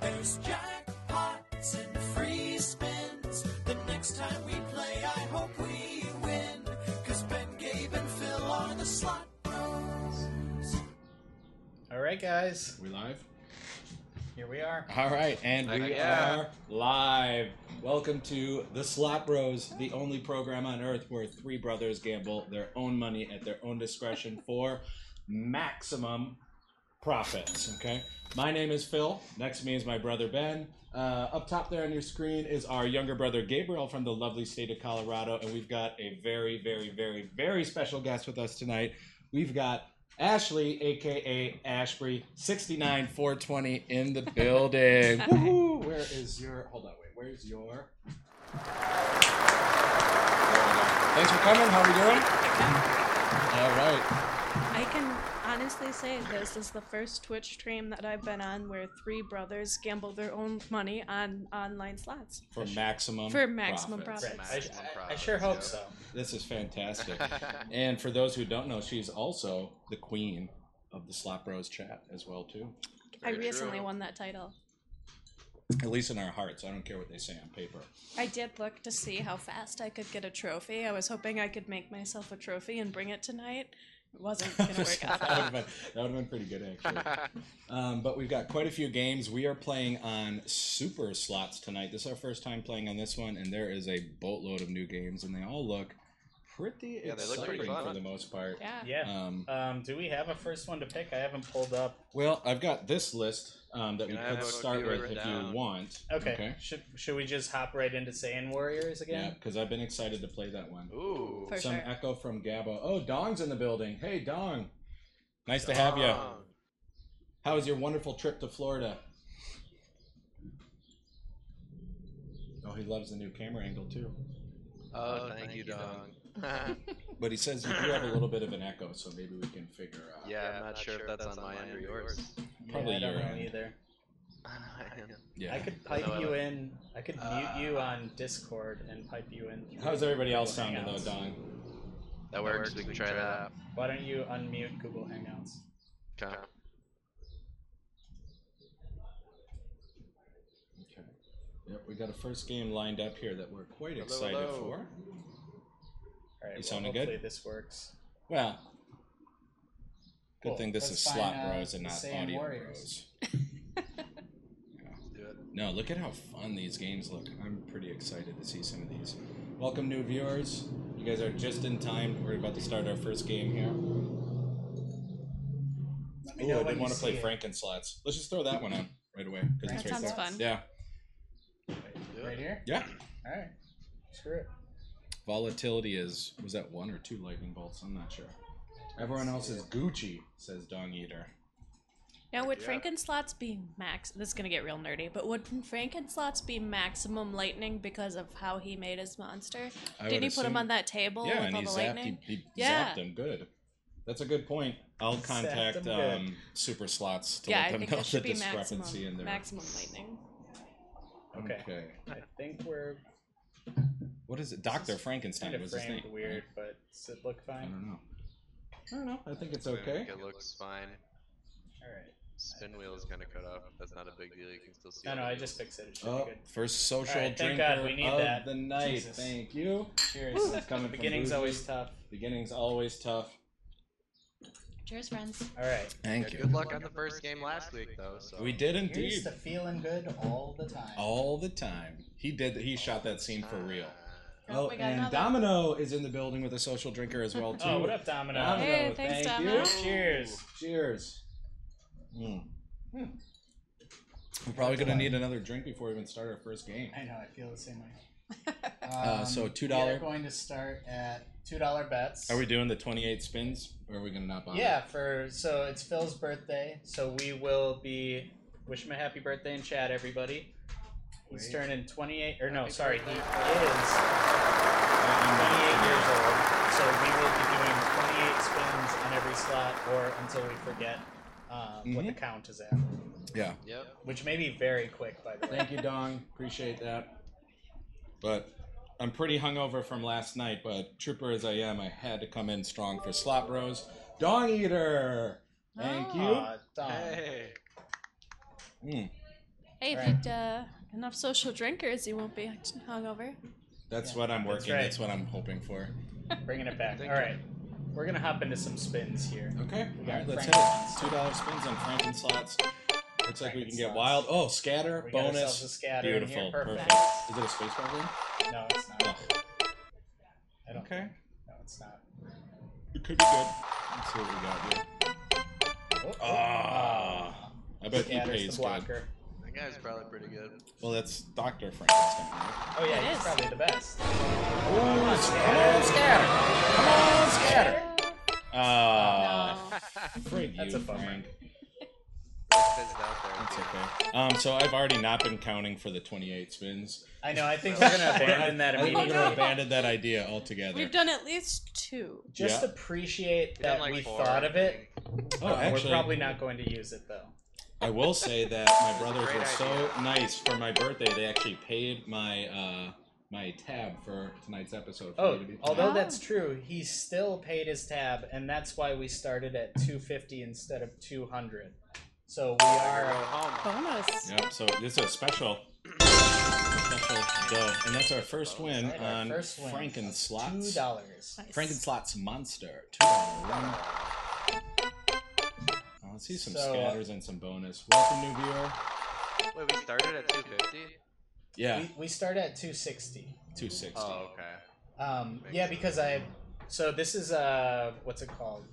There's jackpots and free spins. The next time we play, I hope we win. Cause Ben, Gabe, and Phil are the slot pros. All right, guys, We live? here we are. All right, and we Yeah. are live. Welcome to The Slot Bros, the only program on earth where three brothers gamble their own money at their own discretion for maximum profits. Okay? My name is Phil. Next to me is my brother Ben. Uh, up top there on your screen is our younger brother Gabriel from the lovely state of Colorado. And we've got a very, very, very, very special guest with us tonight. We've got Ashley, aka Ashbury, 69420 in the building. Woohoo! Where is your hold on, wait, where's your There we go. Thanks for coming. How are we doing? All right. I can honestly say this is the first Twitch stream that I've been on where three brothers gamble their own money on online slots for maximum for maximum profits. profits. I, Maximum I- I profits, sure hope yeah. so. This is fantastic. and for those who don't know, she's also the queen of the Slop Bros chat as well too. I Very recently true. won that title. At least in our hearts. I don't care what they say on paper. I did look to see how fast I could get a trophy. I was hoping I could make myself a trophy and bring it tonight. It wasn't going to work that would out. have been, that would've been pretty good actually. Um, but we've got quite a few games. We are playing on super slots tonight. This is our first time playing on this one, and there is a boatload of new games, and they all look pretty Yeah, they exciting look pretty for fun. the most part. Yeah. Yeah. Um, Um, do we have a first one to pick? I haven't pulled up. well, I've got this list um, that we Can I could have a start few with written if you down? want. Okay. Should should we just hop right into Saiyan Warriors Yeah, again? because I've been excited to play that one. Ooh. For Some sure. echo from Gabba. Oh, Dong's in the building. Hey, Dong. Nice to have you. Oh, How was your wonderful trip to Florida? Oh, he loves the new camera angle too. Oh, thank you, Dong. But he says you do have a little bit of an echo, so maybe we can figure out. yeah, I'm not sure if that's on my end or yours. Yeah, Probably I don't your know end. either. Yeah. Uh, I could pipe No, I you don't. in. I could mute you on Discord and pipe you in. through How's everybody else Google sounding though, Hangouts. Don? That works. We can try that. Why don't you unmute Google Hangouts? Okay. Okay. Yep, we got a first game lined up here that we're quite Hello, excited hello. for. All right. You well, sounding good? hopefully this works. Well, good Cool. thing this Let's is slot find, uh, bros and the not Saiyan audio Warriors. Let's do it. No, look at how fun these games look. I'm pretty excited to see some of these. Welcome, new viewers. You guys are just in time. We're about to start our first game here. Let me know Oh, I when didn't you want to play see it. Franken slots. Let's just throw that one on right away. 'cause it's That right sounds there. fun. Yeah. Do Right it. here. Yeah. All right. Screw it. Volatility is, was that one or two lightning bolts? I'm not sure. Everyone else is Gucci, says Dong Eater. Now, would Yeah. Frankenslots be max? This is gonna get real nerdy, but would Frankenslots be maximum lightning because of how he made his monster? I Did would he put assume- him on that table Yeah, with and all he the zapped, lightning? he, he Yeah. zapped him good. That's a good point. I'll Zapped contact him good. um, Super Slots to yeah, let I them think know it should the be discrepancy maximum, in there. maximum lightning. Okay. I think we're What is it? Dr. is Frankenstein kind of was his name. Mm-hmm. framed weird, but does it look I fine? don't know. I don't know. I think it's I think okay. It looks fine. All right. Spin wheel is gonna cut off. That's not a big deal. You can still see. No, all no, the I wheels. just fixed it. It should Oh, be good. first social Alright, thank drinker God, we need of that. the night. Jesus. Thank you. Cheers. It's coming from Beginning's Boozy. always tough. Beginning's always tough. Cheers, friends. All right. Thank Yeah, good luck on the first game last week, though. So We did Here's indeed. to feeling good all the time. All the time. He did. He shot that scene for real. Oh, Oh, we got and another. Domino is in the building with a social drinker as well too. Oh, what up, Domino? Domino, Hey, thanks, thank Domino. you. Cheers. Cheers. Mm. We're probably gonna need another drink before we even start our first game. I know. I feel the same way. Uh, so Um, $2? We are going to start at two dollar bets. Are we doing the 28 spins, or are we gonna not bother? Yeah. For so it's Phil's birthday, so we will be wish him a happy birthday in chat, everybody. He's Wait. turning 28, or no, Happy sorry, birthday, he Phil. is 28 years old, so we will be doing 28 spins on every slot or until we forget uh, what Mm-hmm. the count is at, Yeah. Yep. which may be very quick, by the way. Thank you, Dong. Appreciate that. But I'm pretty hungover from last night, but trooper as I am, I had to come in strong for Slop Bros. Dong Eater! Thank Oh. Aw, Dom. Hey. you. Mm. Hey, Hey, if Right. you uh, enough social drinkers, you won't be hungover. That's Yeah, what I'm that's working. right. That's what I'm hoping for. Bringing it back. Thank All you. right, we're gonna hop into some spins here. Okay. We All got right, let's hit Franken it. slots. Two dollar spins on Franken slots. Looks like we can get Franken wild. slots. Oh, scatter We got ourselves a bonus. scatter in Beautiful. here. Perfect. Perfect. Is it a space bar game? No, it's not. Oh, I don't. okay. No, it's not. It could be good. Let's see what we got here. Oh, oh. Ah, I bet he Scatter's pays the good. blocker. That guy's probably pretty good. Well, that's Doctor Frankenstein. Right? Oh yeah, It he's is. probably the best. Oh, scatter. Come on, scatter. Ah, No. frig Oh, That's you, a bummer. Frank. Those guys out there. That's dude. okay. Um, so I've already not been counting for the 28 spins. I know. I think we're gonna abandon that I think we're immediately. gonna abandon that idea altogether. We've done at least two. Just Yeah. appreciate We've done, that like, we four, thought I of it. think. oh, Uh, actually, we're probably not going to use it though. I will say that my brothers were so nice for my birthday. They actually paid my uh, my tab for tonight's episode. For Oh, me to be although Ah. that's true, he still paid his tab, and that's why we started at 250 instead of 200. So we Go are. home. Bonus. Yep. So this is a special. special dough. And that's our first win Right, Oh, our on first win. Franken Two Slots. dollars. Nice. Franken Slots Monster. Two dollar win. Oh, Let's see some So, uh, scatters and some bonus. Welcome, new viewer. Wait, we started at 250. Yeah, We, we start at 260. 260. Oh, okay. Um, yeah, because I. So this is uh, what's it called?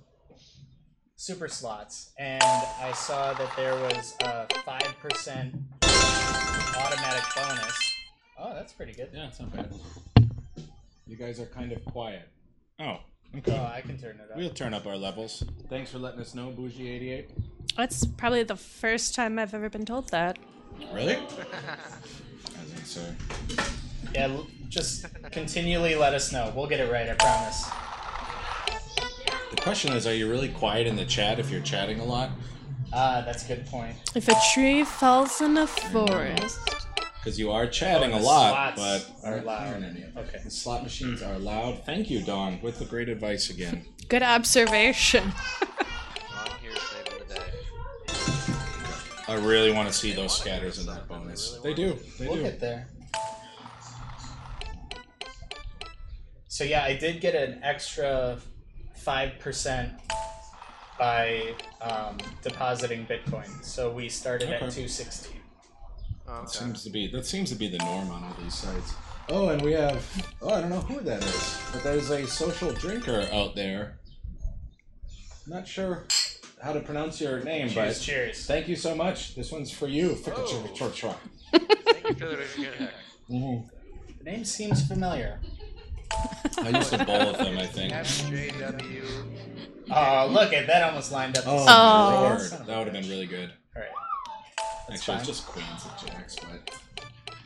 Super slots, and I saw that there was a five percent automatic bonus. Oh, that's pretty good. Yeah, it's not bad. You guys are kind of quiet. Oh, okay. Oh, I can turn it up. We'll turn up our levels. Thanks for letting us know, Bougie88. That's probably the first time I've ever been told that. Really? I was gonna say. Yeah, l- just continually let us know. We'll get it right, I promise. The question is, are you really quiet in the chat if you're chatting a lot? Ah, that's a good point. If a tree falls in a forest. Because you are chatting Oh, a the lot, slots but are aren't loud. hearing any of it. Okay. The slot machines are loud. Thank you, Dawn, with the great advice again. Good observation. Long here saving the day. I really want to see those scatters in that bonus. They do. They We'll do. get there. So yeah, I did get an extra five percent by um, depositing Bitcoin. So we started at Okay. two sixty. Oh, That okay. seems to be that seems to be the norm on all these sites. Oh, and we have oh I don't know who that is, but there's a social drinker out there. Not sure how to pronounce your name, Cheers! but Cheers! thank you so much. This one's for you. Fickle Oh. Chicka Chork Chork. Thank you for the review. Mhm. The name seems familiar. I used to bowl with them, I think. FJW. Oh, look at that! Almost lined up. the Oh, same. Oh. my Lord, Son of a that would have been bitch. really good. All right. That's Actually, fine. it's just Queens and Jacks, but.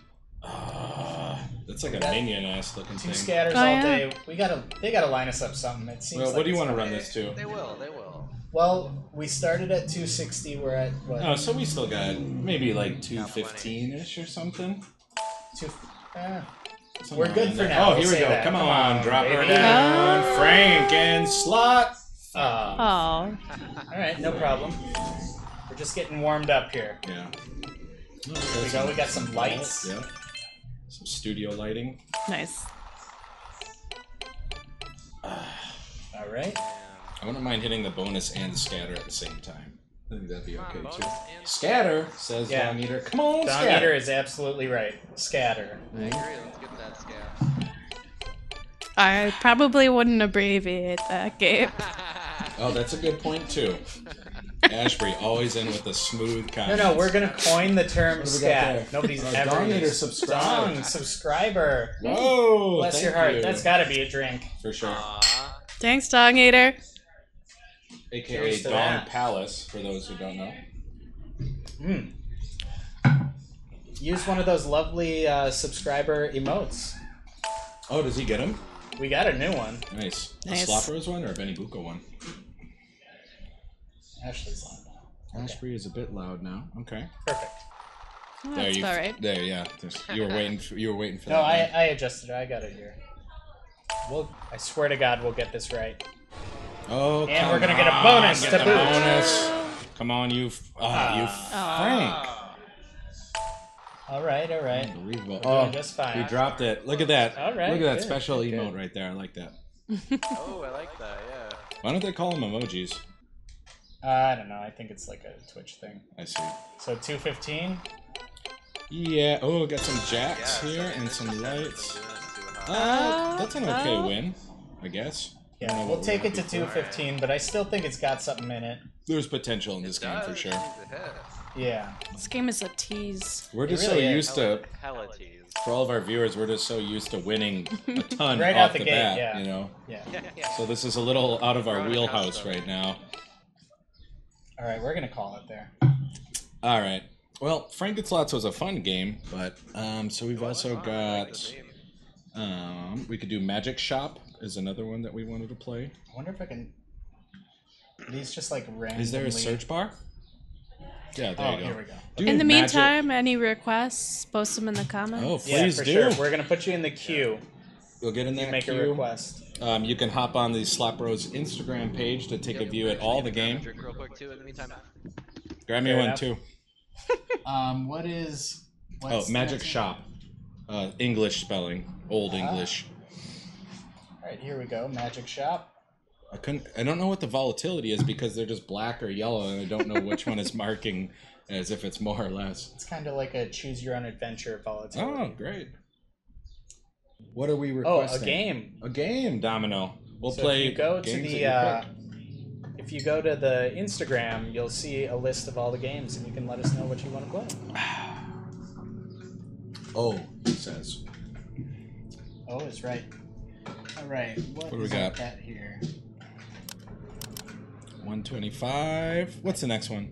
Ah, that's like a That- minion ass looking Two thing. scatters Oh, all yeah. day. We gotta, they gotta line us up something. It seems. Well, like what do you it's want to not- run this to? They will. They will. Well, we started at 260. We're at what? Oh, so we still got maybe like 215 ish or something. Two. Uh, Somewhere We're good in for there. now, Oh, here we'll we say go. that. Come, Come on, on, drop her baby. down. No. Frank and slot. uh, Oh. all right, no problem. We're just getting warmed up here. Yeah. we go, we got some lights. Yeah. Some studio lighting. Nice. All right. I wouldn't mind hitting the bonus and scatter at the same time. I think that'd be Come on, okay bonus too. and- Scatter says Yeah. Dom Eater. Come on, Don scatter. Eater is absolutely right. Scatter. I agree. Let's get that I probably wouldn't abbreviate that game. scab. Oh, that's a good point too. Ashbury always in with a smooth No, comment. no, we're gonna coin the term What do we got there? scat. Nobody's Oh, ever. Don Eater used- subscribed. Don, subscriber. Whoa! Bless your thank heart. you. That's gotta be a drink. for sure. Aw. Thanks, Dong Eater. AKA Cheers to Dawn that. Palace, for those who don't know. Mm. Use one of those lovely uh, subscriber emotes. Oh, does he get him? We got a new one. Nice. Nice. A Slopper's one or a Benny Bucco one? Ashley's on now. Ashbury is a bit loud now. Okay. Perfect. Oh, there that's you. about right. There, yeah. Just- you were waiting. For, you were waiting for No, that. I, one. I adjusted it. I got it here. We'll, I swear to God, we'll get this right. Oh, And come we're gonna get a on, bonus get to the boot. uh, Uh, bonus. Come on, you, f- ah, you, f- Aw. Frank. All right, all right. Unbelievable. We're Oh, doing just fine. we dropped it. Look at that. All right, Look at that good, special good, good. emote right there. I like that. Oh, I like that. Yeah. Why don't they call them emojis? Uh, I don't know. I think it's like a Twitch thing. I see. So 215. Yeah. Oh, got some jacks Yeah, here so and this some is actually lights. doing it, doing it. Uh, that's an okay Uh, uh. win, I guess. I don't know Yeah, what we'll we're take it happy to for. 215, but I still think it's got something in it. There's potential in this It game for does. sure. It's a hit. Yeah. This game is a tease. We're It just really so is. used to, Hella hella tease. for all of our viewers, we're just so used to winning a ton Right off out the gate, bat, yeah. you know. Yeah. So this is a little out of our We're on a wheelhouse custom. right now. All right, we're gonna call it there. All right. Well, Frank and Slots was a fun game, but um, so we've Oh, Well, also that's fine. I like got the name. um, we could do Magic Shop is another one that we wanted to play. I wonder if I can. Are These just like randomly. Is there a search bar? Yeah, there Oh, you go. here we go. Dude, In the Magic- meantime, any requests, post them in the comments. Oh, Yeah, please for do. sure. We're gonna put you in the queue. You'll get in if that You make queue. a request. Um, you can hop on the Slap Rose Instagram page to take a Yep, view at actually all get the a game. drink real quick, too, in the meantime. Grab me Fair one enough. too. Um, what is? Oh, What's Magic that? Ah. Shop. Uh, English spelling, old English. All right, here we go. Magic shop. I couldn't. I don't know what the volatility is because they're just black or yellow, and I don't know which one is marking as if it's more or less. It's kind of like a choose your own adventure Oh, volatility. great. What are we Oh, requesting? a game. A game, Domino. We'll So play. If you go to games that the. you Uh, pick. if you go to the Instagram, you'll see a list of all the games, and you can let us know what you want to play. uh, Oh, it says. Oh, it's right. All right. What do is we got? That here. 125. What's the next one?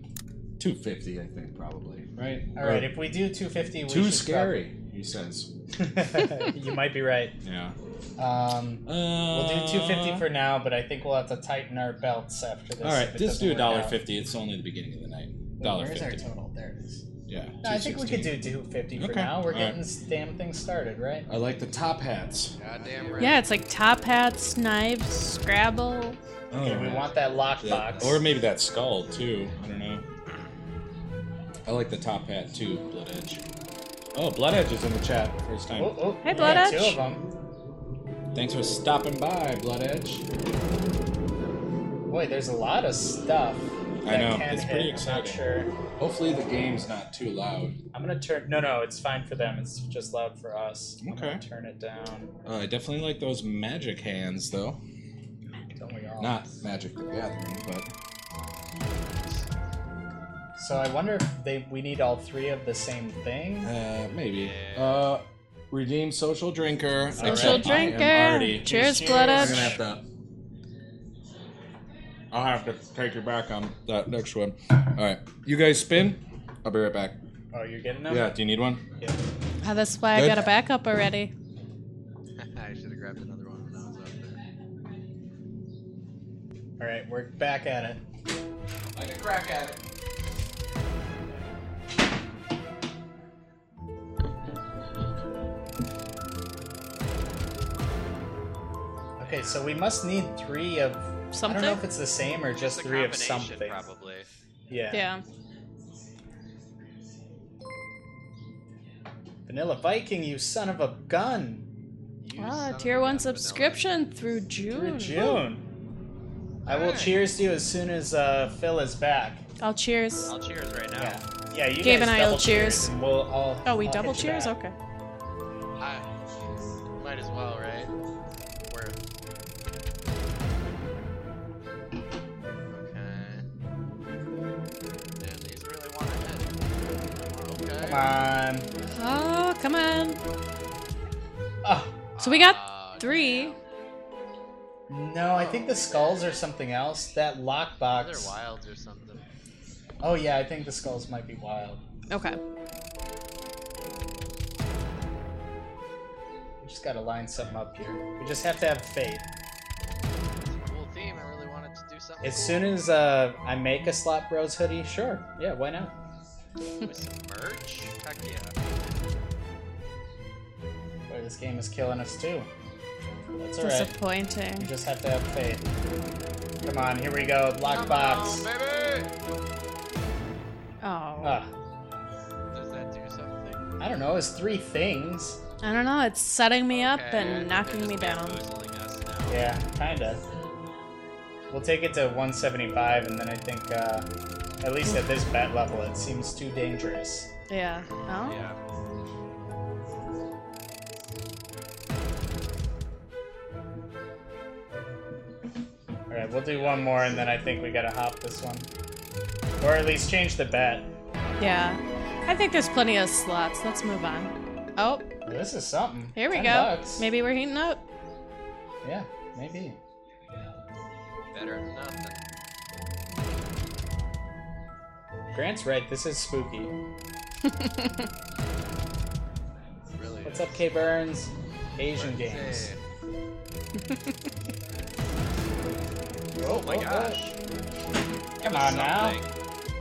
250, I think, probably. Right? All right. If we do 250, we Too should scary, he says. prob- you might be right. Yeah. Um, we'll Uh, do 250 for now, but I think we'll have to tighten our belts after this. All if right, it just doesn't do a work dollar out. fifty. It's only the beginning of the night. Wait, Dollar Where's fifty. our total? There it is. Yeah. No, I think we could 216. do 250 for Okay, now. We're all getting right. this damn thing started, right? I like the top hats. Goddamn right. Yeah, it's like top hats, knives, Scrabble. Oh, Okay, we want that that- lockbox. or maybe that skull too. I don't know. I like the top hat too. Blood Edge. Oh, Blood Edge is in the chat first time. Oh, oh, Hey, we Blood got Two of Edge. them. Thanks for stopping by, Blood Edge. Boy, there's a lot of stuff. I that know, Can it's hit. pretty I'm not exciting. sure. Hopefully the game's not too loud. I'm gonna turn. No, no, it's fine for them. It's just loud for us. I'm gonna Okay. turn it down. Uh, I definitely like those magic hands though. Don't we all? Not Magic the Gathering, but So I wonder if they we need all three of the same thing. Uh, maybe. Uh, redeem social drinker. Social Except I am drinker. already- Cheers, Cheers. blood I'm edge. gonna have to. I'll have to take you back on that next one. All right, you guys spin. I'll be right back. Oh, you're getting them. Yeah, do you need one? Yeah. Ah, that's why Good. I got a backup already. I should have grabbed another one when I was up there. All right, we're back at it. Like a crack at it. Okay, so we must need three of I don't know Something? if it's the same or just It's a three of combination, something. Probably. Yeah. Yeah. Vanilla Viking, you son of a gun! You son Ah, of a tier gun, one vanilla. subscription through Through June. June. I will Alright. cheers to you as soon as uh, Phil is back. I'll cheers. I'll cheers right now. Yeah. Yeah. You Gabe guys and I will double cheers. cheers. and we'll all. Oh, we I'll double hit you cheers? back. Okay. I, might as well, right? Worth. Okay. Dude, these really want to hit. Okay. Come on. Oh, come on. Oh So we got Ah, three. no, I think the skulls are something else. That damn. They're lockbox. wilds or something. Oh yeah, I think the skulls might be wild. Okay. We just gotta line something up here. We just have to have faith. It's a cool theme. I really wanted to do something As soon as uh, I make a Slop Bros hoodie, sure. Yeah, why not? with some merch. Heck yeah. Boy, this game is killing us too. That's alright. We Disappointing. just have to have faith. Come on, here we go. Oh, Lockbox. Come on, baby! Oh. Ah, Does that do something? I don't know. It's three things. I don't know. It's setting me up Okay, and knocking me there's down. bamboozling us now. Yeah, kinda. We'll take it to 175, and then I think, uh, at least at this bet level, it seems too dangerous. Yeah. Oh. Yeah. All right, we'll do one more, and then I think we gotta hop this one, or at least change the bet. Yeah. I think there's plenty of slots. Let's move on. Oh, This is something. here we 10 go. bucks. Maybe we're heating up. Yeah, maybe. Better than nothing. Grant's right. This is spooky. Really. What's up, K Burns? Asian Wednesday. games. Oh my gosh. Come on Uh, now. Something.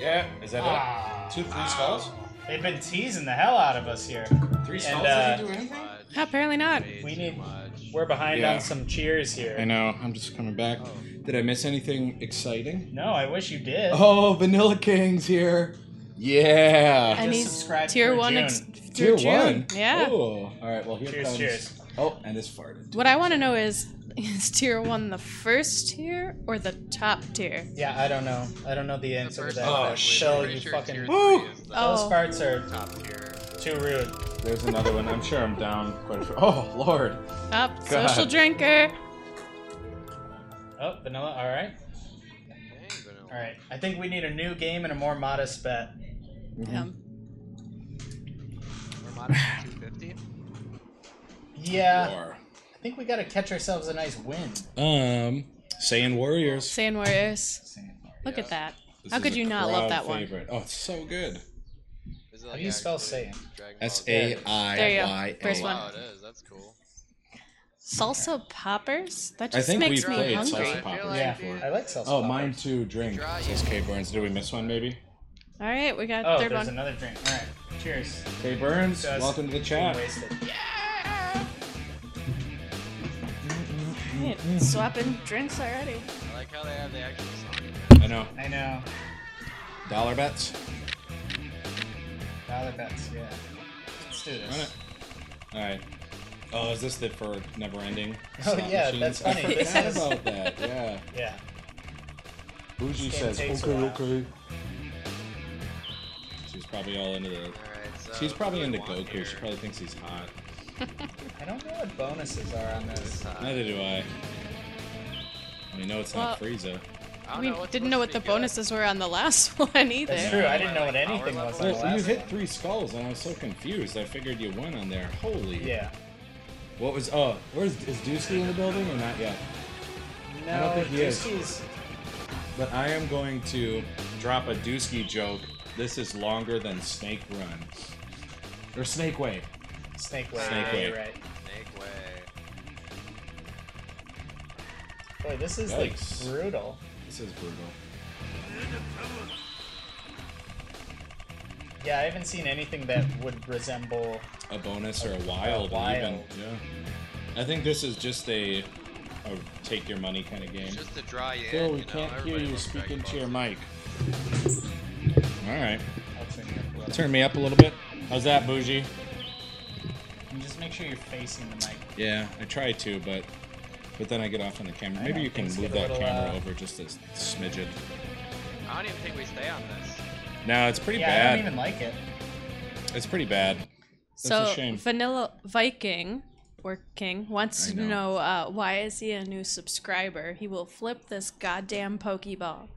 Yeah. Is that Ah. it? Two, three skulls? They've been teasing the hell out of us here. Three And, uh, skulls doesn't do anything? Much. Apparently not. Way We too need- much. We're behind Yeah. on some cheers here. I know. I'm just coming back. Oh. Did I miss anything exciting? No, I wish you did. Oh, Vanilla King's here. Yeah. And Just he's subscribe tier through one. June. Ex- Tier through June. one. Yeah. Ooh. All right. Well, here Cheers, comes. cheers. Oh, and it's farted. What I want to know is, is tier one the first tier or the top tier? Yeah, I don't know. I don't know the The answer to first that. one Oh, that we- Shell, pretty you sure fucking. tier Those Woo! three is the Oh. parts are Top tier. too rude. There's another one. I'm sure I'm down quite a few. Oh, Lord. Up, God. social drinker. Oh, vanilla. All right. Dang, vanilla. All right. I think we need a new game and a more modest bet. Um, We're modifying 250. Yeah, I think we gotta catch ourselves a nice win. War. Um, Saiyan Warriors. Sand warriors. Look Yeah. at that. This How is could a you not love crowd that one? favorite. Oh, it's so good. Is it like do you spell actually Saiyan? Dragon Ball S Z? A There you go. I Y First one. A. Wow, it is. That's cool. Salsa poppers? That I just think makes we me played hungry. salsa pop. Really? Yeah, dude. I like self. Oh, mine too. Drink. Dry. Says K Burns. Did we miss one maybe? All right, we got Oh, third there's one. another drink. All right. Cheers. K Burns, Guys, welcome to the Being chat. wasted. Hey, Swapping drinks already. I like how they have the actual song. I know. I know. Dollar bets. Dollar bets. Yeah. Let's do Run it. this. All right. Oh, is this the for never ending? Oh, yeah, that's funny. I This forgot is- about that. Yeah. Yeah. Bougie This game says takes a okay, while." okay. She's probably all into the. Alright, so. She's probably what do into we want Goku. She here? probably thinks he's hot. I don't know what bonuses are on this. Neither do I. We know it's not Well- Frieza. I don't We know what's didn't know supposed what to the be good. bonuses were on the last one either. That's true. I didn't know what Like anything power was on the level? Well, you last hit one. three skulls, and I was so confused. I figured you won on there. Holy. Yeah. What was? Oh, where's is Dusky in the building or not yet? No, I don't think he is. Dusky's- But I am going to drop a Dusky joke. This is longer than Snake Run or Snake Way. Snake way. Snake yeah, way. you're right. Snake way. Boy, this is Yikes. like brutal. This is brutal. Yeah, I haven't seen anything that would resemble. A bonus or a wild, wild. Or even, yeah. I think this is just a, a take your money kind of game. It's just to draw you Phil, in. we you know, can't hear everybody you loves Dragon speaking to Ball your Z. mic. All right, I'll turn you up a little. turn me up a little bit. How's that, Bougie? And just make sure you're facing the mic. Yeah, I try to, but but then I get off on the camera. I Maybe know, you can things move get a that little, camera uh, over just a smidget. I don't even think we stay on this. No, it's pretty yeah, I bad. don't even like it. It's pretty bad. so a shame. Vanilla Viking or King wants I to know. know, uh, why is he a new subscriber? He will flip this goddamn Pokeball.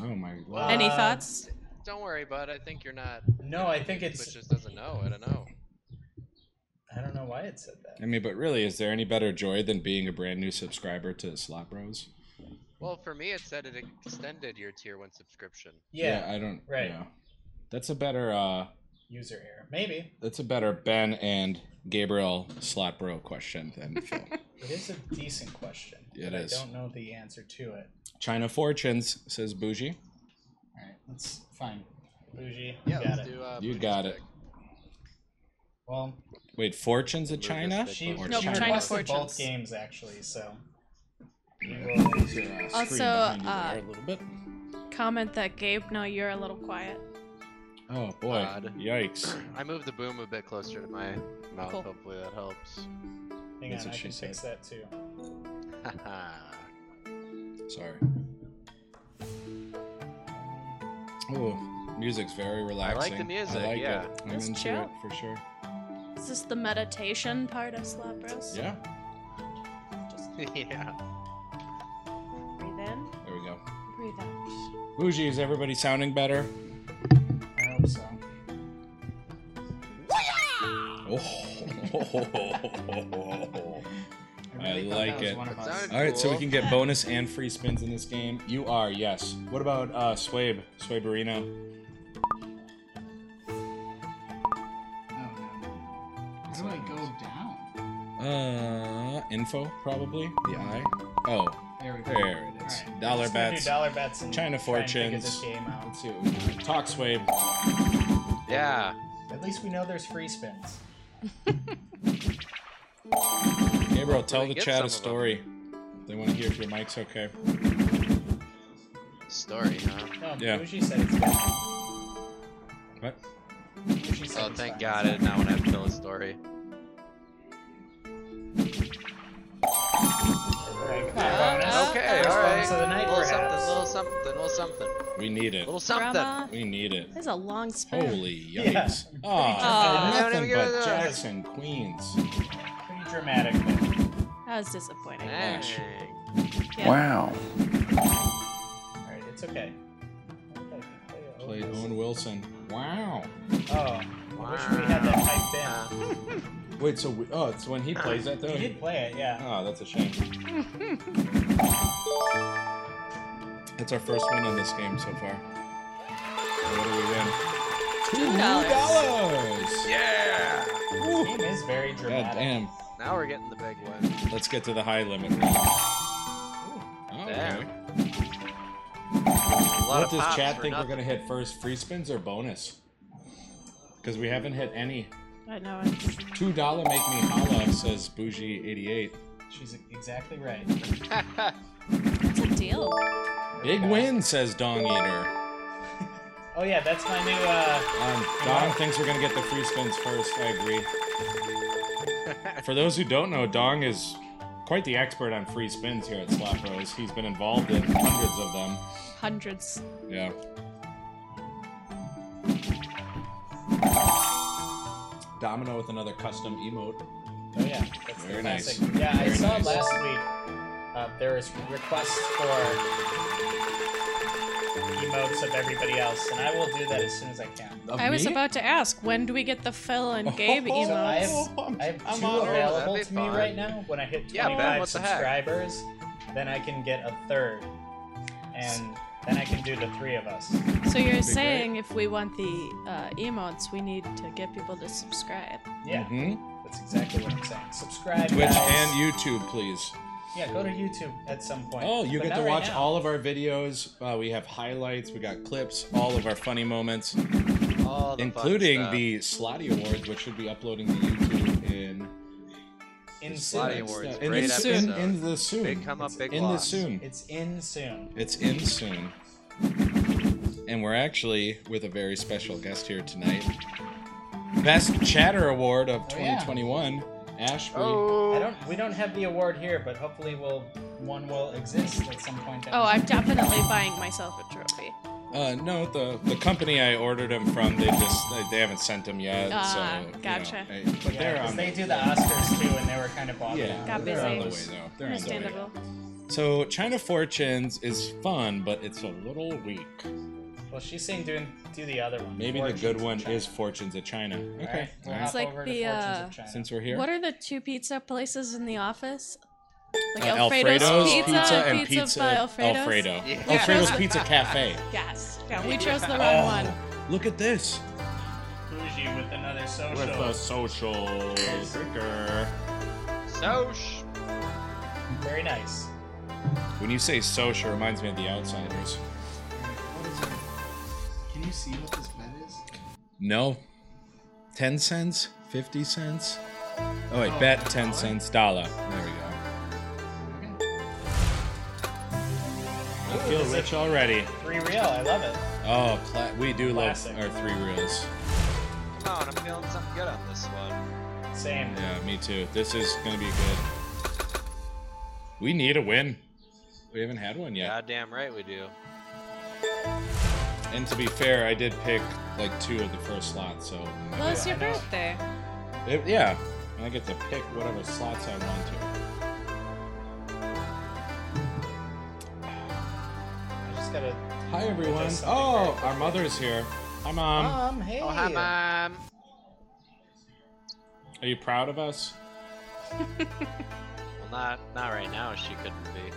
Oh my Well, god. Any Uh, thoughts? Don't worry, bud. I think you're not. No, I think Twitch it's. just doesn't know. I don't know. I don't know why it said that. I mean, but really, is there any better joy than being a brand new subscriber to Slot Bros? Well, for me, it said it extended your tier one subscription. Yeah, I don't. right. yeah. That's a better. uh user error. Maybe That's a better Ben and Gabriel Slot Bro question than Phil. it is a decent question. It but I is. don't know the answer to it. China Fortunes says Bougie. All right, let's fine. Bougie, you Yeah, got let's it. do. Uh, You Bluetooth got it. pick. Well, Wait, Fortunes of Lucas China? Vick. she, Or Nope, she China requested Fortunes. both games actually, so. we will- Screen Also, behind you uh, there a little bit. Comment that Gabe, no, you're a little quiet. Oh boy! God. Yikes! I moved the boom a bit closer to my mouth. Cool. Hopefully that helps. Hang That's on, what I she can fix that too. Sorry. Oh, music's very relaxing. music, I like yeah. it. I'm It's into chill. it for sure. Is this the meditation part of Slap Roast? Yeah. Just yeah. breathe in, There we go. breathe out. Bougie, is everybody sounding better? I hope so. Oh. I really thought like that was it. one of That us. sounded- All right, so we Cool. can get bonus and free spins in this game. You are yes. What about uh, Swabe? Swaberino. Oh, no. How do I go down? Uh, info probably the eye. Oh, There we go. there it is. Alright. Dollar Just gonna do bets. dollar bets and China try and figure fortunes. this game out. Let's see what we can do. Talk Swabe. Yeah. At least we know there's free spins. Gabriel, tell Hopefully the get chat some a of them. story. They want to hear if your mic's okay. Story, huh? No, Yeah. Bougie Oh, said it's fine. What? Bougie said Oh, it's thank fine. God I did not want to have to tell a story. Alright, come on, bonus. Uh, Okay, First all bonus of the right. night, Little something, perhaps. little something, little something, We need it. little something. Drama. We need it. There's a long span. Holy Yeah. yikes! Ah, Aw. Yeah, nothing we but gotta do it. Jackson, Queens. Pretty dramatic there. That was disappointing. Dang. Yeah. Wow. Alright, it's okay. Okay, Played Owen Wilson. Wow. Oh, I wish we had that hyped Uh, Wait, so we, oh, it's when he plays that in. though. We did play it, yeah. Oh, that's a shame. That's our first win on this game so far. What do we win? Two dollars. Dollars. yeah. The game is very God dramatic. damn. Now we're getting the big one. Let's get to the high limit. Oh, Oh, Okay. Damn. A lot What of does pops chat for think we're nothing. gonna hit first? Free spins or bonus? Because we haven't hit any. I know it's Two dollar make me holla says bougie eighty eight. She's exactly right. it's a deal. Big win says Dong Eater. Oh yeah, that's my new uh Um, Dong thinks we're gonna get the free spins first. I agree. For those who don't know, Dong is quite the expert on free spins here at Slap Rose. He's been involved in hundreds of them. Hundreds. Yeah. Domino with another custom emote. Oh yeah, that's Very the nice. classic. Yeah, I Very saw nice. last week uh, there was requests for emotes of everybody else, and I will do that as soon as I can. Of I was me? about to ask, when do we get the Phil and Gabe Oh, So I emotes? have, I'm- I have I'm two honored. available That'd to be me fun. right now. When I hit 25 Yeah, Ben, what the heck? subscribers, then I can get a third, and then I can do the three of us. So you're great. saying if we want the uh, emotes, we need to get people to subscribe. Yeah, Mhm. that's exactly what I'm saying. Subscribe, Twitch guys. and YouTube, please. Yeah, go to YouTube at some point. Oh, you But get not to right watch now. all of our videos. Uh, we have highlights, we got clips, all of our funny moments, All the fun including stuff. the Slotty Awards, which should be uploading to YouTube in in Slotty soon. Awards. in great the soon. episode. In, in the soon. Big come up, big in loss. the soon. It's in soon. It's in soon. And we're actually with a very special guest here tonight. Best Chatter Award of Oh, yeah. 2021, Ashby. I Oh. don't. We don't have the award here, but hopefully, we'll one will exist at some point. Oh, I'm definitely buying myself a trophy. Uh, no, the the company I ordered them from, they just they, they haven't sent them yet. Ah, so, you know, gotcha. I- but Yeah, they're 'cause on. they do the Oscars too, and they were kind of bothered. yeah, Got they're on the way busy. though. They're on the way. Understandable. So China Fortunes is fun, but it's a little weak. Well, she's saying doing do the other one. Maybe Fortunes the good of one China. is Fortunes of China. All right, we'll Okay. all hop right. It's like over the, to Fortunes of uh, China. Since we're here, What are the two pizza places in the office? Like Uh, Alfredo's, Alfredo's Pizza, and Pizza, by Alfredo's. Alfredo. Yeah. Alfredo's Pizza Cafe. Yes. Yeah, we chose the wrong Oh, one. Look at this. Bougie with another social. social sticker. So sh- Very nice. When you say social, it reminds me of The Outsiders. Can you see what this bet is? No. 10 cents? 50 cents? Oh, wait, bet 10 cents, dollar. There we go. I feel rich already. Three real. I love it. Oh, cla- we do Classic. love our three reels. Come on, I'm feeling something good on this one. Same. Yeah, me too. This is gonna be good. We need a win. We haven't had one yet. Goddamn right we do. And to be fair, I did pick like two of the first slots, so Well, it's your I know. birthday. it, yeah, And I get to pick whatever slots I want to. I just gotta. Hi everyone. Just something very Oh, quickly. our mother's here. Hi mom. Mom, hey. Oh, hi, mom. Are you proud of us? Well, not not right now. She couldn't be.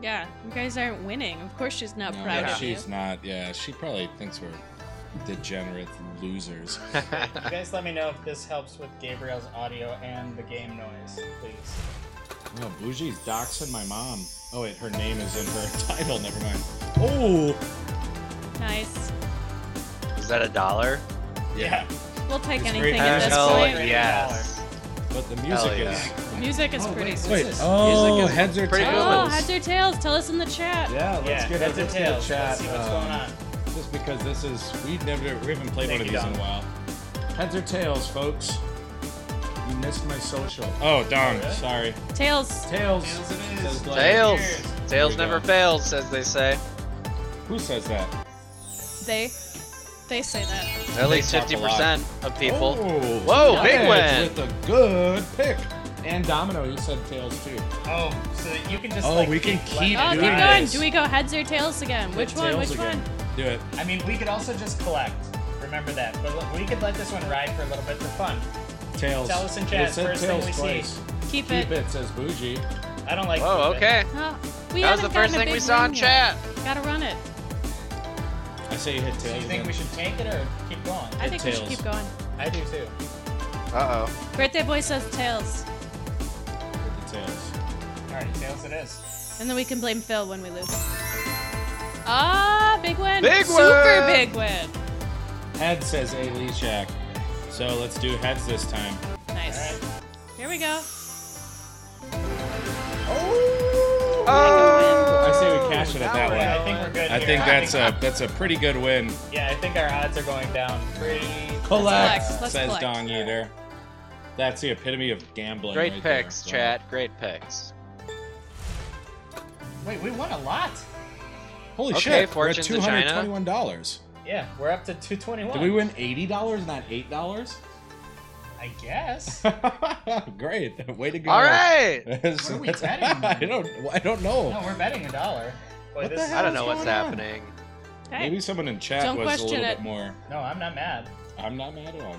Yeah, you guys aren't winning. Of course she's not No, proud yeah, of she's you. not. Yeah, she probably thinks we're degenerate losers. You guys, let me know if this helps with Gabriel's audio and the game noise, please. Oh, Bougie's doxing my mom. Oh wait, her name is in her title. Never mind. Oh, Nice. Is that a dollar? yeah. We'll take It's anything great at this Hell point. yes. But the Hell music yeah. is. Music is Oh, pretty. wait, Wait. Music is Oh, pretty heads or good. oh, tails. heads or tails? Tell us in the chat. yeah, let's yeah, get heads a, or let's get a tails. chat. Let's see what's um, going on. Just because this is we've never we haven't played Thank one of you, these Dom. in a while. Heads or tails, folks. You missed my social. Oh, Dom. Oh, really? Sorry. Tails. Tails. Tails it is. Says Glenn. Tails. Cheers. Tails Here we never go. fails, as they say. Who says that? They, they say that. At least talk a fifty percent of people. Oh, Whoa, big Heads win. With a good pick. And Domino, you said tails too. Oh, so that you can just. Oh, like, we can left- keep Oh, keep doing going. this. Do we go heads or tails again? Which one? Tails Which again. one? Do it. I mean, we could also just collect. Remember that. But l- we could let this one ride for a little bit for fun. Tails. Tell us in It chat, said first thing tails we see. twice. Keep, Keep it says bougie. I don't like. Whoa, keep it. okay. Oh, we That was haven't the first gotten a thing we big saw in win chat. yet. Gotta run it. I say you hit Do you tails. think again. we should take it or keep going? I Hit think we tails. should keep going. I do too. Uh oh. Birthday boy says tails, Hit the tails. All right, tails it is. and then we can blame Phil when we lose. Ah, big win. Big Super win. big win. Head says A. Lee Shack. So let's do heads this time. Nice. Here we go. I say we cash it at that Yeah, I one. think we're good. I here. think that's uh, a that's a pretty good win. Yeah, I think our odds are going down pretty. Collect. Let's says collect. Dong Eater. That's the epitome of gambling. Great right there, picks, so. Chad. Great picks. Wait, we won a lot. Holy Okay, shit! We're at fortunes two of hundred China. twenty-one dollars. Yeah, we're up to 221. Did we win eighty dollars, not eight dollars? I guess. Great, way to go! All right. That's- What are we that's- betting? I don't. I don't know. No, we're betting a dollar. Boy, What the this is- hell? I don't know What's what's going on? happening. Hey, Maybe someone in chat Don't was a question little it. bit more. No, I'm not mad. I'm not mad at all.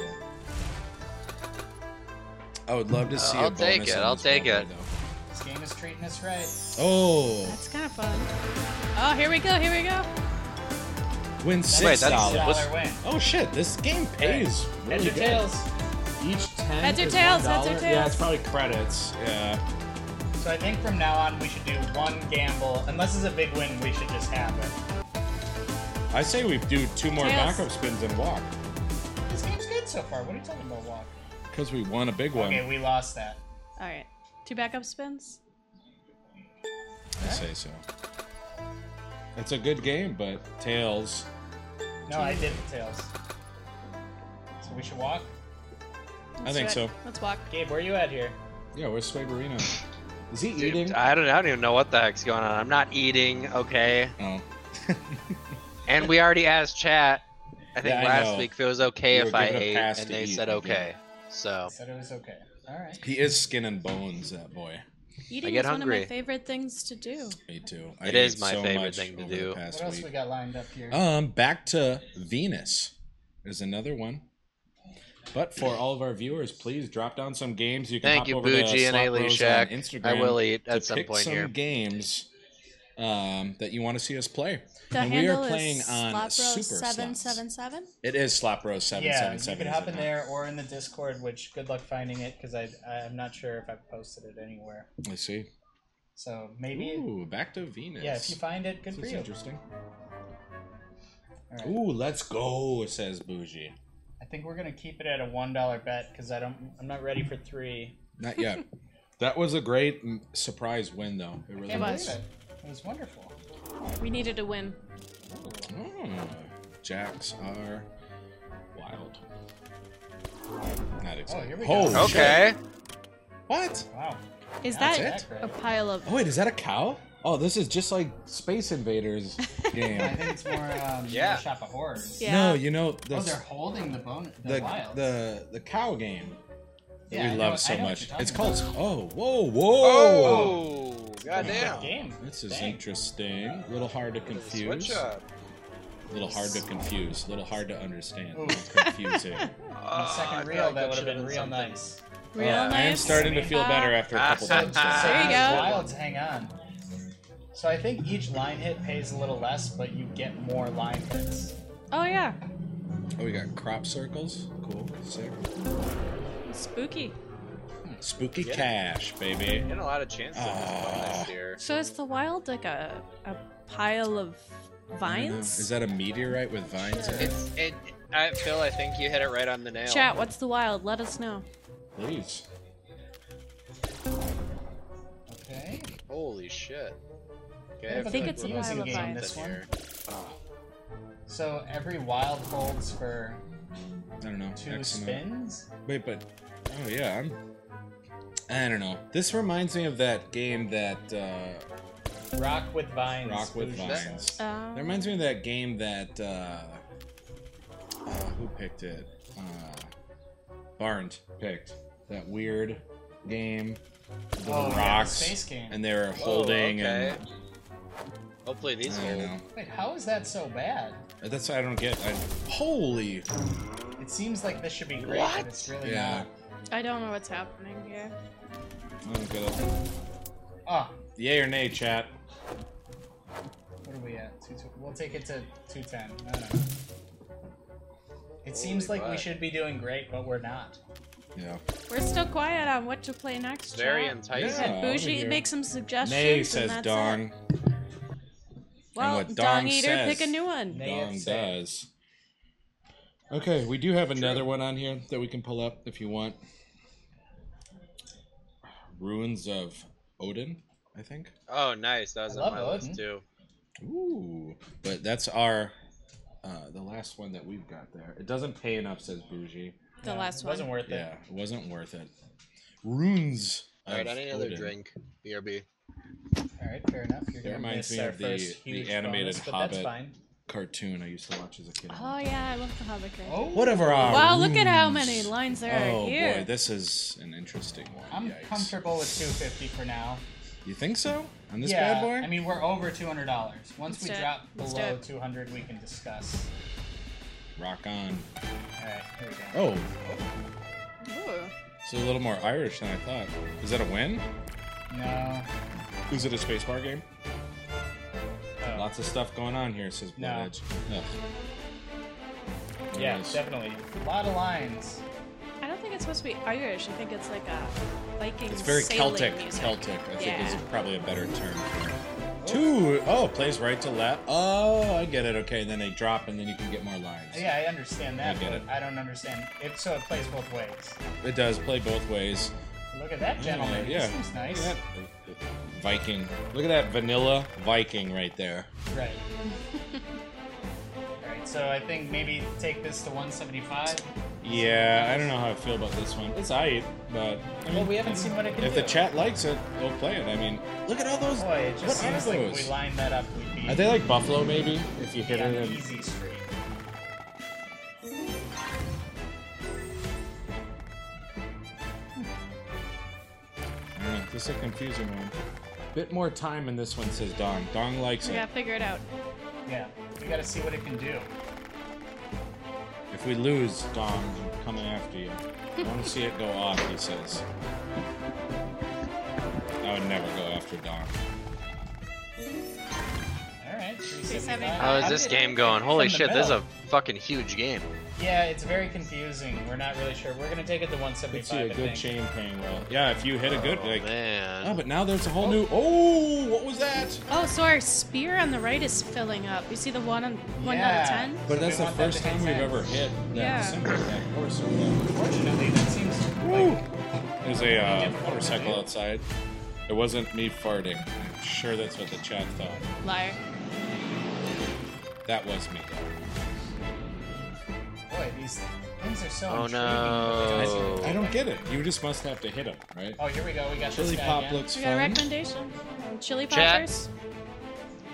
I would love to see. I'll a bonus take it, on I'll this take roll, it. though. This game is treating us right. Oh, that's kind of fun. Oh, here we go. Here we go. win Wait, six that's- dollars. what's- Dollar win. Oh shit, this game pays. Really Heads or good. tails. Each ten. Heads or is tails, $1. heads or Yeah, tails. it's probably credits. Yeah. So I think from now on we should do one gamble. Unless it's a big win, we should just have it. I say we do two more Tails. backup spins and walk This game's good so far. What are you talking about, Walk? because we won a big one. Okay, we lost that. All right, two backup spins. I say so. It's a good game, but tails. No, I did the tails. So we should walk. I think do it. so. Let's walk. Gabe, where you at here? Yeah, where's Swaberino? Is he Dude, eating? I don't. I don't even know what the heck's going on. I'm not eating. Okay. oh. And we already asked chat. I think Yeah, I last know. week if it was okay We if were I given a ate, pass and to they eat, said yeah. okay. So Said it was okay. All right. He is skin and bones, that boy. Eating get is one of my hungry. favorite things to do. Me too. I It is ate my so favorite much thing to over the do. past What else week. we got lined up here? Um, back to Venus. There's another one. But for all of our viewers, please drop down some games. You can thank hop you, over to Bucci and Slot Ailey Bros on Shack. Instagram I will eat to at some pick point some here. games um, that you want to see us play. The and we are handle playing is on Super seven seven Slots. seven. It is Slop Rose seven yeah, seven you seven. can hop in there or in the Discord. Which good luck finding it because I I'm not sure if I've posted it anywhere. I see. So maybe Ooh, back to Venus. yeah, if you find it, good this for is you. interesting. All right. Ooh, let's go, says Bougie. I think we're gonna keep it at a one dollar bet because I don't I'm not ready for three. Not yet. that was a great mm, surprise win, though. It really It Can't was. believe It It was wonderful. We needed a win. Mm. jacks are wild. Not Oh, exactly. here we Holy go. shit. Okay. What? Wow. Is That's that it? a pile of Oh wait, is that a cow? Oh, this is just like Space Invaders I game. think it's more um, Yeah. Shop of Horrors. Yeah. No, you know the Oh, they're holding the bone. The, the, wild. the the cow game that Yeah, I we know- I love so know what much. you're talking It's called about. Oh, whoa, whoa. Oh, Good goddamn. game. This is Dang. interesting. A little hard to confuse. Switch A up. little hard to confuse. A little hard to understand. A Ooh. little confusing. On Ah, I second feel reel, like I that would have should've been done real something. nice. real Uh, knife? I am starting to feel better after a couple times. though. There you These go. Wilds hang on. So I think each line hit pays a little less, but you get more line hits. Oh yeah, Oh, we got crop circles. Cool. Sick. spooky. Spooky Yeah. cash, baby. Getting a lot of chances at this point Ah. next year. So is the wild like a a pile I of don't know. vines? Is that a meteorite with vines in it? It's it. I, Phil, I think you hit it right on the nail. Chat, what's the wild? Let us know. Please. Okay. Holy shit. Okay, I feel think like it's we're a missing pile of something vines. here. So every wild holds for I don't know. two X amount. spins. Wait, but oh yeah, I'm. I don't know. This reminds me of that game that uh, Rock with vines. Rock with Bougie Vines. says. Um, That reminds me of that game that uh, uh who picked it? Uh Barnes picked. That weird game. with The Oh, yeah, the rocks. space game. And they were Whoa, holding okay. and Hopefully these I don't hold. know. Wait, how is that so bad? That's what I don't get. I, holy It seems like this should be great, but it's really Yeah. I don't know what's happening here. I don't get it. not. Oh, Yay or nay, chat. what are we at? Two, tw- we'll take it to 210. I don't know. It seems Holy like we butt. should be doing great, but we're not. Yeah. We're still quiet on what to play next. Very chat. enticing. Yeah. over Bougie here. makes some suggestions. Nay and says that's Dong. It. Well, what Dong, Dong Eater, says. pick a new one. Nay Dong if said. does. Okay, we do have another one on here that we can pull up if you want. Ruins of Odin, I think. Oh, nice. That was I on love my Odin. Hmm. list too. Ooh, but that's our uh, the last one that we've got there. It doesn't pay enough, says Bougie. The No, last it wasn't one. worth it. Yeah, it wasn't worth it. Runes. All right, of any other Odin. drink? BRB. All right, fair enough. You're That gonna reminds miss me our of the- first the huge animated bonus, but Hobbit. That's fine. Cartoon I used to watch as a kid. Oh yeah, I love the Hobbit character. Oh, Whatever. Our wow, look at how runes. many lines there Oh are here. boy, this is an interesting one. I'm Yikes. comfortable with 250 for now. You think so? On this yeah, bad boy? I mean we're over 200 dollars. Once Let's we do it. drop Let's do below it. 200, we can discuss. Rock on. All right, here we go. Oh, Ooh. so a little more Irish than I thought. Is that a win? Oh. No. Is it a space bar game? Oh. Lots of stuff going on here, says Blood No. Edge. Ugh. There yeah, it is. definitely. A lot of lines. I don't think it's supposed to be Irish. I think it's like a Viking. It's very sailing Celtic. music. Celtic, I think, is Yeah. probably a better term. Two. Oh, plays right to left. Oh, I get it. Okay, then they drop, and then you can get more lines. Yeah, I understand that, I get but it. I don't understand. It so it plays both ways. It does play both ways. Look at that gentleman. yeah. He seems Look nice. at that Viking. Look at that vanilla Viking right there. Right. All right, so I think maybe take this to 175. Yeah, I don't know how I feel about this one. It's aight, but I mean, Well, we haven't seen what it can if do. the chat likes it, they'll play it. I mean, look at all those. Boy, it just what are seems like if those? we line that up, we'd be Are they like Buffalo, maybe? If you hit on it, the and... easy street. I don't know, this is a confusing one. Bit more time in this one, says Dong. Dong likes We it. gotta figure it out. Yeah, we gotta see what it can do. If we lose, Dong, I'm coming after you. I want to see it go off, he says. I would never go after Dong. All right, 375. How How is did this it game pick going? from Holy the shit, this is a middle? fucking huge game. Yeah, it's very confusing. We're not really sure. We're gonna take it to Gets 175. you a I good think. chain paying well. Yeah, if you hit a good, Oh, like. man. Oh, but now there's a whole new. Oh, what was that? Oh, so our spear on the right is filling up. You see the one on one out Yeah. of ten? So But that's we the want that first to hit time we've 10. ever hit that Yeah. symbol, that horse over there. Fortunately, that seems Woo! like There's a uh, Difficult to motorcycle do. outside. It wasn't me farting. I'm sure that's what the chat thought. Liar. That was me. though. boy, these things are so Oh, intriguing. but they don't no. seem- I don't get it. You just must have to hit him, right? Oh, here we go. We got Chili this guy pop again. looks We got a fun. recommendation. Chili Chat. poppers.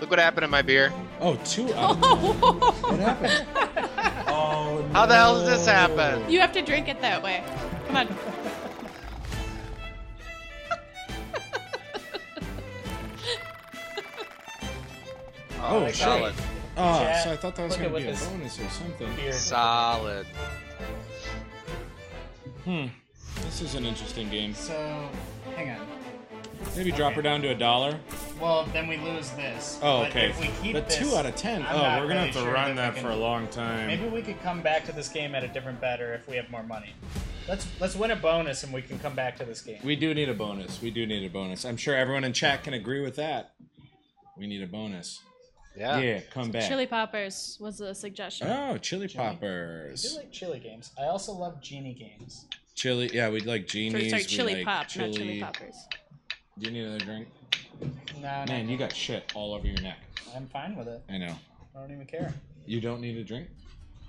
Look what happened to my beer. Oh, two. out of- Oh, What happened? oh, How the hell does this no. happen? you have to drink it that way. Come on. Oh, shit. solid. Oh, Chat, so I thought that was look going at to what be a this- bonus or something. Beard. Solid. Hmm. This is an interesting game. So, hang on. Maybe drop her down to a dollar. Well, then we lose this. Oh, But okay. if we keep but this, two out of ten. I'm oh, not we're gonna really have to sure run that that we for can- a long time. Maybe we could come back to this game at a different better if we have more money. Let's let's win a bonus and we can come back to this game. We do need a bonus. We do need a bonus. I'm sure everyone in chat can agree with that. We need a bonus. Yeah. Yeah, come back. Chili poppers was the suggestion. Oh, chili I do poppers. like chili games. I also love genie games. Chili. Yeah, we like Or, genies. sorry, we chili like pop, chili. not chili poppers. Do you need another drink? No, no, Man, you got shit all over your neck. I'm fine with it. I know. I don't even care. You don't need a drink.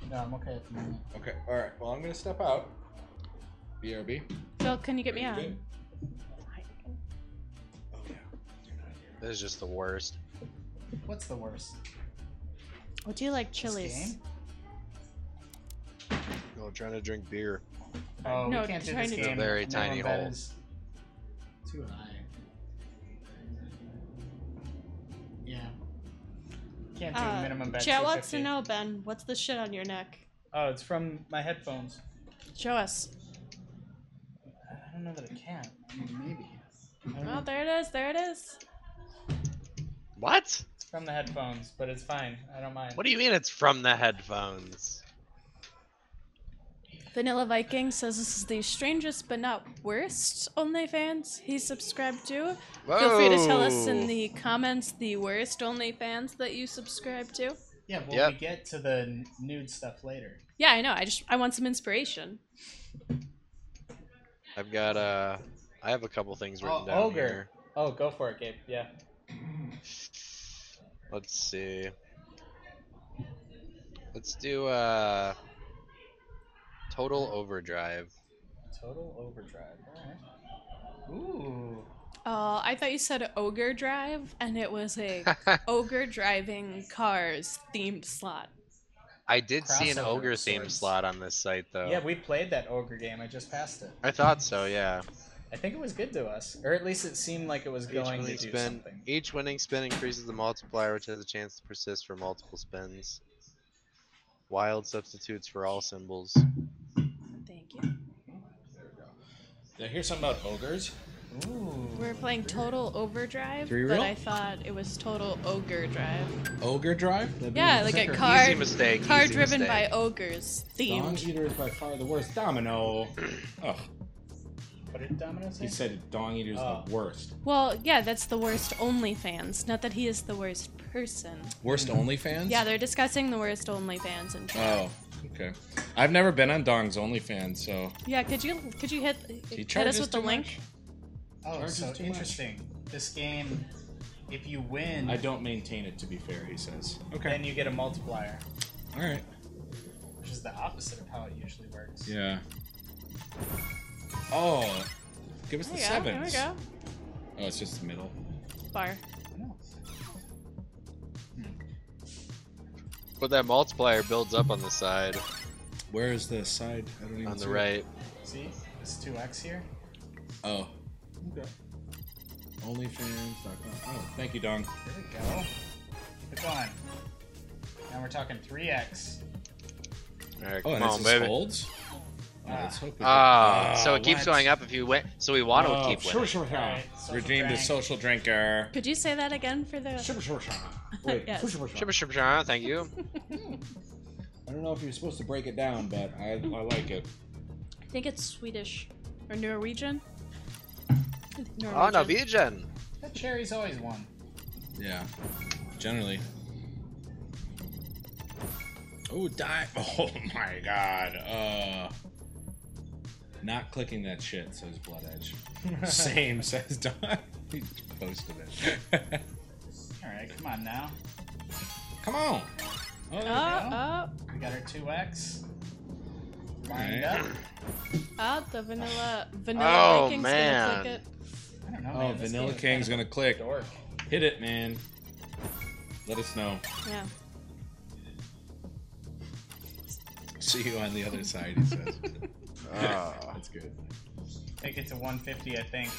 No, I'm okay. With it. Okay. All right. Well, I'm gonna step out. BRB. Phil, can you get me You out? good? This is just the worst. What's the worst? Would you like This chilies? game? No, trying to drink beer. Oh, No, we can't do trying this to- game. It's a very Minimum tiny bet hole. is Too high. Yeah. Can't do minimum Uh, bet. chat wants to 250. know, Ben, what's the shit on your neck? Oh, it's from my headphones. Show us. I don't know that I can. Maybe. I don't know. Oh, there it is. There it is. What? It's from the headphones, but it's fine. I don't mind. What do you mean it's from the headphones? Vanilla Viking says this is the strangest but not worst OnlyFans he subscribed to. Feel free to tell us in Whoa. the comments the worst OnlyFans that you subscribe to. Yeah, well, Yep. we get to the n- nude stuff later. Yeah, I know. I just I want some inspiration. I've got uh I have a couple things written Oh, down ogre. here. Oh, go for it, Gabe. Yeah. Let's see. Let's do uh Total Overdrive. Total overdrive. All Ooh. Oh, I thought you said ogre drive, and it was a ogre driving cars themed slot. I did see an Crossover ogre of theme sorts. slot on this site though. right. Yeah, we played that ogre game. I just passed it. I thought so, yeah. I think it was good to us, or at least it seemed like it was going to do spin something. each winning spin increases the multiplier which has a chance to persist for multiple spins. Wild substitutes for all symbols. Thank you. Now here's something about ogres. Ooh. We're playing Total Overdrive, Three but reel? I thought it was Total Ogre Drive. Ogre drive. That'd be Yeah, even like a sicker. car Easy mistake. car easy driven by mistake. ogres Don themed. Eater is by far the worst. Domino. Oh, What did Domino say? he said Dong Eater is Oh. the worst. Well, yeah, that's the worst OnlyFans. Not that he is the worst person. Worst OnlyFans? Yeah, they're discussing the worst OnlyFans and Oh, okay. I've never been on Dong's OnlyFans, so yeah, could you could you hit he hit us charges with the too link? much? Oh, Charges so too much. interesting. This game, if you win, I don't maintain it. To be fair, he says. then you get a multiplier, All right. which is the opposite of how it usually works. Yeah. Oh, give us There the we go. There we sevens. go. Oh, it's just the middle. I Bar. know. But that multiplier builds up on the side, Where is the side? I don't even on the see it. right. See, this two X here. Oh. Okay. OnlyFans.com. Oh, thank you, Dong. There we go. It's on. Now we're talking three X. All right, Oh, come and on, it's just baby. holds. Oh, let's hope. we Oh, so it keeps going up if you win. So we want to Oh, keep sure, winning. sure, sure. Alright, social Redeemed the drank. social drinker. Could you say that again for the Super, super, super. Wait, Yes. super, super, Shibba super. shibba shibba, thank you. I don't know if you're supposed to break it down, but I, I like it. I think it's Swedish or Norwegian? oh, no, Vigen. That cherry's always one. Yeah. Generally. Oh, die. Oh my god. Uh. Not clicking that shit, says Blood Edge. Same, says Don. he posted it. All right, come on now. Come on. Oh, there- Oh, oh, We got our two X. Lined Right. up. Ah, the vanilla vanilla Oh, Viking's gonna man. click it. I don't know. Oh, man, this Vanilla game is kind King's gonna click. Good Dork. Hit it, man. Let us know. Yeah. See you on the other side, he says. Ah. That's good. Take it to 150, I think.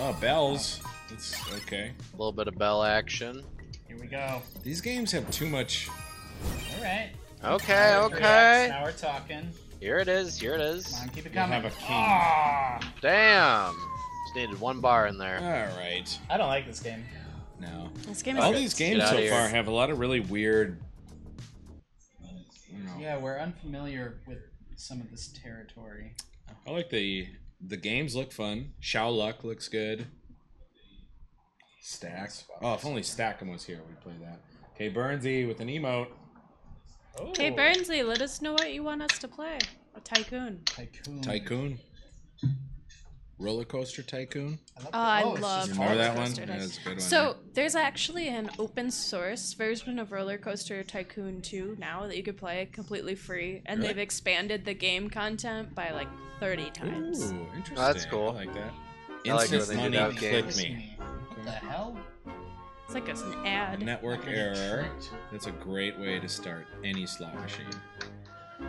Oh, bells. It's okay. A little bit of bell action. Here we go. These games have too much. All right. Okay, Now we're relaxed, okay. Now we're talking. Here it is. Here it is. Come on, keep it You coming. have a king. Ah, Damn. Just needed one bar in All there. right. I don't like this game. No. This game is All Okay, these let's get games outta so here. far have a lot of really weird. You know, Yeah, we're unfamiliar with some of this territory. I like the the games look fun. Shao Luck looks good. Stack. Oh, if only Stack'em was here, we'd play that. Okay, Burnsy with an emote. Oh. Hey Burnsley, let us know what you want us to play. A tycoon. Tycoon. Tycoon. Roller coaster tycoon. I love Oh, I it's love just Remember Roller that one? Coaster Yeah, Tycoon. that's a good one. So there's actually an open source version of Roller Coaster Tycoon 2 now that you could play completely free, and Really? they've expanded the game content by like 30 times. Ooh, interesting. That's cool. I like that. I like it Instant when they do money, that click games. me. What the hell? It's like it's an ad. Network Getting error. tricked. That's a great way to start any slot machine.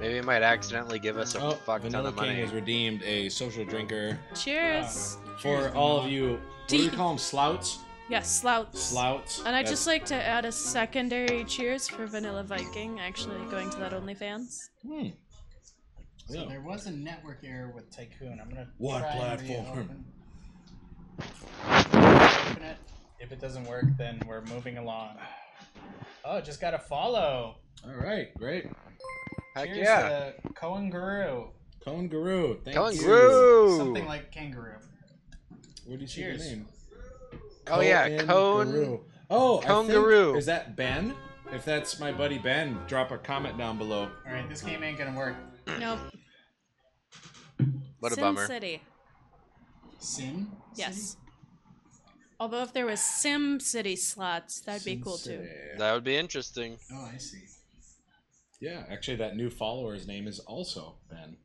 Maybe it might accidentally give us a Oh, fuck ton Vanilla of King money. has redeemed a social drinker Cheers. for all of you. What do you call them? Slouts. Yes, slouts. Slouts. And I That's- just like to add a secondary cheers for Vanilla Viking actually going to that OnlyFans. Hmm. So Yeah. there was a network error with Tycoon. I'm gonna What try and platform? reopen- Open it. If it doesn't work, then we're moving along. Oh, just gotta follow. All right, great. Heck Here's yeah. the Koenguru. Cone Guru. Thank Going you. through. Something like kangaroo. Where did you see Cheers. the name? Oh yeah, Cohen cone. Guru. Oh, I Cone think- Guru. Is that Ben? If that's my buddy Ben, drop a comment down below. All right, this game ain't gonna work. Nope. What a Sin bummer. City. Sin. Yes. Although if there was Sim City slots, that'd be cool too. Sincere. That would be interesting. City? Oh, I see. Yeah, actually, that new follower's name is also Ben.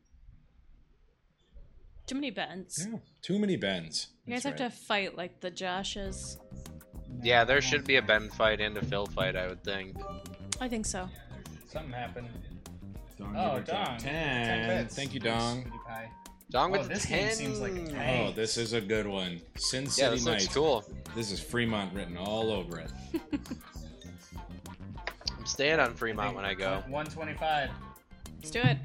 Too many bends. Yeah, too many Bens. You guys have to fight like the Joshes. Yeah, there should be a Ben fight and a Phil fight, I would think. I think so. Something happened. to. Dong Oh, Gilbert dropped Dong. Ten. Ten bits. Thank you, Dong. Cutie pie. Dong Oh, with the this ten. game seems like a tank. Oh, this is a good one. Sin City yeah, this looks Nights. cool. This is Fremont written all over it. I'm staying on Fremont when I go. 125. Let's do it.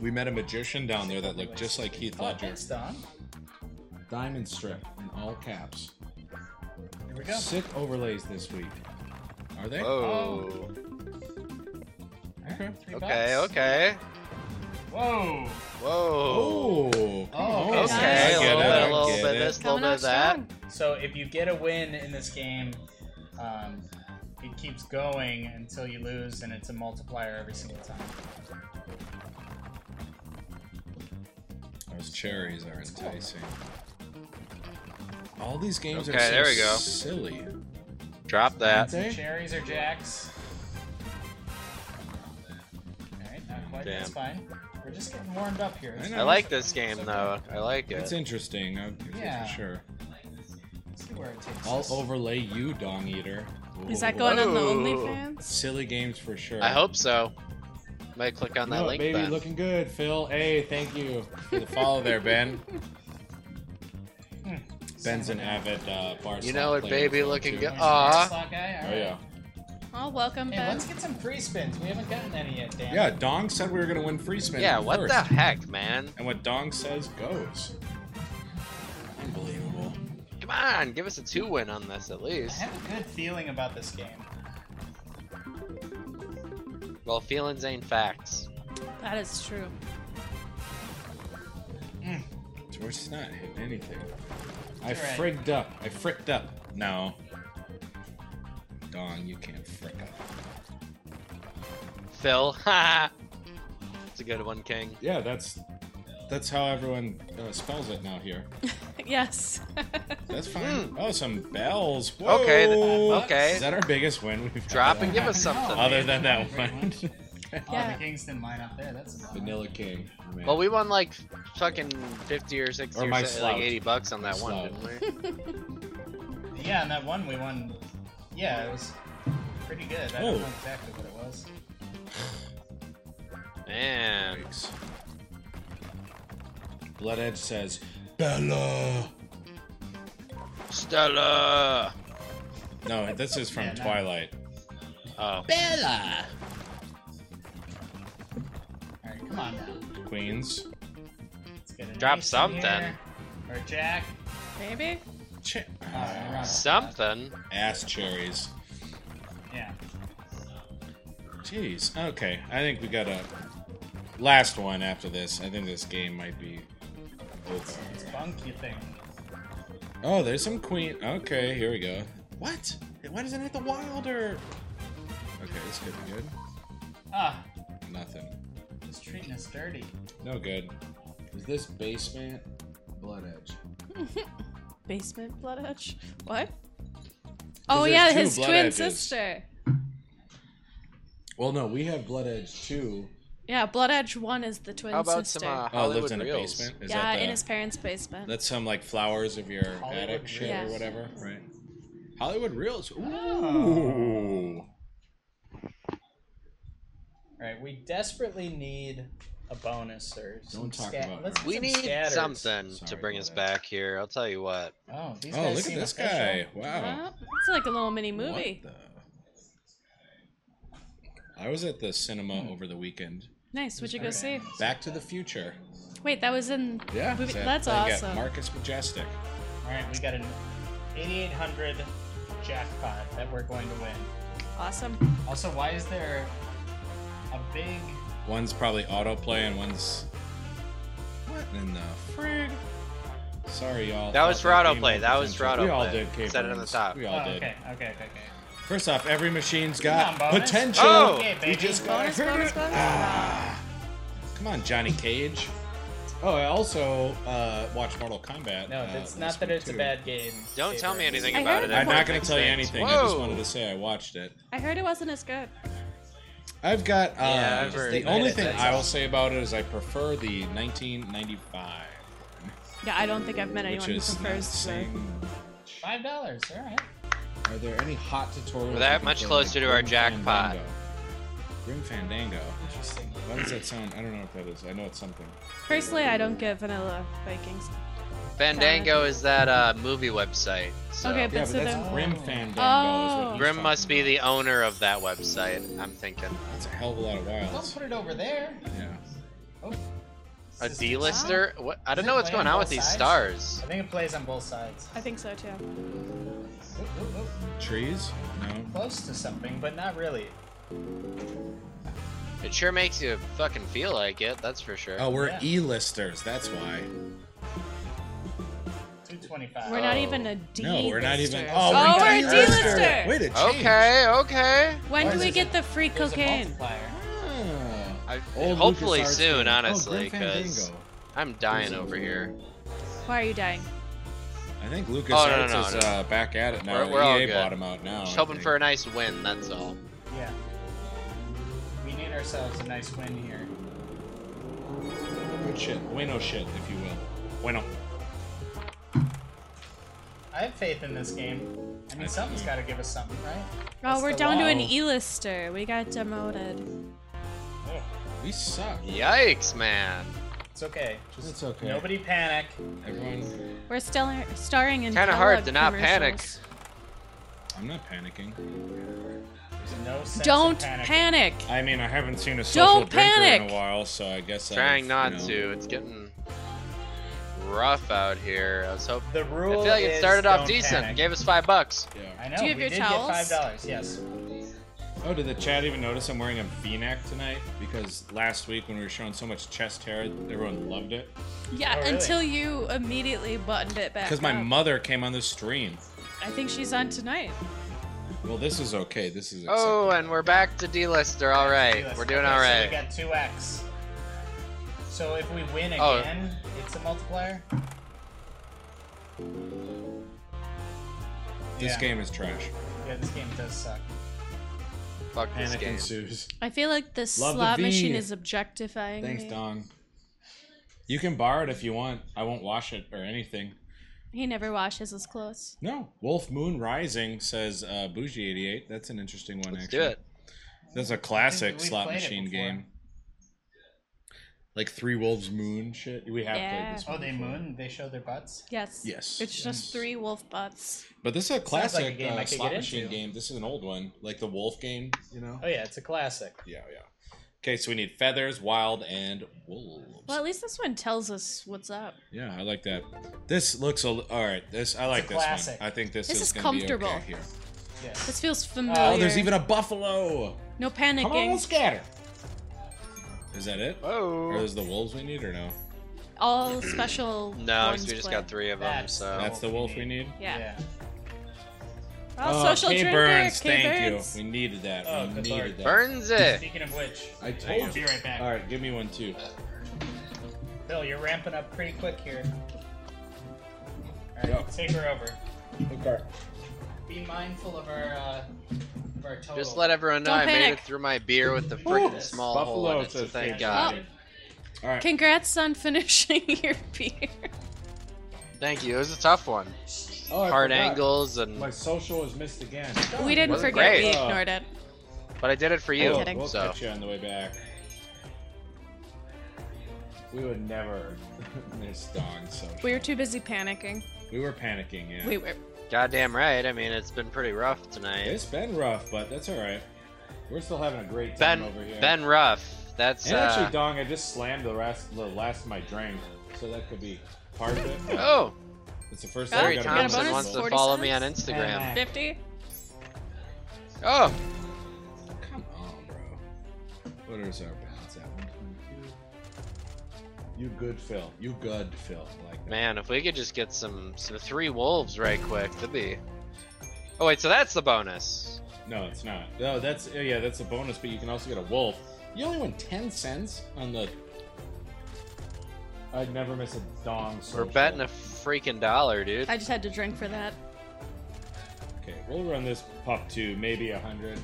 We met a magician down there that looked just like Heath Oh, Ledger. thanks, Don. Diamond strip in all caps. Here we go. Sick overlays this week. Are they? Whoa. Okay. Three Okay, bucks. okay. Whoa. Whoa. Oh. Oh, I Okay, Nice. get it, a little bit, I a little get bit it. of this, a little Coming bit out of that. strong. So if you get a win in this game, um, it keeps going until you lose, and it's a multiplier every single time. Those cherries are enticing. All these games are Okay, so there we go. silly. Drop that. Aren't they? Cherries or jacks? Alright, not quite. Damn. That's fine. We're just getting warmed up here. I know. I like this game though. I like It's it. interesting, uh, Yeah. for sure. Let's see where it takes I'll us. overlay you, Dong Eater. Is that going on the Whoa. OnlyFans? Silly games for sure. I hope so. Might click on You know that what, link baby, then. looking good, Phil. Hey, thank you for the follow there, Ben. Hmm. Ben's an avid uh, bar You slot know it, player baby, as well, looking too. good. Oh Aw. Slot guy? Alright. yeah. Oh, welcome, Hey, Ben. let's get some free spins. We haven't gotten any yet, Dan. Yeah, Dong said we were gonna win free spin. Yeah, what first. the heck, man? And what Dong says goes. Unbelievable. Come on, give us a two win on this at I least. have a good feeling about this game. Well, feelings ain't facts. That is true. So we're just not hitting anything. I It's alright. frigged up. I fricked up. No. Dong, you can't frick up. Phil, ha! It's a good one, King. Yeah, that's that's how everyone uh, spells it now here. yes. That's fine. Oh, some bells. Whoa. Hmm. Okay, th- okay. Is that our biggest win we've Drop had? and give us something. Other than that Great one. Yeah. Oh, the Kingston lineup there. That's a lot. Vanilla King. man. Well, we won like fucking 50 or 60 Or or, my se- like slouch. 80 bucks on that My one, didn't we? Yeah, and that one we won. Yeah, it was pretty good. I Oh. don't know exactly what it was. Man. Yikes. Blood Edge says, Bella. Stella! No, this is from Yeah, no. Twilight. Oh. Bella. All right, come on now. Queens. Let's get a Drop Nathan something. here, Or Jack. Maybe? Ch- Oh, I wrote it. Something. ass cherries. Yeah. Jeez. Okay, I think we got a last one after this. I think this game might be over. It's bunk, you think. Oh, there's some queen. Okay, here we go. What? Why doesn't it have the wilder? Okay, this could be good. Ah, Nothing. just treating us dirty. No good. Is this basement? Blood Edge. Basement blood edge? What? Oh there's yeah, two his blood twin edges. sister. Well, no, we have Blood Edge 2. Yeah, blood edge one is the twin How about sister. some uh, Oh, it Hollywood lives in a Reels? basement? Is yeah, that the, in his parents' basement. That's some like flowers of your Hollywood attic shit or Reels. whatever, right? Hollywood Reels. Ooh. Oh. All right, we desperately need a bonus or some Don't talk scat- about Let's her. get We some need scatters. something to Sorry, bring go us ahead. back here. I'll tell you what. Oh, these Oh, guys look at seem this official. guy. Wow. Well, it's like a little mini movie. What the- I was at the cinema Hmm. over the weekend. Nice. What'd you go see? Back to the Future. Wait, that was in. Yeah. Movie. it's at- That's they got awesome. Marcus Majestic. All right, we got an 8800 jackpot that we're going to win. Awesome. Also, why is there a big One's probably autoplay and one's. What in the frig? Sorry, y'all. That was for Thought autoplay. game That was was for potential. We all autoplay. did cape Said it on the runs. top. We all oh, did. Okay, okay, okay, okay. First off, every machine's Come got on, bonus. Uh, potential. Oh! Okay, We baby. just got Bonus, bonus, bonus. Come on, Johnny Cage. Oh, I also uh, watched Mortal Kombat. No, uh, it's last not that week, it's a too. bad game. Don't tell me Saber. anything I about heard it. I'm not That might going to Makes tell you sense. anything. I just Whoa! wanted to say I watched it. I heard it wasn't as good. I've got. Uh, Yeah, I've heard the that. only thing That's I will awesome. say about it is I prefer the 1995, Yeah, I don't think I've met which anyone who is not prefers the. saying- Five dollars. All right. Are there any hot tutorials? We're that you can much play closer like to our Grim jackpot. Fandango? Grim Fandango. Interesting. Why does that sound? I don't know what that is. I know it's something. Personally, I don't get vanilla Vikings. Fandango is that uh, movie website. So. Okay, yeah, but but so that's then. Grim Fandango. Is Oh. what he's Grim must talking be the owner of that website. I'm thinking. about. That's a hell of a lot of Don't wilds. put it over there. Yeah. A Systems. D-lister? What? I Does don't it know what's play on going on both with these sides? stars. I think it plays on both sides. I think so too. Oop, oop, oop. Trees? No. Close to something, but not really. It sure makes you fucking feel like it. That's for sure. Oh, we're Yeah. E-listers. That's why. 225. We're not Oh. even a D. No, we're not even. lister. Oh, we're, Oh, we're a D-lister. D-lister. Way to change. okay, okay. When Why do is we it- get the free There's A cocaine? multiplier. Ah. I, Old hopefully LucasArts soon, game. honestly, oh, Grim because Fandango. I'm dying over here. Why are you dying? I think Lucas Oh, no, no, no, is no. uh, back at it now. We're- we're all EA good. bought him out now. Just I hoping think. for a nice win. That's all. Yeah. We need ourselves a nice win here. Good shit. Bueno shit, if you will. Bueno. I have faith in this game. I mean, something's got to give us something, right? Oh, That's we're the down to an law. E-lister. We got demoted. Ugh, We suck. Yikes, man. e- It's okay. Just It's okay. nobody panic. Everyone, We're still starring in. Kinda hard Kellogg to not panic. commercials. I'm not panicking. There's no sense in Don't panic. panic. I mean, I haven't seen a social Don't drinker in panic! a while, so I guess Trying I've, not you know- to. It's getting rough out here. I was hoping. The I rule feel like is it started off don't decent. panic. Gave us five bucks. Yeah. I know. Do you have we your did towels? get five dollars. Yes. Oh, did the chat even notice I'm wearing a V-neck tonight? Because last week when we were showing so much chest hair, everyone loved it. Yeah, Oh, really? until you immediately buttoned it back. Because my up. mother came on the stream. I think she's on tonight. Well, this is okay. This is. Oh, and we're back to D-lister. All right, Let's we're go. doing Okay, all so right. we got two X. So if we win Oh. again, it's a multiplier. acceptable. This yeah. game is trash. Yeah, this game does suck. Fuck this Panic game. ensues. I feel like this Love the slot V. machine is objectifying Thanks, me. Dong. You can borrow it if you want. I won't wash it or anything. He never washes his clothes. No. Wolf Moon Rising says uh, Bougie 88. That's an interesting one, Let's actually. do it. That's a classic We've slot played it machine before. game. Like Three Wolves Moon shit. We have Yeah. played this Oh, one. they before. moon. They show their butts. Yes. Yes, It's yes. just three wolf butts. But this is a like a classic game I uh, could slot get machine into. game. This is an old one, like the Wolf game. You know. Oh yeah, it's a classic. Yeah, yeah. Okay, so we need feathers, wild, and wolves. Well, at least this one tells us what's up. Yeah, I like that. This looks a l- all right. This I like a this one. classic. I think this, This is, is gonna Be comfortable. okay here. Yeah. This feels familiar. Oh, there's even a buffalo. no Come on, panicking. scatter. Is that it? Or Whoa. is the wolves we need or no? All special. No, ones because we just play. got three of them. That's- So That's the wolf we need. Yeah. yeah. Oh, Oh, social Kay drinker. Burns, Kay thank Burns. you. We needed that. Oh, we good needed lord. that. burns it. Speaking of which, I told will you. be right back. All right, give me one too. Bill, you're ramping up pretty quick here. All right, Yeah. take her over. Okay. Be mindful of our uh, of our total. Just let everyone know Don't I made it panic. through my beer with the freaking Ooh. small Buffalo hole in it. So says thank thank God. you. All right. Oh, Congrats on finishing your beer. Thank you. It was a tough one. Oh, I Hard forgot. angles and, My social is missed again. We didn't Wasn't forget. great. We Oh. ignored it. but I did it for you. We'll- kidding. We'll So catch you on the way back. We would never miss Dawn, so We were too busy panicking. we were panicking. Yeah, We were. goddamn right. I mean, it's been pretty rough tonight. it's been rough, but that's all right. We're still having a great time Ben, over here. Ben Ruff. That's and actually, uh. Dong, I just slammed the last the last of my drink, so that could be part of it. but Oh, it's the first time Terry I got a got Thompson bonus wants to 40 follow me on cents? Instagram. Hey. 50? Oh, Come on, bro. What is our balance at? One twenty-two. You good, Phil? You good, Phil? I Like that. man, if we could just get some some three wolves right quick, that'd be. Oh wait, so that's the bonus. No, it's not. No, that's uh, yeah, that's a bonus, but you can also get a wolf. You only win ten cents on the. I'd never miss a dong. We're social. betting a freaking dollar, dude. I just had to drink for that. Okay, we'll run this pup to maybe a hundred.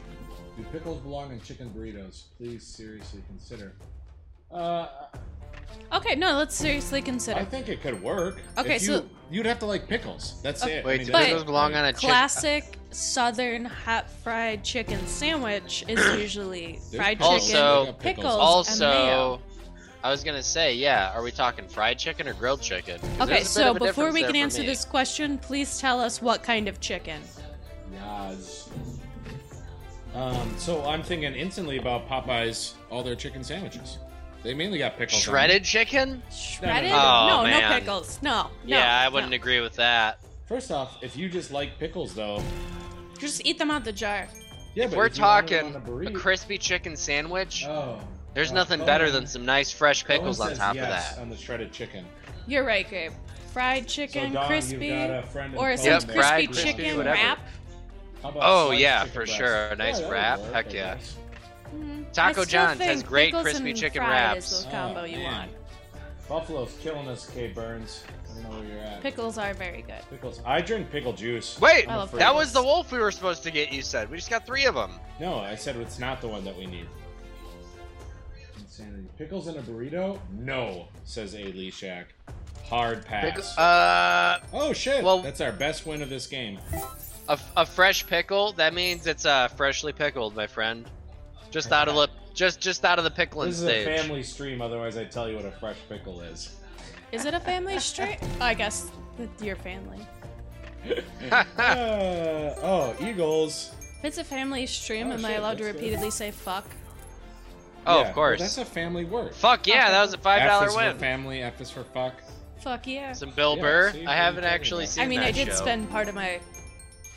Do pickles belong in chicken burritos? Please seriously consider. Uh, Okay, no, let's seriously I consider. think it could work. Okay, If you, so- you'd have to like pickles. That's Okay. it. I Wait, mean, do but- that's- those belong on a chick- Classic southern hot fried chicken sandwich is usually There's fried chicken, pickles. Also- They got pickles. Also, mayo. I was gonna say, yeah. Are we talking fried chicken or grilled chicken? 'Cause there's a Okay, bit so of a before difference we there can for answer me. this question, please tell us what kind of chicken. Yes. Um, so I'm thinking instantly about Popeyes, all their chicken sandwiches. They mainly got pickles. on them. shredded chicken, Shredded? no, no. Oh, no, no man. pickles. No. no, yeah, I wouldn't no. agree with that. First off, if you just like pickles, though, Just eat them out the jar. yeah, but if we're you wanted talking them a, on burrito- crispy chicken sandwich, oh, there's uh, nothing Cohen- better than some nice fresh Cohen pickles on says top yes of that. On the shredded chicken, You're right, Gabe. Fried so chicken, Don, crispy, you've got a friend in or a Cohen Yep, crispy there. fried, crispy, chicken whatever. wrap. How about Oh, sliced yeah, chicken for breast? sure. A nice that wrap. would work, Heck I yeah. guess. Taco I still John's has think great pickles crispy and chicken fried wraps. Is the Oh, combo you man. want. Buffalo's killing us, K Burns. I don't know where you're at. Pickles are very good. Pickles. I drink pickle juice. Wait, I love that pickles. was the wolf we were supposed to get. You said we just got three of them. No, I said it's not the one that we need. Insanity. Pickles in a burrito? No, says A. Lee Shack. Hard Pick- pass. uh, oh shit! well- That's our best win of this game. a, a fresh pickle. That means it's uh freshly pickled, my friend. Just out of the just just out of the pickling This is stage. a family stream, otherwise I tell you what a fresh pickle is. Is it a family street? Oh, I guess with your family. Uh, oh, Eagles. If it's a family stream, Oh, am I shit, allowed to that's good. repeatedly say fuck? Yeah, oh, well, of course. that's a family word. Fuck yeah, that was a five F dollar is for win. family. F is for fuck. Fuck yeah. Some Bill Yeah, Burr. see, I what haven't are you actually talking seen I mean, that I did show. spend part of my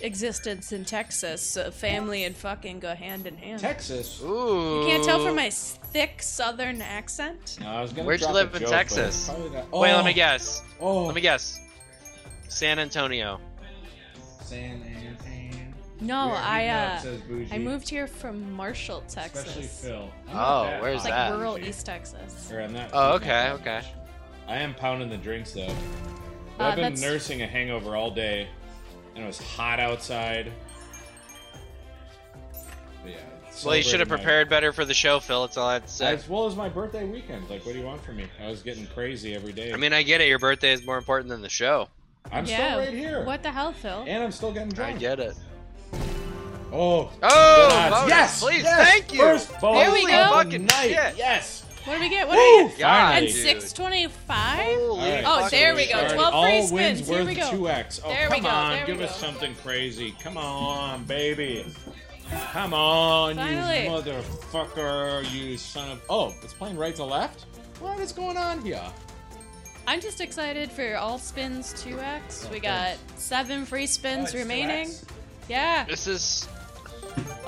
existence in Texas, so family and fucking go hand in hand. Texas. Ooh. you can't tell Oh. from my s- thick southern accent? No, I was gonna Where'd you drop live a in joke, but it's Texas? probably not- Wait, let Oh, me guess. Oh, Let me guess. San Antonio. San Antonio. No, Weird. I No, it uh, says bougie. I moved here from Marshall, Especially Texas. It's Phil. I'm Oh, not that where's hot. like that? rural East Texas. Or I'm not- Oh, I'm not okay, that okay. much. I am pounding the drinks though. Uh, I've been that's- nursing a hangover all day, and it was hot outside. But yeah, it's celebrating Well, you should have my- prepared better for the show, Phil. That's all I have to say. As well as my birthday weekend. Like, what do you want from me? I was getting crazy every day. I mean, I get it. Your birthday is more important than the show. I'm Yeah, still right here. What the hell, Phil? And I'm still getting I drunk. get it. Oh, Oh, Good odds. bonus. yes! Please, yes, thank you. First bonus There we of go. the Fucking night. shit. Yes. what do we get? What do we Woo! get? Finally, And dude. six twenty-five. Holy Alright. Oh, there we fucking go. shit. Twelve All free wins spins. Here worth we go. 2x. Oh, There we come go, on. there we Give us go. something crazy. Come on, baby. Come on, Finally. you motherfucker. You son of. Oh, it's playing right to left? What is going on here? I'm just excited for all spins 2x. We got seven free spins remaining. Yeah. This is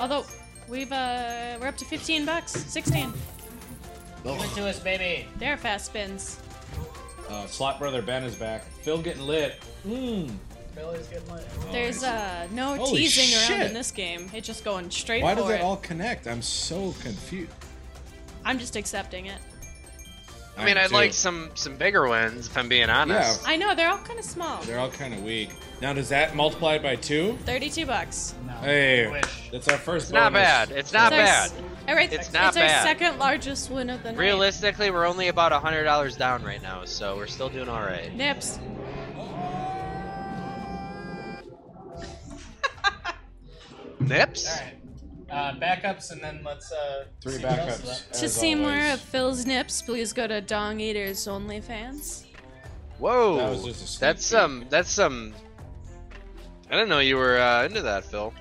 Although we've uh we're up to 15 bucks. 16. Give it to us, baby. They're fast spins. Uh, Slot Brother Ben is back. Phil getting lit. Mmm. Bill is getting lit. There's uh no Holy teasing around shit. in this game. It's just going straight Why for does it it. all connect? I'm so confused. I'm just accepting it. I mean, I'd too. like some some bigger wins if I'm being Yeah, honest. I know they're all kind of small. they're all kind of weak. Now, does that multiply it by two? 32 bucks. No. Hey, Wish. that's our first. It's not bonus. bad. It's not It's our s- bad. All right, It's not our bad. second largest win of the night. Realistically, we're only about hundred dollars down right now, so we're still doing all right. Nips. Nips. All right. Uh, backups, and then let's uh, Three see what else is backups. To as see more always. of Phil's nips, please go to Dong Eaters OnlyFans. Whoa. That was just a sneak that's peek. some. That's some. I didn't know you were uh, into that, Phil.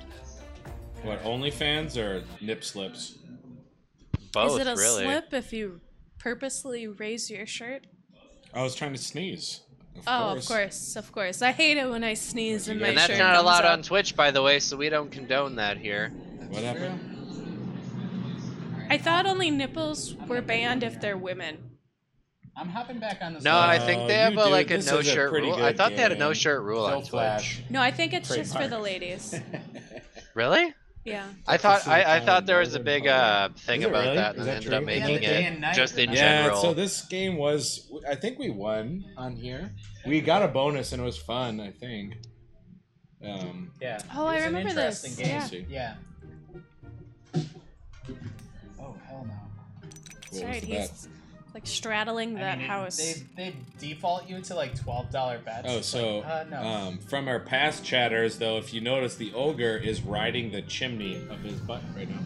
What OnlyFans or nip slips? Both, Is it a Oh, really. slip if you purposely raise your shirt? I was trying to sneeze. Of oh, course. of course, of course. I hate it when I sneeze and my And that's shirt not comes allowed up. on Twitch, by the way, so we don't condone that here. What happened? I thought only nipples were banned if they're women. I'm hopping back on this. No, one. I think they Uh, you have a, do- like a this no is a shirt pretty rule. I good thought they had a game. no shirt rule Phil on Twitch. Flash. No, I think it's just for the Trademark. ladies. Really? Yeah. I thought the I, I time thought there was a Northern big uh, Ireland. thing Is it about really? that, Is and that ended true? up Yeah, making but day and it night just in remember? Yeah, general. so this game was. I think we won on here. We got a bonus and it was fun. I think. Um, Yeah. Oh, It I was an remember this. interesting Yeah. let's see. Yeah. Oh hell no. What Sorry, was the bet? he's like straddling that I mean, it- house. They, they default you to like twelve dollar bets. Oh, so Uh, no. um, from our past chatters, though, if you notice, the ogre is riding the chimney of his butt right now.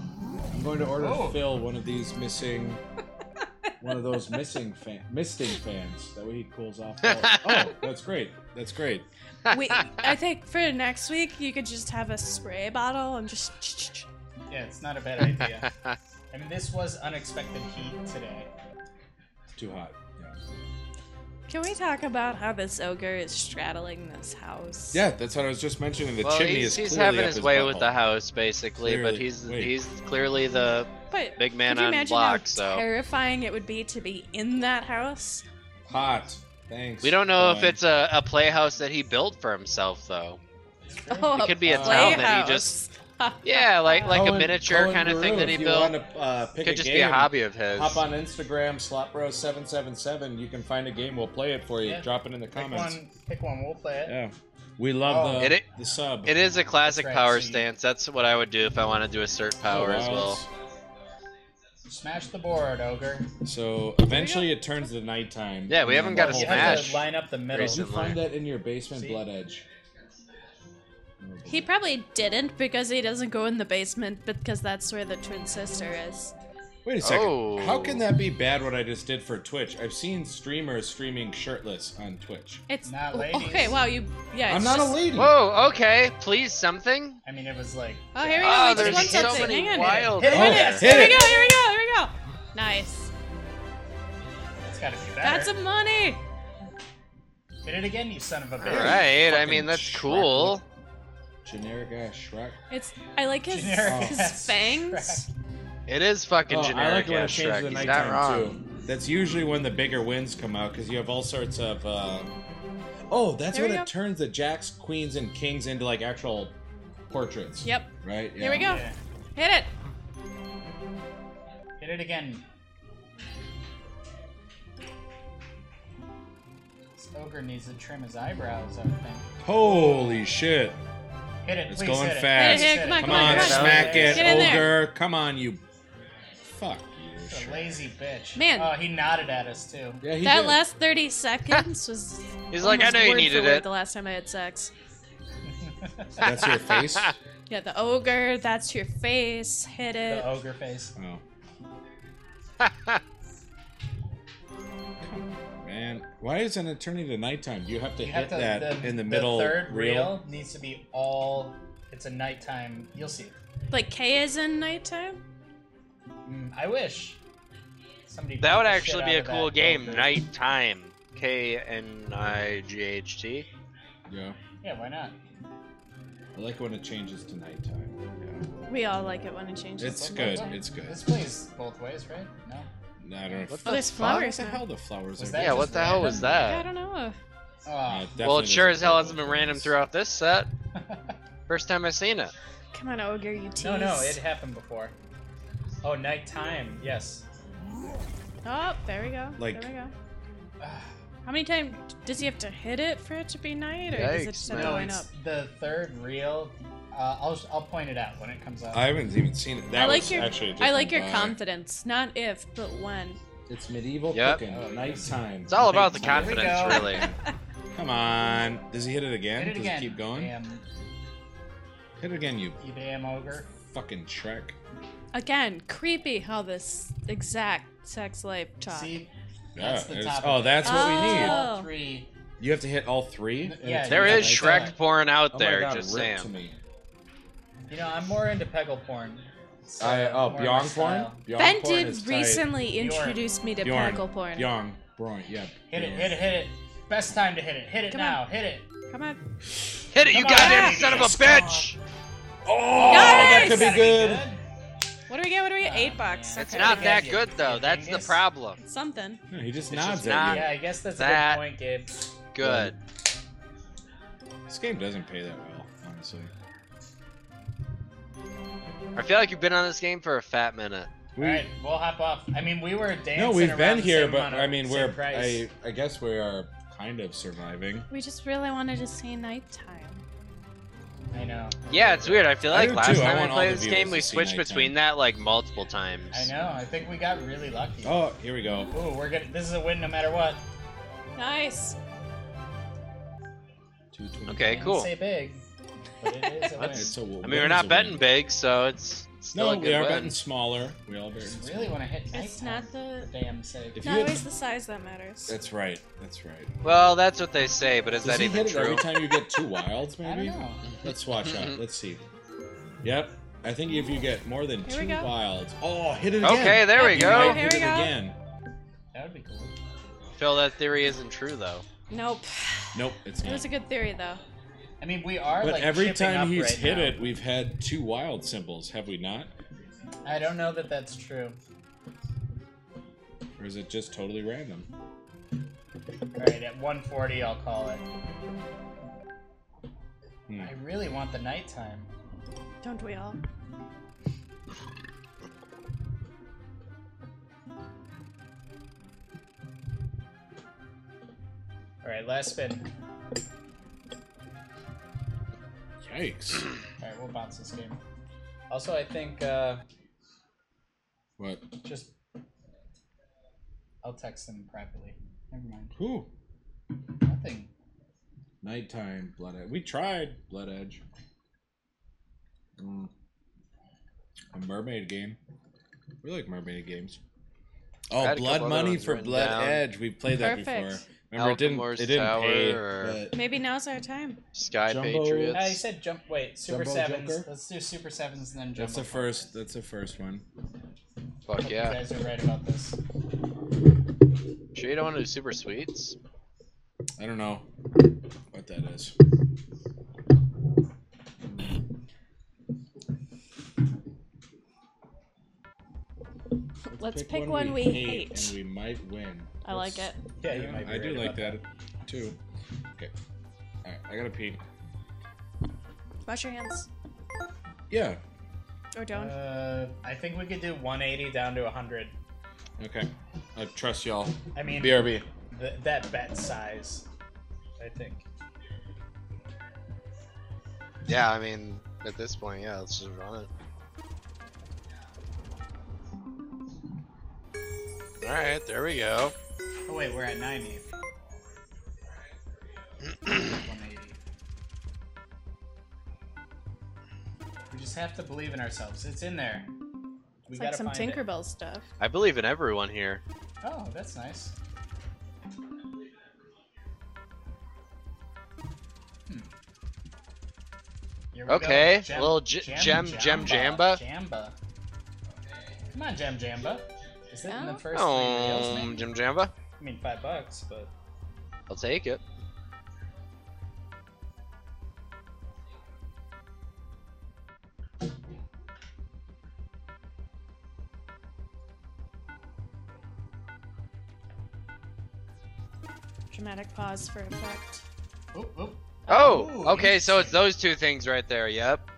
I'm going to order Oh. Phil one of these missing, one of those missing fan, misting fans. That way he cools off. all- oh, that's great. That's great. we, I think for next week you could just have a spray bottle and just. yeah, it's not a bad idea. I mean, this was unexpected heat today. It's too hot. Yeah. Can we talk about how this ogre is straddling this house? Yeah, that's what I was just mentioning. The well, chimney he's, is he's clearly having up his way with butthole. the house, basically, but Clearly. he's Wait. he's clearly the But Big man could you on imagine block, how so- terrifying it would be to be in that house? Hot. Thanks. We don't know if Brian. it's a, a playhouse that he built for himself, though. Oh, It could be a a town that playhouse. he just yeah, like like a Cohen- miniature Cohen kind of thing Brew, that he if you built. wanna, uh, pick Could just be a game, hobby of his. Hop on Instagram, slotbro777. You can find a game. We'll play it for you. Yeah. Drop it in the Pick comments. one. Pick one. We'll play it. Yeah. We love Oh. the, It i- the sub. It is a classic Right, power so you- stance. That's what I would do if I want to do a cert power Oh, as well. Smash the board, ogre. So eventually it turns to nighttime. Oh, Yeah, we and haven't then got the a You whole- have Smash. to line up the middle. Did you Recently. find that in your basement See? blood edge? He probably didn't because he doesn't go in the basement because that's where the twin sister is. Wait a second. Oh. How can that be bad what I just did for Twitch? I've seen streamers streaming shirtless on Twitch. It's Not oh, ladies. okay. Wow, you yeah. I'm it's not just- a lady. Whoa, okay, please something. I mean, it was like. Oh, here we go. Oh, we just won there's so something. many Hang on. wild. Hit it. Oh, Yes. hit Here we it. go. Here we go. Here we go. Nice. It's gotta be better. That's a money. Hit it again, you son of a bitch. All right, I Fucking mean that's Shrek cool. look- Generic ass Shrek. It's I like his Generic his ass fangs. It is fucking Oh, generic when it ass changed to Shrek. the He's not nighttime, wrong. Too. That's usually when the bigger wins come out because you have all sorts of. Uh... Oh, that's There when we it go. turns the jacks, queens, and kings into like actual portraits. Yep. Right. Here we go. Yeah. Hit it. Hit it again. This ogre needs to trim his eyebrows, I think. Holy shit! Hit it. It's please going hit it. fast. Hit it, hit it, come on, Come on, crush it. smack it, Get in there. ogre. Come on, you. Fuck you. He's a sure. lazy bitch. Man. Oh, he nodded at us too. Yeah, he that did. last 30 seconds was. He's like, I almost know you word for needed word it. The last time I had sex. That's your face. Yeah, the ogre, that's your face, hit it. The ogre face. Oh. Man, why is an attorney the nighttime? Do you have to You have hit to, that the, in the middle The third reel? reel needs to be all. It's a nighttime. You'll see. Like K is in nighttime? Mm, I wish. Somebody. beat That would the actually shit be a out of cool that game. ogre. Nighttime. K N I G H T. Yeah. Yeah, why not? I like when it changes to nighttime. We all like it when it changes. Yeah. It's good. It's good. This plays both ways, right? No. I don't know. What oh, the there's fuck? Why flowers the now. hell the flowers Was are that Yeah, green? what just the hell was random? I that? don't know. Uh, Oh, definitely Well, it sure doesn't as hell look hasn't like been random this. throughout this set. First time I seen it. Come on, ogre, you tease. no, no, it happened before. Oh, nighttime. Yes. Oh, there we go. Like- there we go. How many times does he have to hit it for it to be night, or does it Yikes, just man. have to No, line it's up? the third reel. Uh, I'll I'll point it out when it comes up. I haven't even seen it. That I like was your, actually uh, a I like different your guy. confidence. Not if, but when. It's medieval Yep. cooking. Oh, nighttime. It's all about the Nighttime. we confidence, go. really. Come on. Does he hit it again? Hit it Does again. it keep going? Damn, Hit it again, you you damn ogre. fucking Shrek. Again, creepy how this exact sex life talk. See, Yeah, that's the it's- top. oh, that's what we need. Oh. All three. You have to hit all three. Yeah, There is Nice Shrek try. porn out Oh my there, God, just rip saying. to me. You know, I'm more into peggle porn. It's, I, uh, more oh, my Bjorn porn. style. Bjorn ben porn did is tight. recently introduce me to Bjorn. pentacle porn. Bjorn. Bjorn. Yeah. Hit it, Bjorn. hit it, hit it. Best time to hit it. Hit it Come now. on. Hit it. Come on. Hit it, you Come on. goddamn son of a bitch! Oh, that Nice! could be Gotta good. What do we get? What do we get? Eight bucks. It's Okay. not Yeah, that you- good, though. you That's the dingus. problem. Something. No, he just It's nods just at not- you. Yeah, I guess that's a good That- point, Gabe. Good. This game doesn't pay that well, honestly. I feel like you've been on this game for a fat minute. All right, we'll hop off. I mean, we were dancing. no, we've around been the here, same but amount of- I mean, same we're. price. I, I guess we are kind of surviving. We just really wanted to say nighttime. I know. Yeah, it's weird. I feel I like do last too. I time we want all played the this viewers game, to we see switched nighttime. between that like multiple times. I know. I think we got really lucky. Oh, here we go. Ooh, we're gonna. This is a win no matter what. Nice. Two twenty. Okay, Didn't cool. Say big. But it is a win. It's a- I mean, wins we're a not betting win. big, so it's it's still No, a good we are win. betting smaller. We all betting. Just smaller. really want to hit. It's nighttime not the- for Damn sake. If It's you not had- always the size that matters. That's right. That's right. Well, that's what they say, but is Does that he even hit it every true? time you get two wilds, I don't maybe? know. Let's watch out. Let's see. Yep. I think if you get more than Here we two go. wilds. Oh, hit it again. Okay, there we You You might Oh, go. here hit we it go. again. That would be cool. Phil, that theory isn't true though. Nope. Nope, it's It not. was a good theory though. I mean, we are But like every chipping up time he's right hit now. it, we've had two wild symbols, have we not? I don't know that that's true. Or is it just totally random? All right, at 140, I'll call it. Hmm. I really want the nighttime. Don't we all? All right, last spin. Yikes. All right, we'll bounce this game. Also, I think uh, what? just I'll text them privately. Never mind. Whew. Nothing. Nighttime, Blood Edge. We tried Blood Edge. Mm. A mermaid game. We like mermaid games. I Oh, had a Blood couple other Money ones for written Blood down. Edge. We've played that before. Perfect. Remember, it didn't, Alphemore's it didn't Tower pay. or- but- Maybe now's our time. Sky Jumbo- Patriots. I said jump. Wait, super Jumbo sevens. Joker? Let's do super sevens and then jump. That's the first. That's the first one. Fuck You yeah. guys are right about this. Sure, you don't want to do super sweets? I don't know what that is. Let's pick one we hate. and we might win. I like it. Yeah, Yeah, you might be I do right like about that, too. Okay. All right, I gotta pee. Wash your hands. Yeah. Or don't. Uh, I think we could do 180 down to 100. Okay. I trust y'all. I mean, BRB. th- that bet size. I think. Yeah, I mean, at this point, yeah, let's just run it. Alright, there we go. Oh wait, we're at 90. 180. We just have to believe in ourselves. It's in there. We It's like gotta some find it. Tinkerbell stuff. I believe in everyone here. Oh, that's nice. Hmm. Here we go. Okay, little j- gem- gem jamba. Jamba. Come on, Gem Jamba. Is it in the Oh. first three reels? Oh, maybe? Jim Jamba. I mean, five bucks, but I'll take it. Dramatic pause for effect. oop, oop. Oh, Ooh, okay, so it's those two things right there. Yep.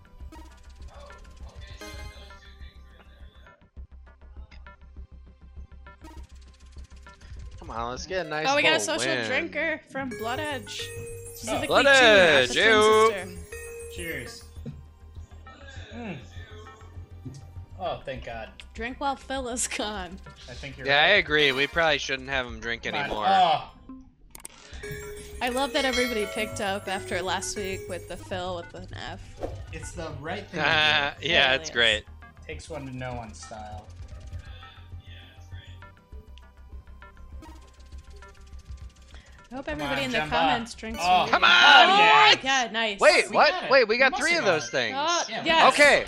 Come on, let's get a nice oh, we got a little social win. drinker from Blood Edge. Specifically, Blood to her Edge, twin ew. sister. Cheers. Mm. Oh, thank God. Drink while Phil is gone. I think you're Yeah, I right. agree. We probably shouldn't have him drink Come on. anymore. Oh, I love that everybody picked up after last week with the Phil with an F. it's the right thing. to Ah, yeah, it's Hilarious. great. do. Takes one to know one style. I hope on, everybody in the Jumba. comments drinks. Oh. from Come you. on! yeah. What? Yeah, nice. Wait, We what? got it. Wait, we got We three must of have those got things. Oh, Yeah, we yes. Okay.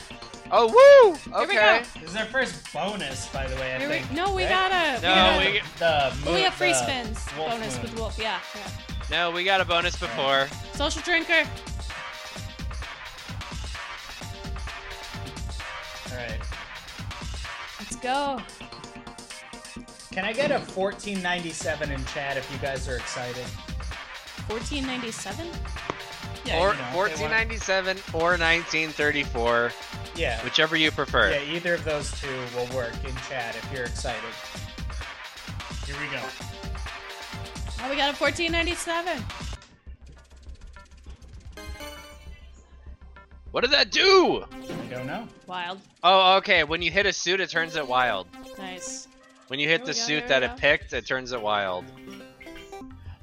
Oh, woo! Here we Okay. This is our first bonus, by the way. I Here we- think. no, we right? gotta. No, we, we gotta- g- The Well, we mo- have free the spins wolf bonus moon. with Wolf. Yeah, yeah. no, we got a bonus before. Social drinker. All right. Let's go. Can I get a 1497 in chat if you guys are excited? 1497. Yeah, or you know, if they want- 1497 or 1934, Yeah. whichever you prefer. Yeah, either of those two will work in chat if you're excited. Here we go. Oh, we got a 1497. What did that do? I don't know. Wild. Oh, okay. When you hit a suit, it turns it wild. Nice. When you hit There the we go, suit there that we go. it picked, it turns it wild.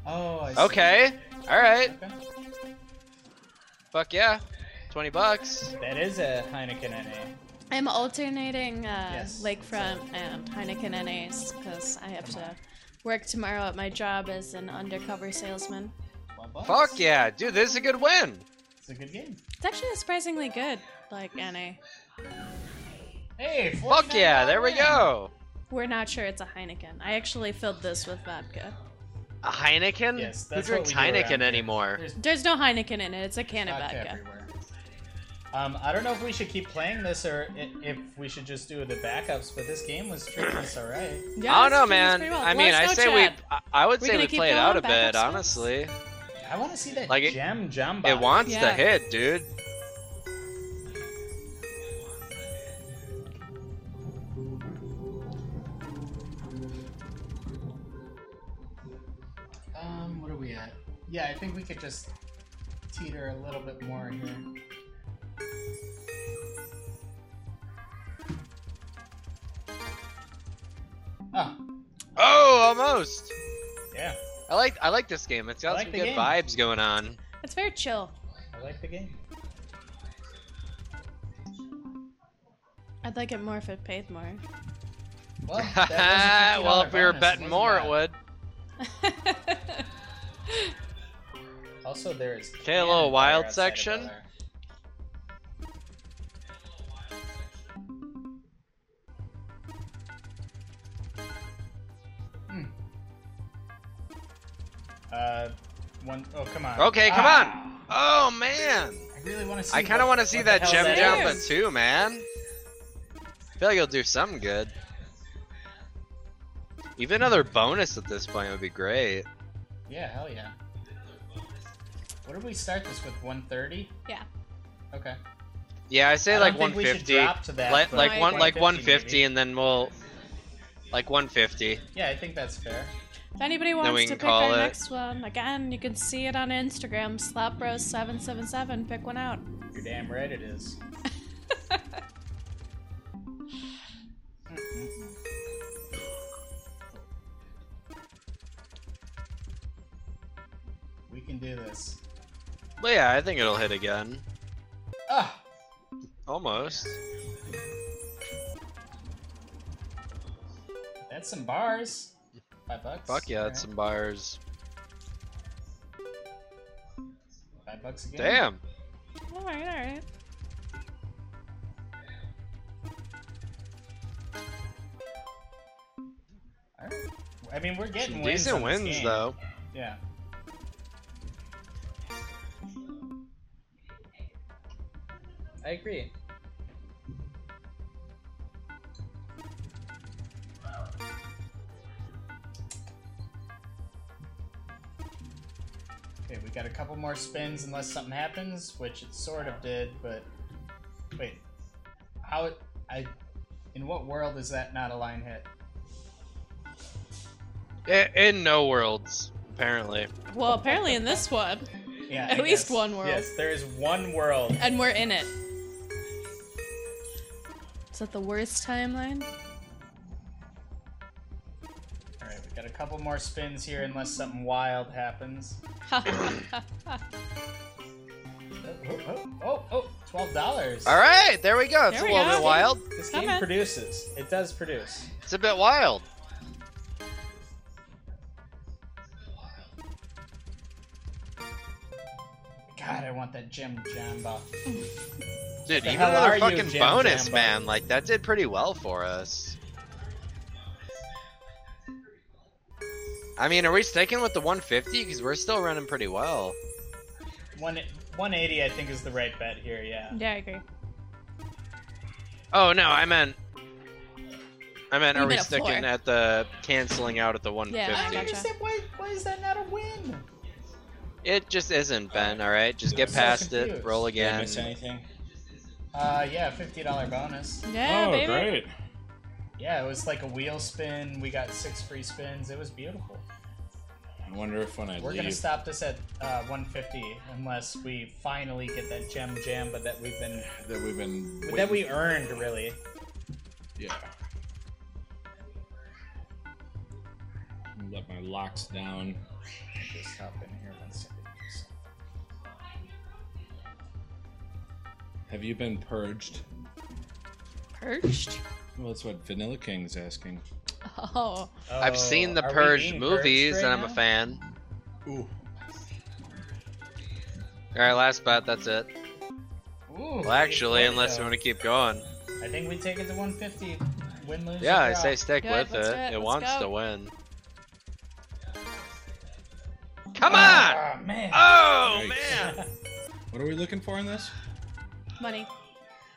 Oh, I see. Okay. All right. Okay. Fuck yeah. 20 bucks. That is a Heineken NA. I'm alternating uh, Yes. Lakefront and Heineken NAs because I have to work tomorrow at my job as an undercover salesman. 12 bucks. Fuck yeah. Dude, this is a good win. It's a good game. It's actually surprisingly good, like NA. Hey, Fuck yeah. There we go. We're not sure it's a Heineken. I actually filled this with vodka. A Heineken? Yes, Who that's what drinks we do around Heineken here. anymore? There's There's no Heineken in it. It's a can of vodka vodka. everywhere. Um, I don't know if we should keep playing this or i- if we should just do the backups, but this game was treating us alright. Yeah, I it's don't know, doing man. pretty well. I Let mean, us I know, say Chad. we. I- I would We're say gonna we keep play it going out a back bit, upstairs? honestly. I want to see that Like it- gem jumbo. It wants the Yeah. hit, dude. Um, what are we at? Yeah, I think we could just teeter a little bit more here. Oh, Oh, almost. yeah. I like I like this game. It's I got like some the good game. vibes going on. It's very chill. I like the game. I'd like it more if it paid more. Well, that was a $50 well, if we were bonus, wasn't betting more, it bad. would. Also, there is. Okay, a little cannon fire wild outside of section. Bel Air. Hmm. Uh, one oh come on. Okay, come Ah, on. Oh man, I really want to see. I kind of what- want to see what that the hell gem that jumper is. too, man. I feel like it'll do something good. Even another bonus at this point would be great. Yeah, hell yeah. What did we start this with? 130. Yeah. Okay. Yeah, I say I don't like think we should 150. drop to that, like but- like one like 150 150, maybe. and then we'll like 150. Yeah, I think that's fair. If anybody we wants to can pick call our it- next one, again, you can see it on Instagram, slapbros777. Pick one out. You're damn right it is. we can do this. But yeah, I think it'll hit again. Ah, Almost. that's some bars. Five bucks. Fuck yeah, Alright, it's some bars. five bucks again. Damn. All right, all right. Alright. I mean, we're getting Some wins decent on this wins game. though. Yeah. I agree. Okay, we got a couple more spins unless something happens, which it sort of did, but wait. How I in what world is that not a line hit? I- In no worlds, apparently. Well, apparently in this one, Yeah. At I least guess. one world. Yes, there is one world. and we're in it. Is that the worst timeline? All right, we got a couple more spins here, unless something wild happens. Oh, oh, oh, oh, oh, twelve dollars. All right, there we go. It's There we a little go. bit wild. This Come game on. produces. It does produce. It's a bit wild. God, I want that Jim Jamba. Dude, The even hell are another you, fucking Jam bonus, Jambo? man. Like that did pretty well for us. I mean, are we sticking with the 150? Because we're still running pretty well. One, one eighty, I think, is the right bet here. Yeah. yeah, I agree. Oh no, I meant, I meant, You are we meant a sticking floor. at the canceling out at the Yeah, I 150? gotcha. understand why. Why is that not a win? It just isn't, Ben. All right, just I'm get so past it. confused. Roll Did I again. miss anything? Uh, yeah, fifty dollar bonus. Yeah, oh, baby. great. Yeah, it was like a wheel spin. We got six free spins. It was beautiful. I wonder if when I We're gonna leave. stop this at uh, 150 unless we finally get that gem jam, but that we've been That we've been. that waiting- we earned really. Yeah. Let my locks down. Just hop in here one second. Have you been purged? Perched? Well, that's what Vanilla King's asking. Oh. I've seen the Oh, are we Purge being movies, purged right and I'm a now? fan. Ooh. All right, last bet. That's it. Ooh, Well, actually, unless you want to keep going. to. I think we take it to 150. Win, lose. Yeah, or I draw. say stick Yeah, with let's it. do it. It Let's wants go. to win. Come on! Ah, man. Oh Yikes. man! What are we looking for in this? Money.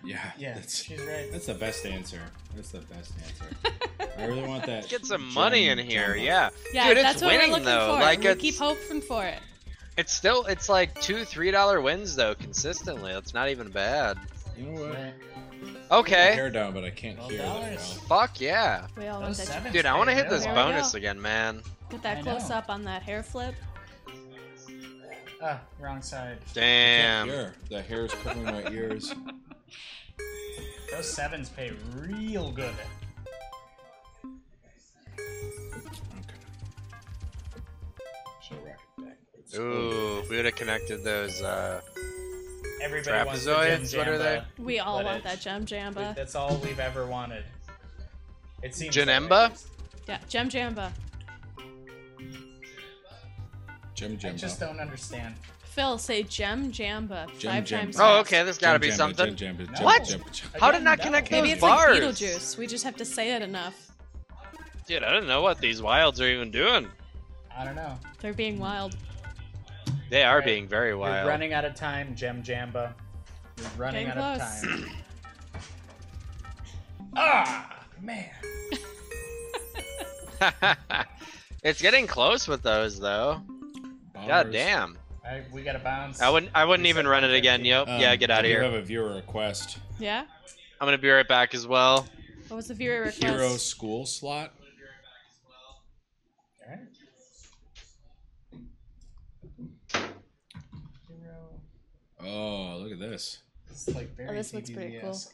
Yeah. Yeah, That's, she's right. that's the best answer. That's the best answer. I really want that. Get some gem- money in here, jumbo. yeah. Yeah, Dude, it's that's what winning, we're looking though. for. Like, we it's- keep hoping for it. It's still it's like two three dollar wins though consistently. That's not even bad. You know what? Right. My Okay. hair down, but I can't Twelve hear that dollars. well. Fuck yeah, We all want Those that. sevens dude! I want to pay hit this There well. we bo- bonus go. again, man. Get I that know. close up on that hair flip. Ah, wrong side. Can't Damn. hear. The hair is covering my ears. Those sevens pay real good. Okay. Should rock it back. It's Ooh, we would have connected those. Uh, Everybody wants the gem Trapezoids, what are jamba. We all Let want it- that gem jamba. That's all we've ever wanted. It seems. that way, at Janemba? least. Yeah, gem jamba. Jim I Jimbo. just don't understand. Phil, say gem jamba Gem five jamba. times. oh, fast. okay. There's got to Jim be Jimbo, something. Jim Jimbo, No. Jim What? Jimbo, Jim- How did Again, not no. connect Maybe those it's bars? like Beetlejuice. We just have to say it enough. Dude, I don't know what these wilds are even doing. I don't know. They're being wild. They are Right. being very We're wild. running out of time, Gem Jamba. We're running Getting out close. of time. ah, man. it's getting close with those though. Bars. God damn. I, we got to bounce. I wouldn't I wouldn't Reset even run it 150. again. Yep. Um, yeah, get out of I do here. have a viewer request. Yeah? I'm gonna be right back as well. What was the viewer request? Hero school slot. All right. Oh, look at this. It's like very Oh, this looks pretty cool. DDD-esque.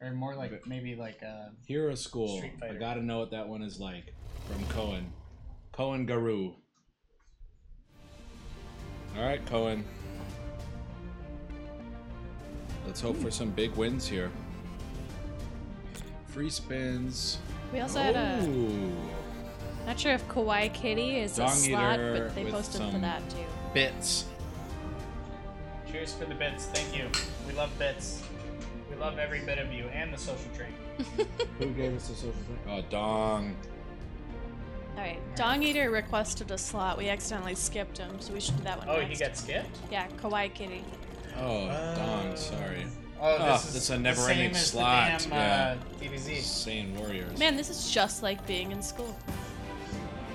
Or more like maybe like uh Hero School. Street I Fighter. gotta know what that one is like. From Cohen. Cohen Garou. Alright, Cohen. Let's hope for some big wins here. Free spins. Oh, We also had uh, a. Ooh. Not sure if Kawaii Kitty is a Dong slot, Eater but they with posted for some- that too. Bits. Cheers for the bits. Thank you. We love bits. We love every bit of you and the social tree. Who gave us the social thing? Oh, Dong. All right, Dong Eater requested a slot. We accidentally skipped him, so we should do that one Oh, next. he got skipped? Yeah, Kawaii Kitty. Oh, Dong, sorry. Oh, Ah, that's a the never-ending same as the slot, damn, yeah. uh, DBZ. Saiyan Warriors. Man, this is just like being in school.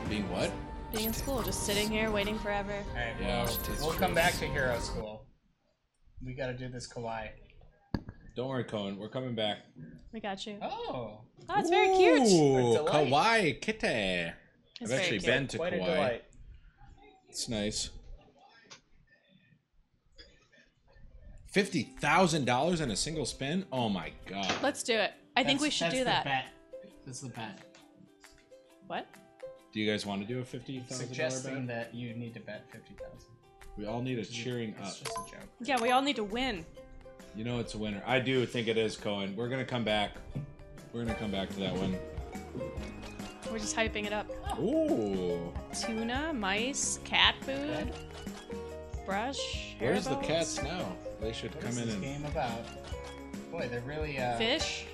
Being what? Being in school, just sitting here waiting forever. All right, Yeah, well, that's we'll true. come back to Hero School. We gotta do this kawaii. Don't worry, Cohen. We're coming back. We got you. Oh, Oh, it's very cute. Ooh, A delight. kawaii kitty. It's I've very actually cute. been to quite a Kauai. delight. It's nice. Fifty thousand dollars in a single spin? Oh my god! Let's do it. I think we that's- should that's do the that. Bet. That's the bet. What? Do you guys want to do a fifty thousand dollar Suggesting bet? that you need to bet fifty thousand. We all need a cheering up. It's just a joke. Yeah, we all need to win. You know it's a winner. I do think it is Cohen. We're gonna come back. We're gonna come back to that one. We're just hyping it up. Ooh, Tuna, mice, cat food, brush. where's the Haribo, cats now? They should What come is in this and game about? Boy, they're really uh Fish.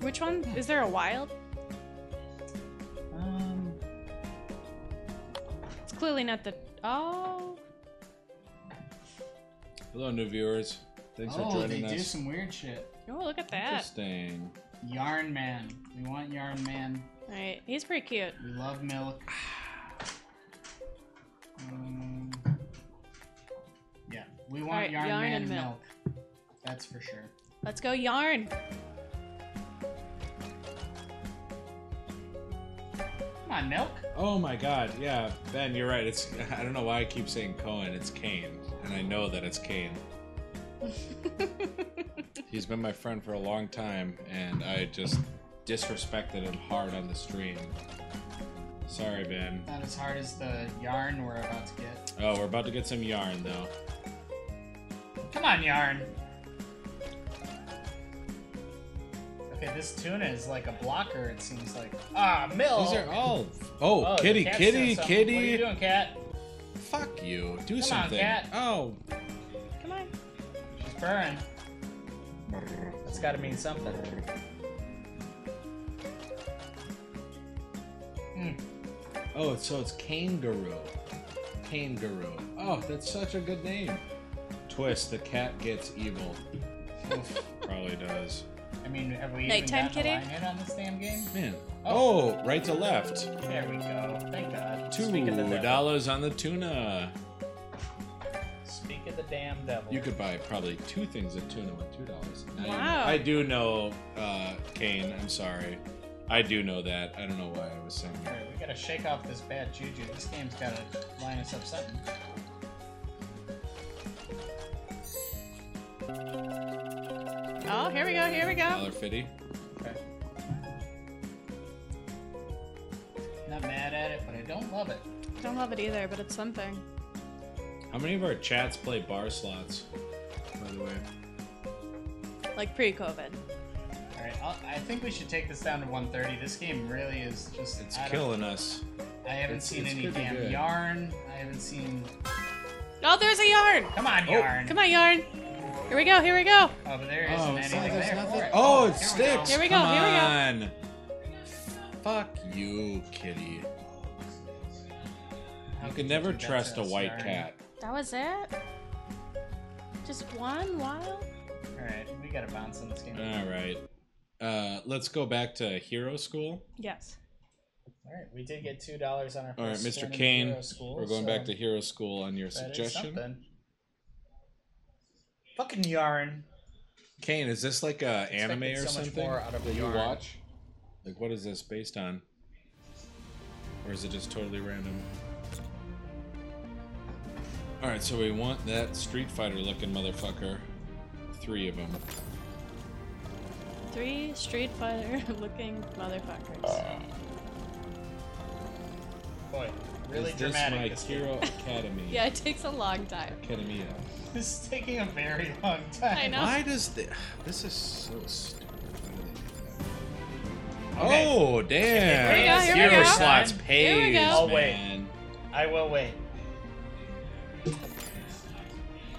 Which one? Is there a wild? um It's clearly not the. Oh. hello, new viewers. Thanks for Oh, they joining us. do some weird shit. Oh, look at that. Interesting. Yarn Man. We want Yarn Man. All right, he's pretty cute. We love milk. Um, yeah, we want right, yarn, yarn man and and milk. milk. That's for sure. Let's go yarn. Come on, milk. Oh my god, yeah, Ben, you're right. It's I don't know why I keep saying Cohen, it's Kane. And I know that it's Kane. He's been my friend for a long time, and I just disrespected him hard on the stream. Sorry, Ben. Not as hard as the yarn we're about to get. Oh, we're about to get some yarn though. Come on, yarn. Okay, this tuna is like a blocker, it seems like. Ah, milk! These are all Oh, Oh, the kitty, cat's kitty, doing something. What are you kitty. doing, cat? Fuck you. Do on, something. cat. Oh. Come on. She's burning. That's gotta mean something. Hmm. Oh, it's- so it's kangaroo. Kangaroo. Oh, that's such a good name. Twist, the cat gets evil. Oof, Probably does. I mean, have we even Nighttime gotten kitty? a line in on this damn game? Man. Oh, right to left. There we go. Thank God. Two Speak of the devil. dollars on the tuna. Speak of the damn devil. You could buy probably two things of tuna with two dollars. Wow. I do know, uh, Kane. I'm sorry. I do know that. I don't know why I was saying that. Alright, we gotta shake off this bad juju. This game's gotta line us up something. Oh, here we go. Here we go. Dollar fifty. Not mad at it, but I don't love it. Don't love it either, but it's something. How many of our chats play bar slots? By the way. Like pre-COVID. All right, I'll, I think we should take this down to 130. This game really is just. It's I don't- killing us. I haven't It's- seen it's any pretty damn good. yarn. I haven't seen. Oh, there's a yarn. Come on, Oh, yarn. Come on, yarn. Here we go. Here we go. Oh, but there isn't it's not- anything there's there. nothing- for it. Oh, here it we go. sticks. Here we go, Come here we go. on. Fuck you, kitty. How You could can never do that trust to a us, white yarn? cat. That was it. Just one wild. All right, we gotta bounce on this game. All right. Uh, let's go back to hero school. Yes. Alright, we did get two dollars on our All right, first spin Mr. in Kane. Hero School, We're so going back to hero school on your that is suggestion. something. Fucking yarn. Kane, is this like a anime or so much something more out of that you yarn. watch? Like, what is this based on? Or is it just totally random? All right, so we want that Street Fighter looking motherfucker. Three of them. Three Street Fighter looking motherfuckers. Boy, really Is this dramatic. my this game. Hero Academy. Yeah, it takes a long time. Academia. This is taking a very long time. I know. Why does the, this is so stupid? Why do they do Okay. that? Oh Here we go, damn! here we Hero go. slots Here we pays, go. I'll wait. man. I will wait.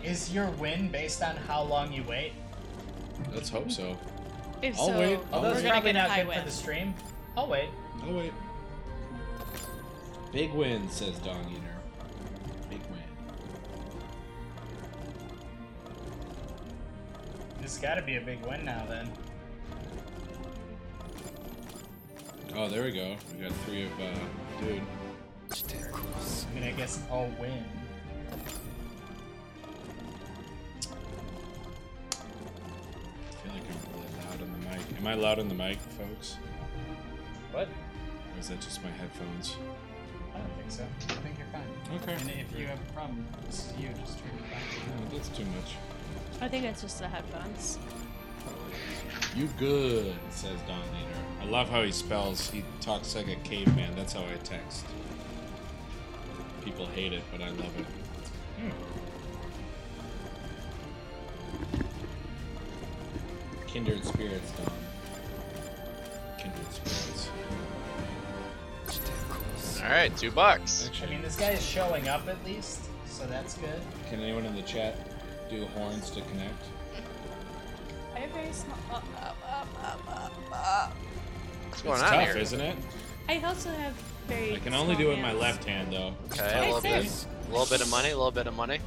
Is your win based on how long you wait? Let's hope so. If I'll so, wait. I'll Although we're it's wait. gonna probably get not high good for win. the stream. I'll wait. Oh wait. Big win, says Don Eater. Big win. This has got to be a big win now then. Oh, there we go. We got three of uh, dude. I mean, I guess I'll win. I feel like I'm really loud on the mic. Am I loud on the mic, folks? What? Or is that just my headphones? I don't think so. I think you're fine. Okay. And if you have a problem, this is you. Just turn it back. No, that's too much. I think it's just the headphones. You good, says Don Leader. I love how he spells. He talks like a caveman. That's how I text. People hate it, but I love it. Hmm. Kindred spirits, Don. Kindred spirits. All right, two bucks. I Actually, mean, this guy is showing up at least, so that's good. can anyone in the chat do horns to connect? I have very small. Up, up, up, up, up, What's it's going on tough, here? isn't it? I also have very. I can only small do it with my hands. left hand, though. Okay, a little bit, a little bit of money, a little bit of money.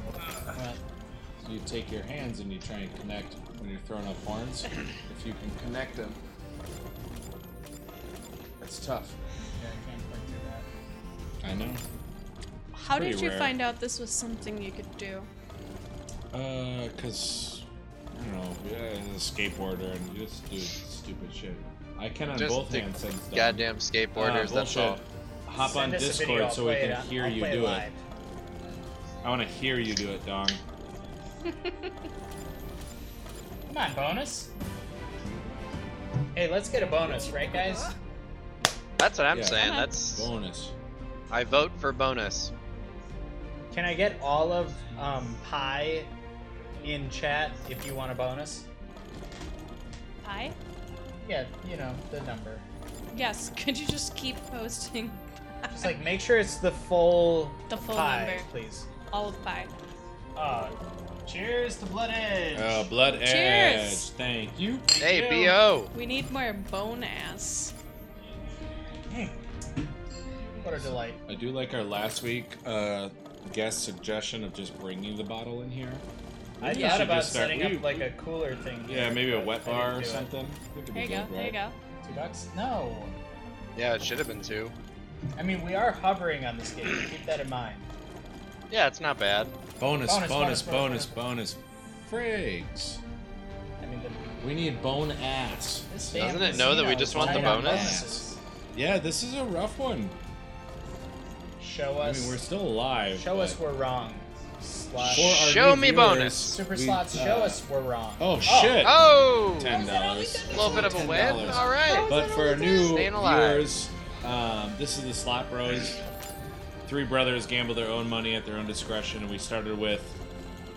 So you take your hands and you try and connect when you're throwing up horns. if you can connect them, it's tough. Yeah, I can't quite do that. I know. How did Pretty you rare. find out this was something you could do? Uh, cause I don't know, yeah, as a skateboarder and you just do stupid shit. I can on Just both the hands since then. Goddamn Uh, skateboarders, that's bullshit. all. Hop Send on us a video, Discord I'll so we play can it on- hear I'll you play do live. it. I want to hear you do it, Dong. Come on, bonus. Hey, let's get a bonus, right, guys? That's what I'm Yeah. saying. Okay. That's Bonus. I vote for bonus. Can I get all of um, pie in chat if you want a bonus? Pie? Yeah, you know the number. Yes. Could you just keep posting Just like make sure it's the full The full pie, number. please. all of pie? Uh, cheers to Blood Edge. Uh, blood edge. Cheers. Thank you. Hey, bo. We need more bone ass. what a delight. I do like our last week uh, guest suggestion of just bringing the bottle in here. I Maybe we thought should about just start- setting we- up like a cooler thing. Yeah, here, maybe a but wet I bar didn't or do it. something. That could There be you go. good, There you right? go. Two bucks? No. Yeah, it should have been two. I mean, we are hovering on this game. Keep that in mind. Yeah, it's not bad. Bonus, Bonus, bonus, bonus, bonus, bonus, bonus. Frigs. I mean, the, We need bone ass. this damn Doesn't it know that we casino just is want the high on bonus? bonuses. Yeah, this is a rough one. Show I us. mean, we're still alive. show us but we're wrong. Slot. for our Show new me viewers, bonus. Super we- slots. uh, show us we're wrong. Oh, shit. Oh, Ten dollars. a little bit of a win. $10. All right. But for our new Staying alive. viewers, um, this is the Slot Bros. Three brothers gamble their own money at their own discretion, and we started with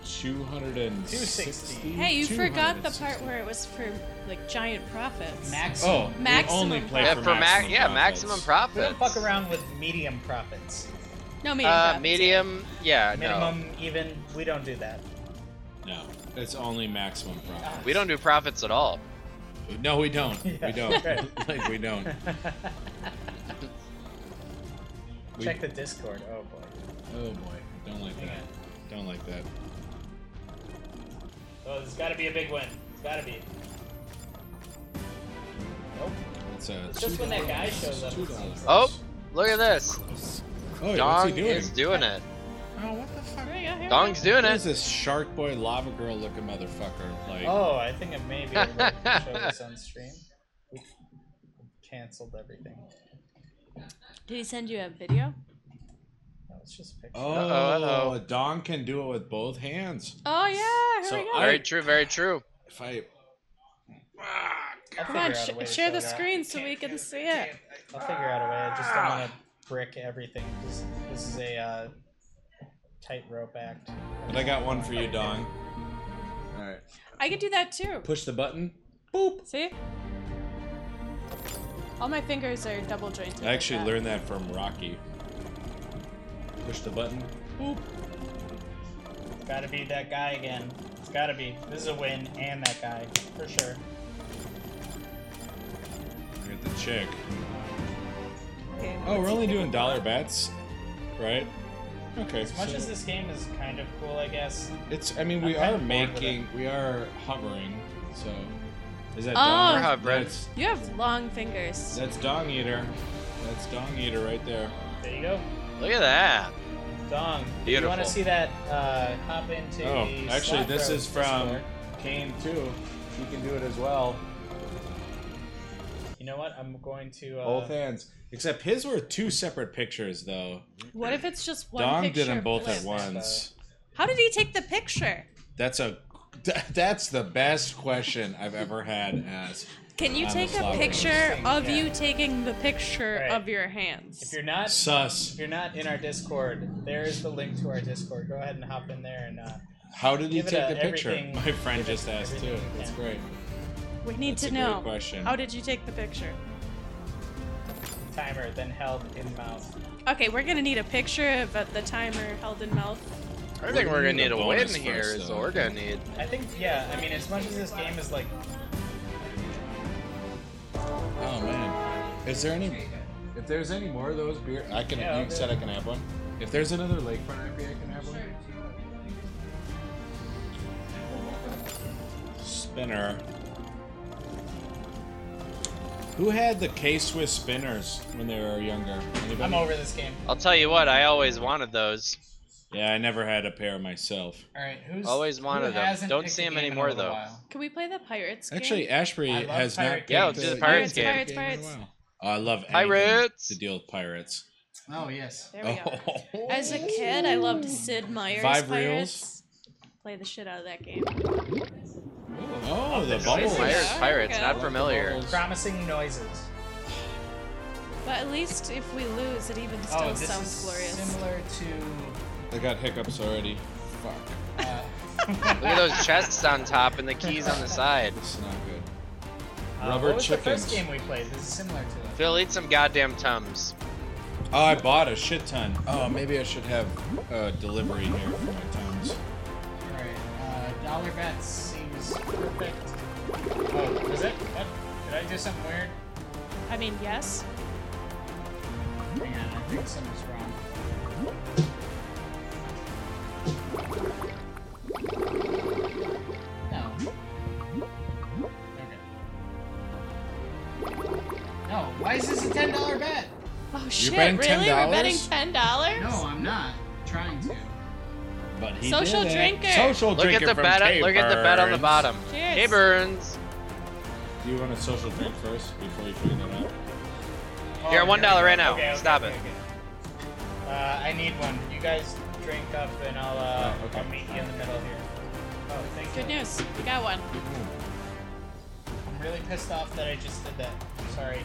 260. 260. Hey, you forgot the part where it was for like giant profits. Maximum. Oh, Maximum we only play Yeah, for, for ma- maximum yeah, profits. maximum We profit. don't fuck around with medium profits. No medium. Uh, profits. medium. Yeah, no. Minimum, even. We don't do that. No, it's only maximum profit. We don't do profits at all. No, we don't. Yeah, we don't. right. like we don't. We- Check the Discord. Oh boy. Oh boy, don't like that. Don't like that. Oh, there's got to be a big win. It's got to be. Nope. It's a It's just when that guy shows up. Two dollars. Oh, look at this. Oh, wait, what's he Dong doing? is doing it. oh, what the fuck? Here we go, here we Dong's go. doing There's it. this shark boy lava girl looking motherfucker. Like, Oh, I think I may be able to show this on stream. We canceled everything. Did he send you a video? No, It's just a picture. Oh, Uh-oh, uh-oh. Don can do it with both hands. Oh yeah, here So we go. I- Very true. Very true. If I. Ah, I'll Come on, figure out a way sh- to share show the that. screen so we can see it. I'll figure out a way. I just don't want to brick everything. 'cause This is a uh, tightrope act. But I got one for you, Don. All right. I could do that too. Push the button. Boop. See? All my fingers are double jointed. I actually like that. learned that from Rocky. Push the button. Boop. Gotta be that guy again. It's gotta be. This is a win and that guy, for sure. Get the chick. Okay, Oh, we're let's only see. doing dollar bets, right? Okay. As much so as this game is kind of cool, I guess. it's, I mean, we I'm kinda are bored with it. making, we are hovering. So, is that Oh. Dong? We're hovering. That's, You have long fingers. that's Dong Eater. That's Dong Eater right there. There you go. Look at that. Dong. If you Beautiful. want to see that, uh, hop into Oh, the actually, Slack this row is from Discord. Kane too. He can do it as well. You know what? I'm going to. Uh, both hands. Except his were two separate pictures though. What if it's just one Dong picture? did them both at flipped? once. How did he take the picture? That's a that's the best question I've ever had asked. Can you I'm take a sloppy. picture of Yeah. you taking the picture Right. of your If hands? you're not If Sus. you're not in our Discord, there is the link to our Discord. Go ahead and hop in there and uh, How did he Give it take a the picture? everything- My friend give it just asked too. everything you That's can. great. We need That's to a great know. question. How did you take the picture? timer, then held in mouth. Okay, we're gonna need a picture of uh, the timer held in mouth. I think we're gonna need a win bonus here. first, Is though. what we're gonna need. I think, yeah, I mean, as much as this game is like, Oh man. Is there any? If there's any more of those beer, I can. Yeah, you said I can have one. If there's another lakefront IPA, I can have one. Spinner. Who had the K Swiss spinners when they were younger? Anybody? I'm over this game. I'll tell you what. I always wanted those. Yeah, I never had a pair myself. All right, who's Always wanted who them. hasn't Don't picked see a 'em game in anymore, a little though. while? Can we play the pirates game? Actually, Ashbury I love has Pirate not. Games. Yeah, let's do the Pirates game. Pirates, Pirates. Oh, I love anything Pirates! to deal with pirates. Oh yes. there we go. Oh. As a kid, I loved Sid Meier's Five pirates. Play the shit out of that game. Oh, the bubbles. Pirates, pirates, okay. not familiar. Bubbles. Promising noises. But at least if we lose, it even still Oh, this sounds is glorious. similar to. I got hiccups already. Fuck. Uh, Look at those chests on top and the keys on the side. This is not good. uh, Rubber what was the chickens. first game we played? This is similar to that. Phil, eat some goddamn tums. Oh, I bought a shit ton. Oh, maybe I should have uh, delivery here for my times. All right, uh, dollar bet seems perfect. Oh, is it? What? Did I do something weird? I mean, yes. Hang on, I think something's wrong. No. Okay. No, why is this a ten dollar bet? Oh shit! betting really? We're betting $10? ten dollars? No, I'm not. I'm trying to. But he Social did it. drinker. Social Look at drinker the from bet. K Look at the bet on the Burns. bottom. Cheers. Hey Burns. Do you want a social drink first before you figure that out? You're at one one dollar right now. Stop it. Uh, I need one. You guys drink up, and I'll uh, Oh, okay. I'll meet you in the middle here. Oh, thank Good you. news. We got one. I'm really pissed off that I just did that. Sorry.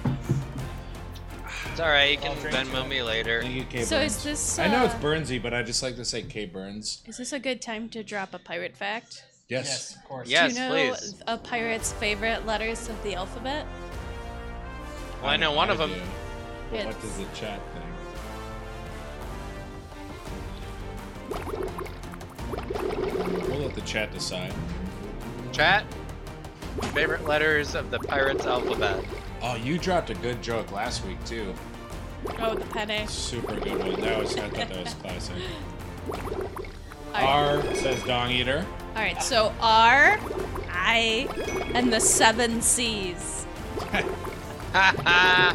It's all right. You can I'll drink Venmo to me later. Thank you, K So Burns. is this? Uh, I know it's Burnsy, but I just like to say K Burns. Is this a good time to drop a pirate fact? Yes. Yes, of course. Yes, Do you know please. a pirate's favorite letters of the alphabet? Well, I know one of them. do. But what It's- does the chat think? We'll let the chat decide. Chat. Favorite letters of the pirates alphabet. Oh, you dropped a good joke last week too. Oh, the penne. Super good one. That was I thought that was classic. All right. R says Dong Eater. All right. So R, I, and the seven C's. Ha ha.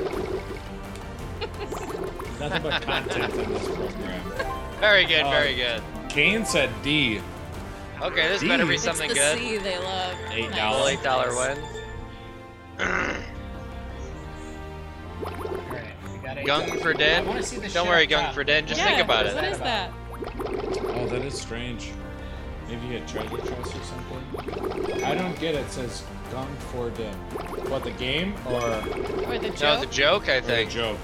Nothing but content in this program. Very good. Very good. Kane said D. Okay, this D. better be It's something it's the good. C they love. Eight Nice. Little dollars. eight dollar win. Alright, we got $8. Gung for I Dead? want to see the Don't worry, Gung for Dead. Just yeah, think about What it. is that? Oh, that is strange. Maybe a treasure chest or something. I don't get it. It says gone for the what the game or Or the joke? No, the joke, I or the think. joke.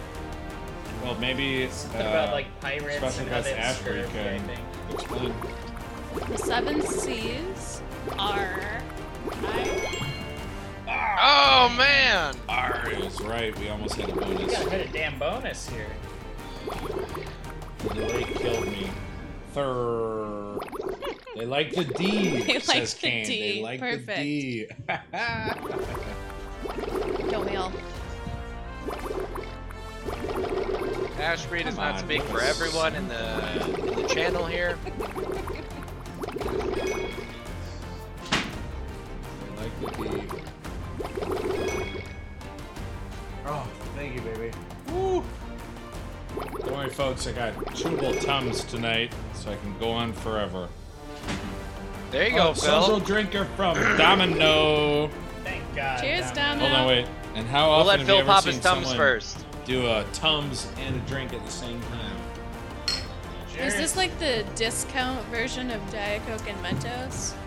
Well, maybe it's uh, What about like pirates Special and how Guest they Africa. obscure everything? explain. The seven C's are. Oh man! Arr, it was right. We almost had a We bonus. gotta hit a damn bonus here. The lake killed me. Thur. They like the D. They says like the Kane. D. They like Perfect. the D. Don't we all? Ashby does Come not on, speak for Lucas. everyone in the, in the channel here. They like the D. Oh, thank you, baby. Woo! Don't worry, folks. I got chewable tums tonight, so I can go on forever. There you go, oh, Phil. social drinker from Domino. Thank God. Um, Cheers, Dom. Domino. Hold on, wait. And how We'll often let have Phil you ever pop his seen thumbs someone first. Do a tums and a drink at the same time. Is this like the discount version of Diet Coke and Mentos?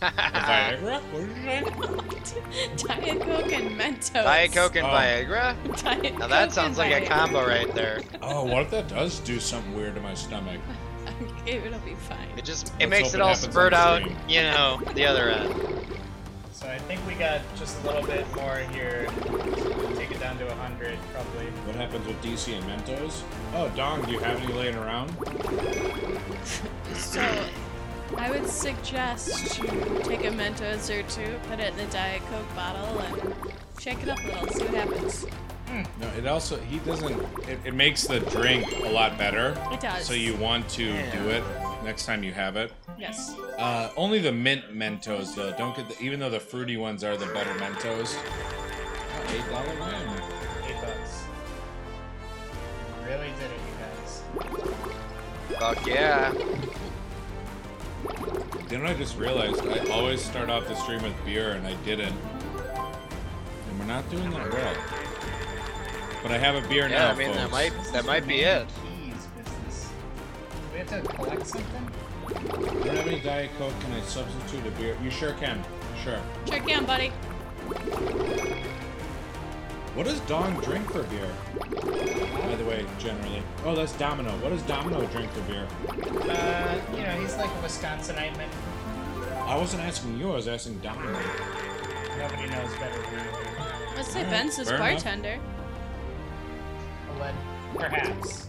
Uh-uh. The Viagra? What did you say? Diet Coke and Mentos. Diet Coke and Oh. Viagra. Diet Now that Coke sounds and like a Viagra. combo right there. Oh, what if that does do something weird to my stomach? It'll be fine. It just it Let's makes hope it it all happens on spurt the out, stream. you know, the other end. So I think we got just a little bit more here. Take it down to 100, probably. What happens with DC and Mentos? Oh, Dong, do you have any laying around? So, I would suggest you take a Mentos or two, put it in the Diet Coke bottle, and shake it up a little, see what happens. No, it also he doesn't. It, it makes the drink a lot better. It does. So you want to do it next time you have it. Yes. Uh, only the mint Mentos though. Don't get the even though the fruity ones are the better Mentos. Oh, Eight dollar wine. 8 bucks. Really did it, you guys. Fuck yeah. You know what I just realized? I always start off the stream with beer, and I didn't. And we're not doing that well. But I have a beer Yeah, now, I mean that folks. might that might be it. Keys business. Do we have to collect something? I don't have any Diet Coke. Can I substitute a beer? You sure can. Sure. Sure can, buddy. What does Dawn drink for beer? By the way, generally. Oh, that's Domino. What does Domino drink for beer? Uh, you know, he's like a Wisconsinite, man. I wasn't asking you. I was asking Domino. Nobody knows better than I Let's say Ben's his fair enough. bartender. do. But perhaps.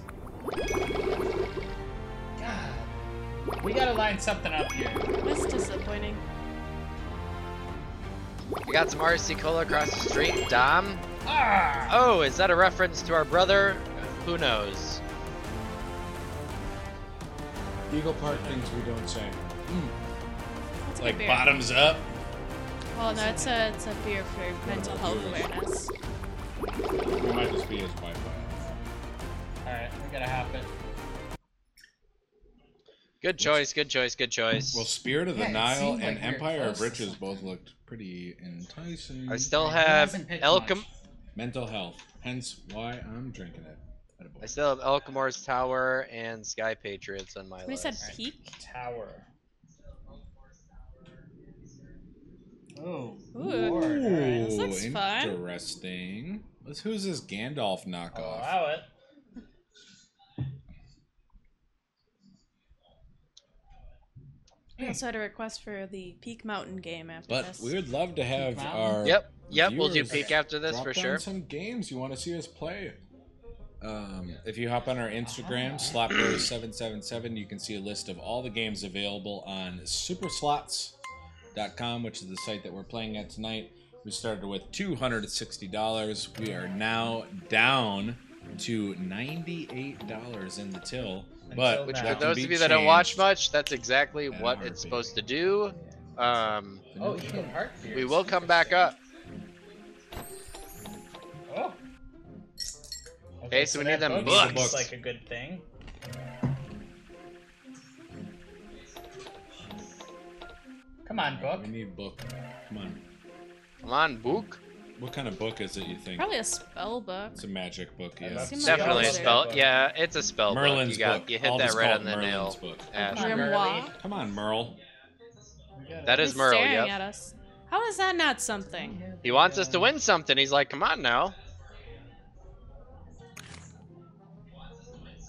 God. We gotta line something up here. That's disappointing. We got some RC Cola across the street. Dom. Ah! Oh, is that a reference to our brother? Who knows? Eagle Park things we don't say. That's a Like good beer. bottoms up. Well, no, it's a, it's a beer for mental health awareness. It might just be his Wi-Fi. Alright, we gotta hop it. Good choice, good choice, good choice. Well, Spirit of the Yeah, it Nile seemed like and we were Empire close of to Riches both something. looked pretty enticing. I still He have hasn't picked Elcom. much. Mental health, hence why I'm drinking it. Attaboy. I still have Elcamore's Tower and Sky Patriots on my We list. said peak. Tower. Oh, Ooh. Lord. Alright. This looks fun. interesting. Who's- Who's this Gandalf I'll knockoff? Oh, allow it. We also had a request for the Peak Mountain game after But this. we would love to have Mountain? our Yep, yep, we'll do viewers peak after this drop for down sure. Some games you want to see us play. Um, if you hop on our Instagram, slapbros777, you can see a list of all the games available on superslots.com, which is the site that we're playing at tonight. We started with $260. We are now down to $98 in the till. But Which Which, now. That for can those of you that don't watch much, that's exactly at a what it's heartbeat. supposed to do. Um, Oh, Eagle Park beer. we will come back up. Oh. Okay, so we need that them boogie seems books. like a good thing. Come on, book. We need book. Come on. Come on, Book. What kind of book is it? You think? Probably a spell book. It's a magic book. I Yeah. love to Seems see all Definitely a the Merlin's spell. book. Yeah, it's a spell Merlin's book. You got book. you hit I'll that just right call on it the Merlin's nail. book. Ash. Merlin. Grimoire. Come on, Merle. That is He's Merle. staring Yep. at us. How is that not something? He wants us to win something. He's like, come on now.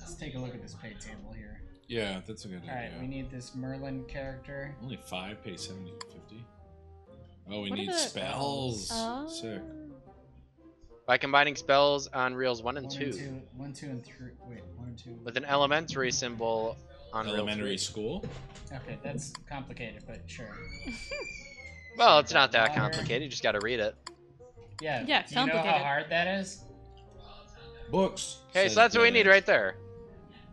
Let's take a look at this pay table here. Yeah, that's a good All right, idea. we need this Merlin character. Only five pay 70, 50. Oh, we What are need the- spells. Oh. Sick. By combining spells on reels one and One two, and two, one, two, and three. Wait, one and two. with an elementary symbol on Elementary reel three. school. Okay, that's complicated, but sure. Well, it's not that Water. complicated. You just got to read it. Yeah. Yeah, do you know how complicated. hard that is? Books. Okay, says so that's what we need Bloodaxe. right there.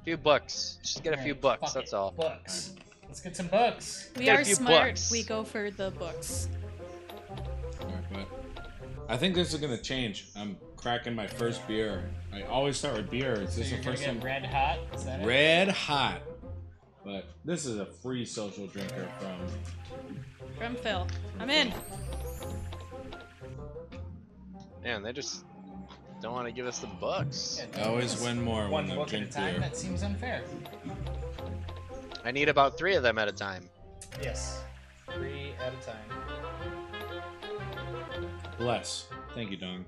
A few books. Just get a All few right, books. fuck That's it. all. Books. Let's get some books. We Get a are few smart. books. We go for the books. Alright, but I think this is gonna change. I'm cracking my first beer. I always start with beer. Is So this you're the gonna first get time? red hot. Is that it? Red hot. But this is a free social drinker from. From Phil. I'm in. Man, they just don't want to give us the books. Yeah, I always that's win more One when I book at a drink time, beer. That seems unfair. I need about three of them at a time. Yes. Three at a time. Bless. Thank you, Dong.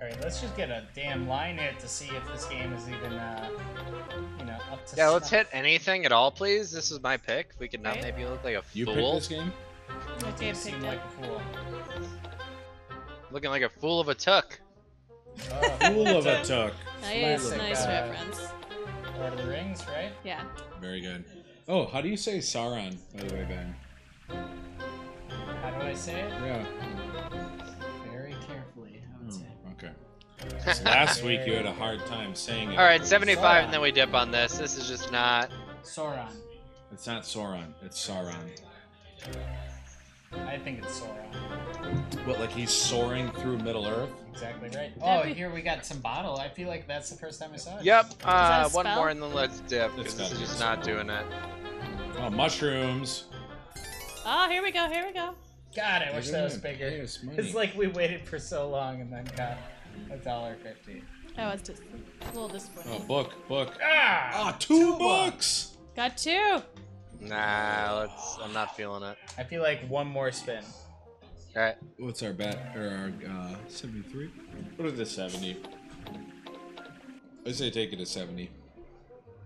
All right, let's just get a damn line hit to see if this game is even, uh, you know, up to. Yeah, let's snuff. hit anything at all, please. This is my pick. We could not Right. make you look like a You picked fool. this game? Okay, You I seem picked like it. a fool. Looking like a fool of a tuck. Oh, Fool of a tuck. Nice, Classic, nice uh, reference. Lord of the Rings, right? Yeah. Very good. Oh, how do you say Sauron, by the way, Ben? How do I say it? Yeah. Hmm, Very carefully. I would say. Okay. 'Cause last week you had a hard time saying it. All right, 75, and then we dip on this. This is just not. Sauron. It's not Sauron. It's Sauron. I think it's Sauron. What, like he's soaring through Middle Earth? Exactly right. Oh, That'd be- here we got some bottle. I feel like that's the first time I saw it. Yep. that Uh, a one spell? more, and then let's dip. It's Because this gotta is be a just not doing it. Oh, mushrooms. Oh, here we go. Here we go. God, I wish that was They're gonna bigger. pay us money. It's like we waited for so long and then got a dollar fifty. That was just a little oh, disappointing. book, book. Ah! Ah, two books. Got two. Nah, let's. I'm not feeling it. Ah! I feel like one more spin. All right. What's our bet? Or our uh, seventy-three? What is the seventy? I say take it to seventy.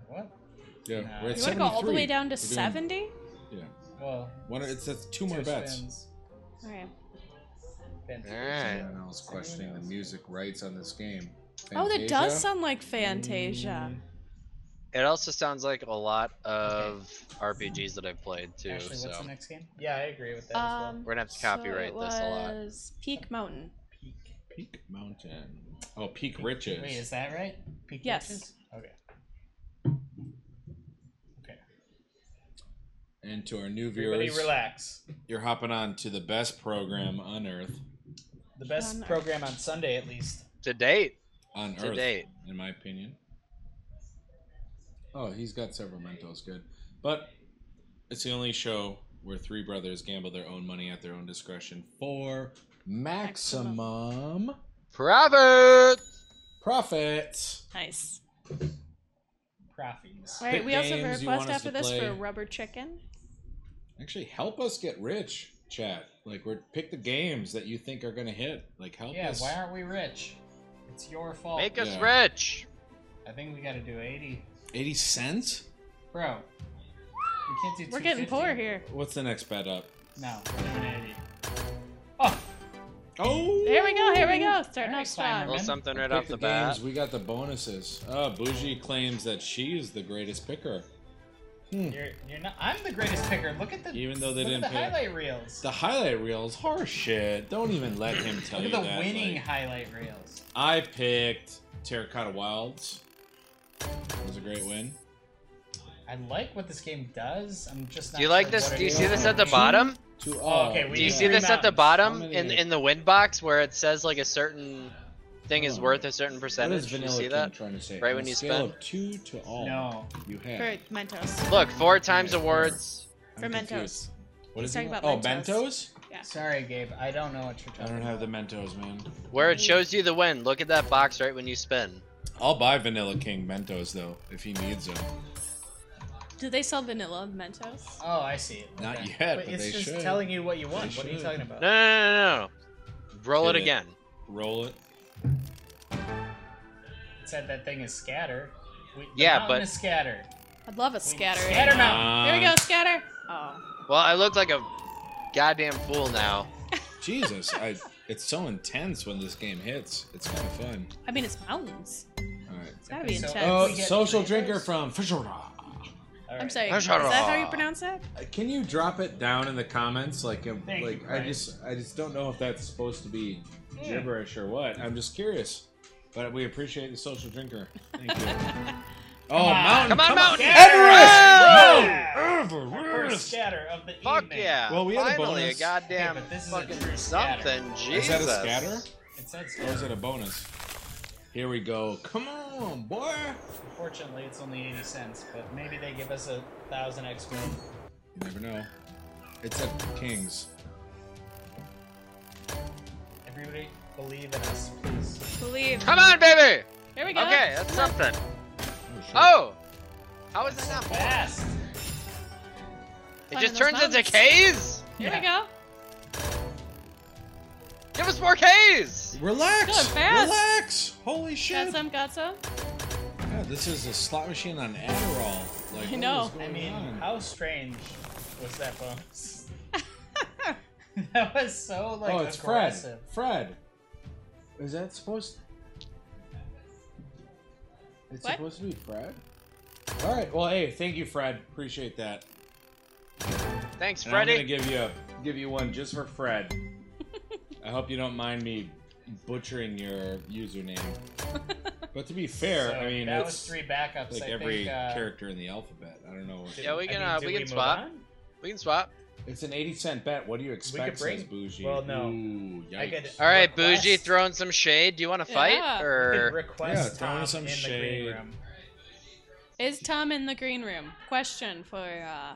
What? Yeah, Nah. we're at You want to go all the 73. way down to We're doing- 70? Yeah, Well, one. It's, it's two more bets. spins. All right. Been- All right. I was questioning the music rights on this game. Oh, that does Fantasia? Mm. sound like Fantasia. Mm, It also sounds like a lot of RPGs that I've played too. Ashley, what's So the next game? Yeah, I agree with that as Um, we're gonna have to so copyright it this a lot. was Peak Mountain. Peak Mountain. Oh, Peak Riches. Wait, is that right? Peak Yes. Witches? Okay. Okay. And to our new well. Everybody viewers, relax. you're hopping on to the best program on Earth. The best Um, program on Sunday, at least. to date, On To Earth, date. in my opinion. Oh, he's got several Mentos, good. But it's the only show where three brothers gamble their own money at their own discretion for maximum, Robert. profits. Nice. Profits. All right, Pick we also have a games you want request us after to this play. for Rubber Chicken. Actually, help us get rich, chat. Like, we're pick the games that you think are gonna hit. Like, help Yeah, us. why aren't we rich? It's your fault. Make us Yeah. rich. I think we gotta do 80. Eighty cents. Bro. We can't do We're getting 250. poor here. What's the next bet up? No, we're doing 80. Oh! Oh, Here we go. Here we go. Starting Alright, off strong. Well, Climber. something right Pick off the, bat. games. We got the bonuses. Uh, Bougie claims that she is the greatest picker. You're, you're not. I'm the greatest picker. Look at the. Even though they look didn't at the pay- highlight reels. The highlight reels, horse shit. Don't even let him tell Look you at the that. winning like, highlight reels. I picked Terracotta Wilds. It was a great win. I like what this game does. I'm just. Not Do you like sure this? what Do you it see is. this at the bottom? Two. Oh, okay, we Do you Yeah. see this at the Mountains. bottom How many- in in the win box where it says like a certain thing is Oh. worth a certain What is percentage? You Vanilla see King that? trying to say? Right On when a you scale spend? of two to all. No. You have. For Mentos. Look, four times Yeah, four. awards. I'm For Mentos. confused. What He's is he talking want? about Oh, Mentos. Mentos? Yeah. Sorry, Gabe. I don't know what you're I talking. don't have the Mentos, man. Where it shows you the win. Look at that box right when you spin. I'll buy Vanilla King Mentos though if he needs them. Do they sell vanilla Mentos? Oh, I see it. Not Okay. yet, But but it's they just should. telling you what you want. They What are you should. talking about? No, no, no, no, no. Roll Hit it it. again. Roll it. It said that thing is scatter. We, the Yeah, mountain but- is scatter. I'd love a scatter. Scatter mountain. There we Ah. go, scatter. Oh, Well, I look like a goddamn fool now. Jesus, I, it's so intense when this game hits. It's kind of fun. I mean it's mountains. All right. It's gotta be So- intense. Uh, Oh, Oh, We get social three drinker votes. from Fishera. All I'm right. sorry. That's Is not that all. how you pronounce it? Can you drop it down in the comments? Like, um, Thank like you, I Frank. just, I just don't know if that's supposed to be gibberish or what. I'm just curious. But we appreciate the social drinker. Thank you. oh, on. mountain! Come on, Mountain! Everest! Mountain! Our first Everest! scatter of the Fuck evening. yeah. Well, we had a Finally, bonus. goddamn Hey, but this is a fucking true scatter. something. Is Jesus. that a scatter? It said Or is scatter. it a bonus? Here we go. Come on, boy. Unfortunately, it's only 80 cents, but maybe they give us a thousand extra. You never know. It's at Kings. Everybody believe in us, please. Believe. Come on, baby! Here we go. Okay, that's something. shit. Oh! How is that not more? Fast. Fun It just in those turns into mountains. K's? Here Yeah. we go. Give us more K's! Relax. Going fast. Relax. Holy shit. Got some, got some. God, this is a slot machine on Adderall. Like, I know. What is I going mean, on? how strange was that bonus? that was so like oh, it's aggressive. Fred. Fred. Is that supposed? It's What? supposed to be Fred. All right. Well, hey, thank you, Fred. Appreciate that. Thanks, And I'm gonna Freddy. give you a, give you one just for Fred. I hope you don't mind me butchering your username. But to be fair, So I mean that it's was three backups. like I every think, uh, character in the alphabet. I don't know. Yeah, we I can, mean, uh, did we can move swap. on? We can swap. It's an eighty cent bet. What do you expect? bring- says Bougie. well, no. Ooh, I could- yikes. All right, Request. Bougie throwing some shade. Do you want to fight Yeah. We could or request Yeah, throw in Tom some in the shade. green room. Is Tom in the green room? Question for uh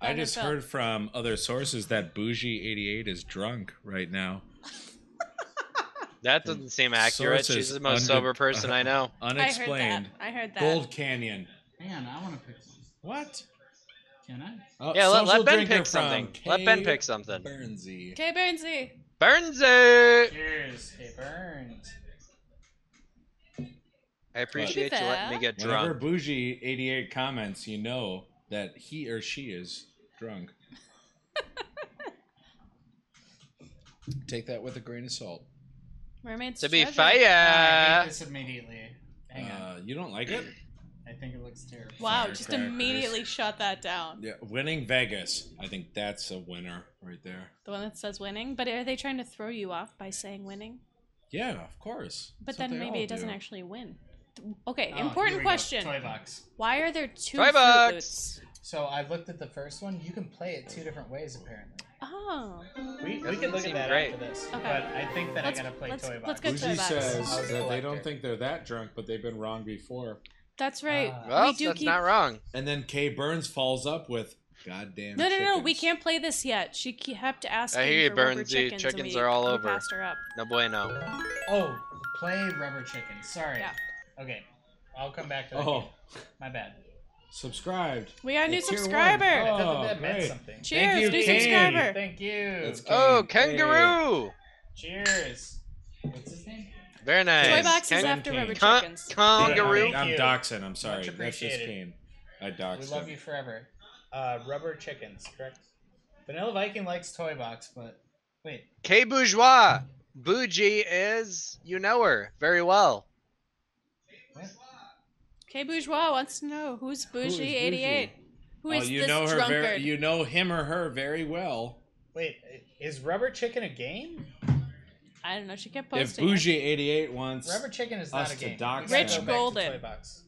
I just Donald heard from other sources that Bougie eighty eight is drunk right now. that doesn't seem accurate? Sources She's the most under- sober person I know. Unexplained. I heard that. I heard Gold Canyon. Man, I want to pick one. What? Can I? Oh, Yeah, let, social let Ben drinker pick from something. Let Ben K. pick something. Bernsey. that. Okay, Burnsy. Burnsy! Cheers, they burned. I appreciate you letting me get Whenever drunk. Bougie eighty eight comments, you know that he or she is drunk. Take that with a grain of salt. Mermaid's To be treasure. Uh, I hate fair. this immediately. Hang on. Uh, you don't like it? I think it looks terrible. Wow, just Firecrackers. immediately shut that down. Yeah, winning Vegas. I think that's a winner right there. The one that says winning, but are they trying to throw you off by saying winning? Yeah, of course. But That's what then they maybe all it doesn't do. Ah, actually win. Th- Okay, Oh, here important we go. question. Toy box. Why are there two Toy Fruit box. Loops? So I looked at the first one. You can play it two different ways, apparently. Oh, We, we Doesn't can look seem at that great. after this. Okay. But I think that Let's- I gotta play let's- Toy Box. let's go Good Toy Bougie Box. I says was that they collector. don't think they're that drunk, but they've been wrong before. that's right. Uh, Ah. Well, we do that's keep. not wrong. And then Kay Burns falls up with goddamn. No, no, no, we chickens." can't play this yet. She kept asking hear you, for rubber Burnsy. chickens. and Chickens we- are all we over. Passed her up. No bueno. Oh, play Rubber Chicken. Sorry. Yeah. Okay. I'll come back to that. Oh, My bad. subscribed. We got a new It's tier one. subscriber. I thought Oh, that, that meant great. something. Cheers, you, new Kane. subscriber. Thank you. That's Kane. Oh, Hey. kangaroo! Cheers. What's his name? Very nice. Toy box is Kang- after Kane. rubber Ka- chickens. kangaroo. Thank I'm you. doxing. I'm sorry. Much That's just appreciated. Kane. I doxed. We love him. you forever. Uh, rubber chickens, correct? Vanilla Viking likes Toy Box, but wait. K bourgeois. Bougie is you know her very well. K Bourgeois wants to know who's is Bougie eighty eight. Who Oh, is you this know her drunkard? very. You know him or her very well. Wait, is rubber chicken a game? I don't know. She kept If posting. it. Bougie eighty eight wants, Rubber chicken is Us not a to game. dox We gotta Rich go back to Golden. Toy Box.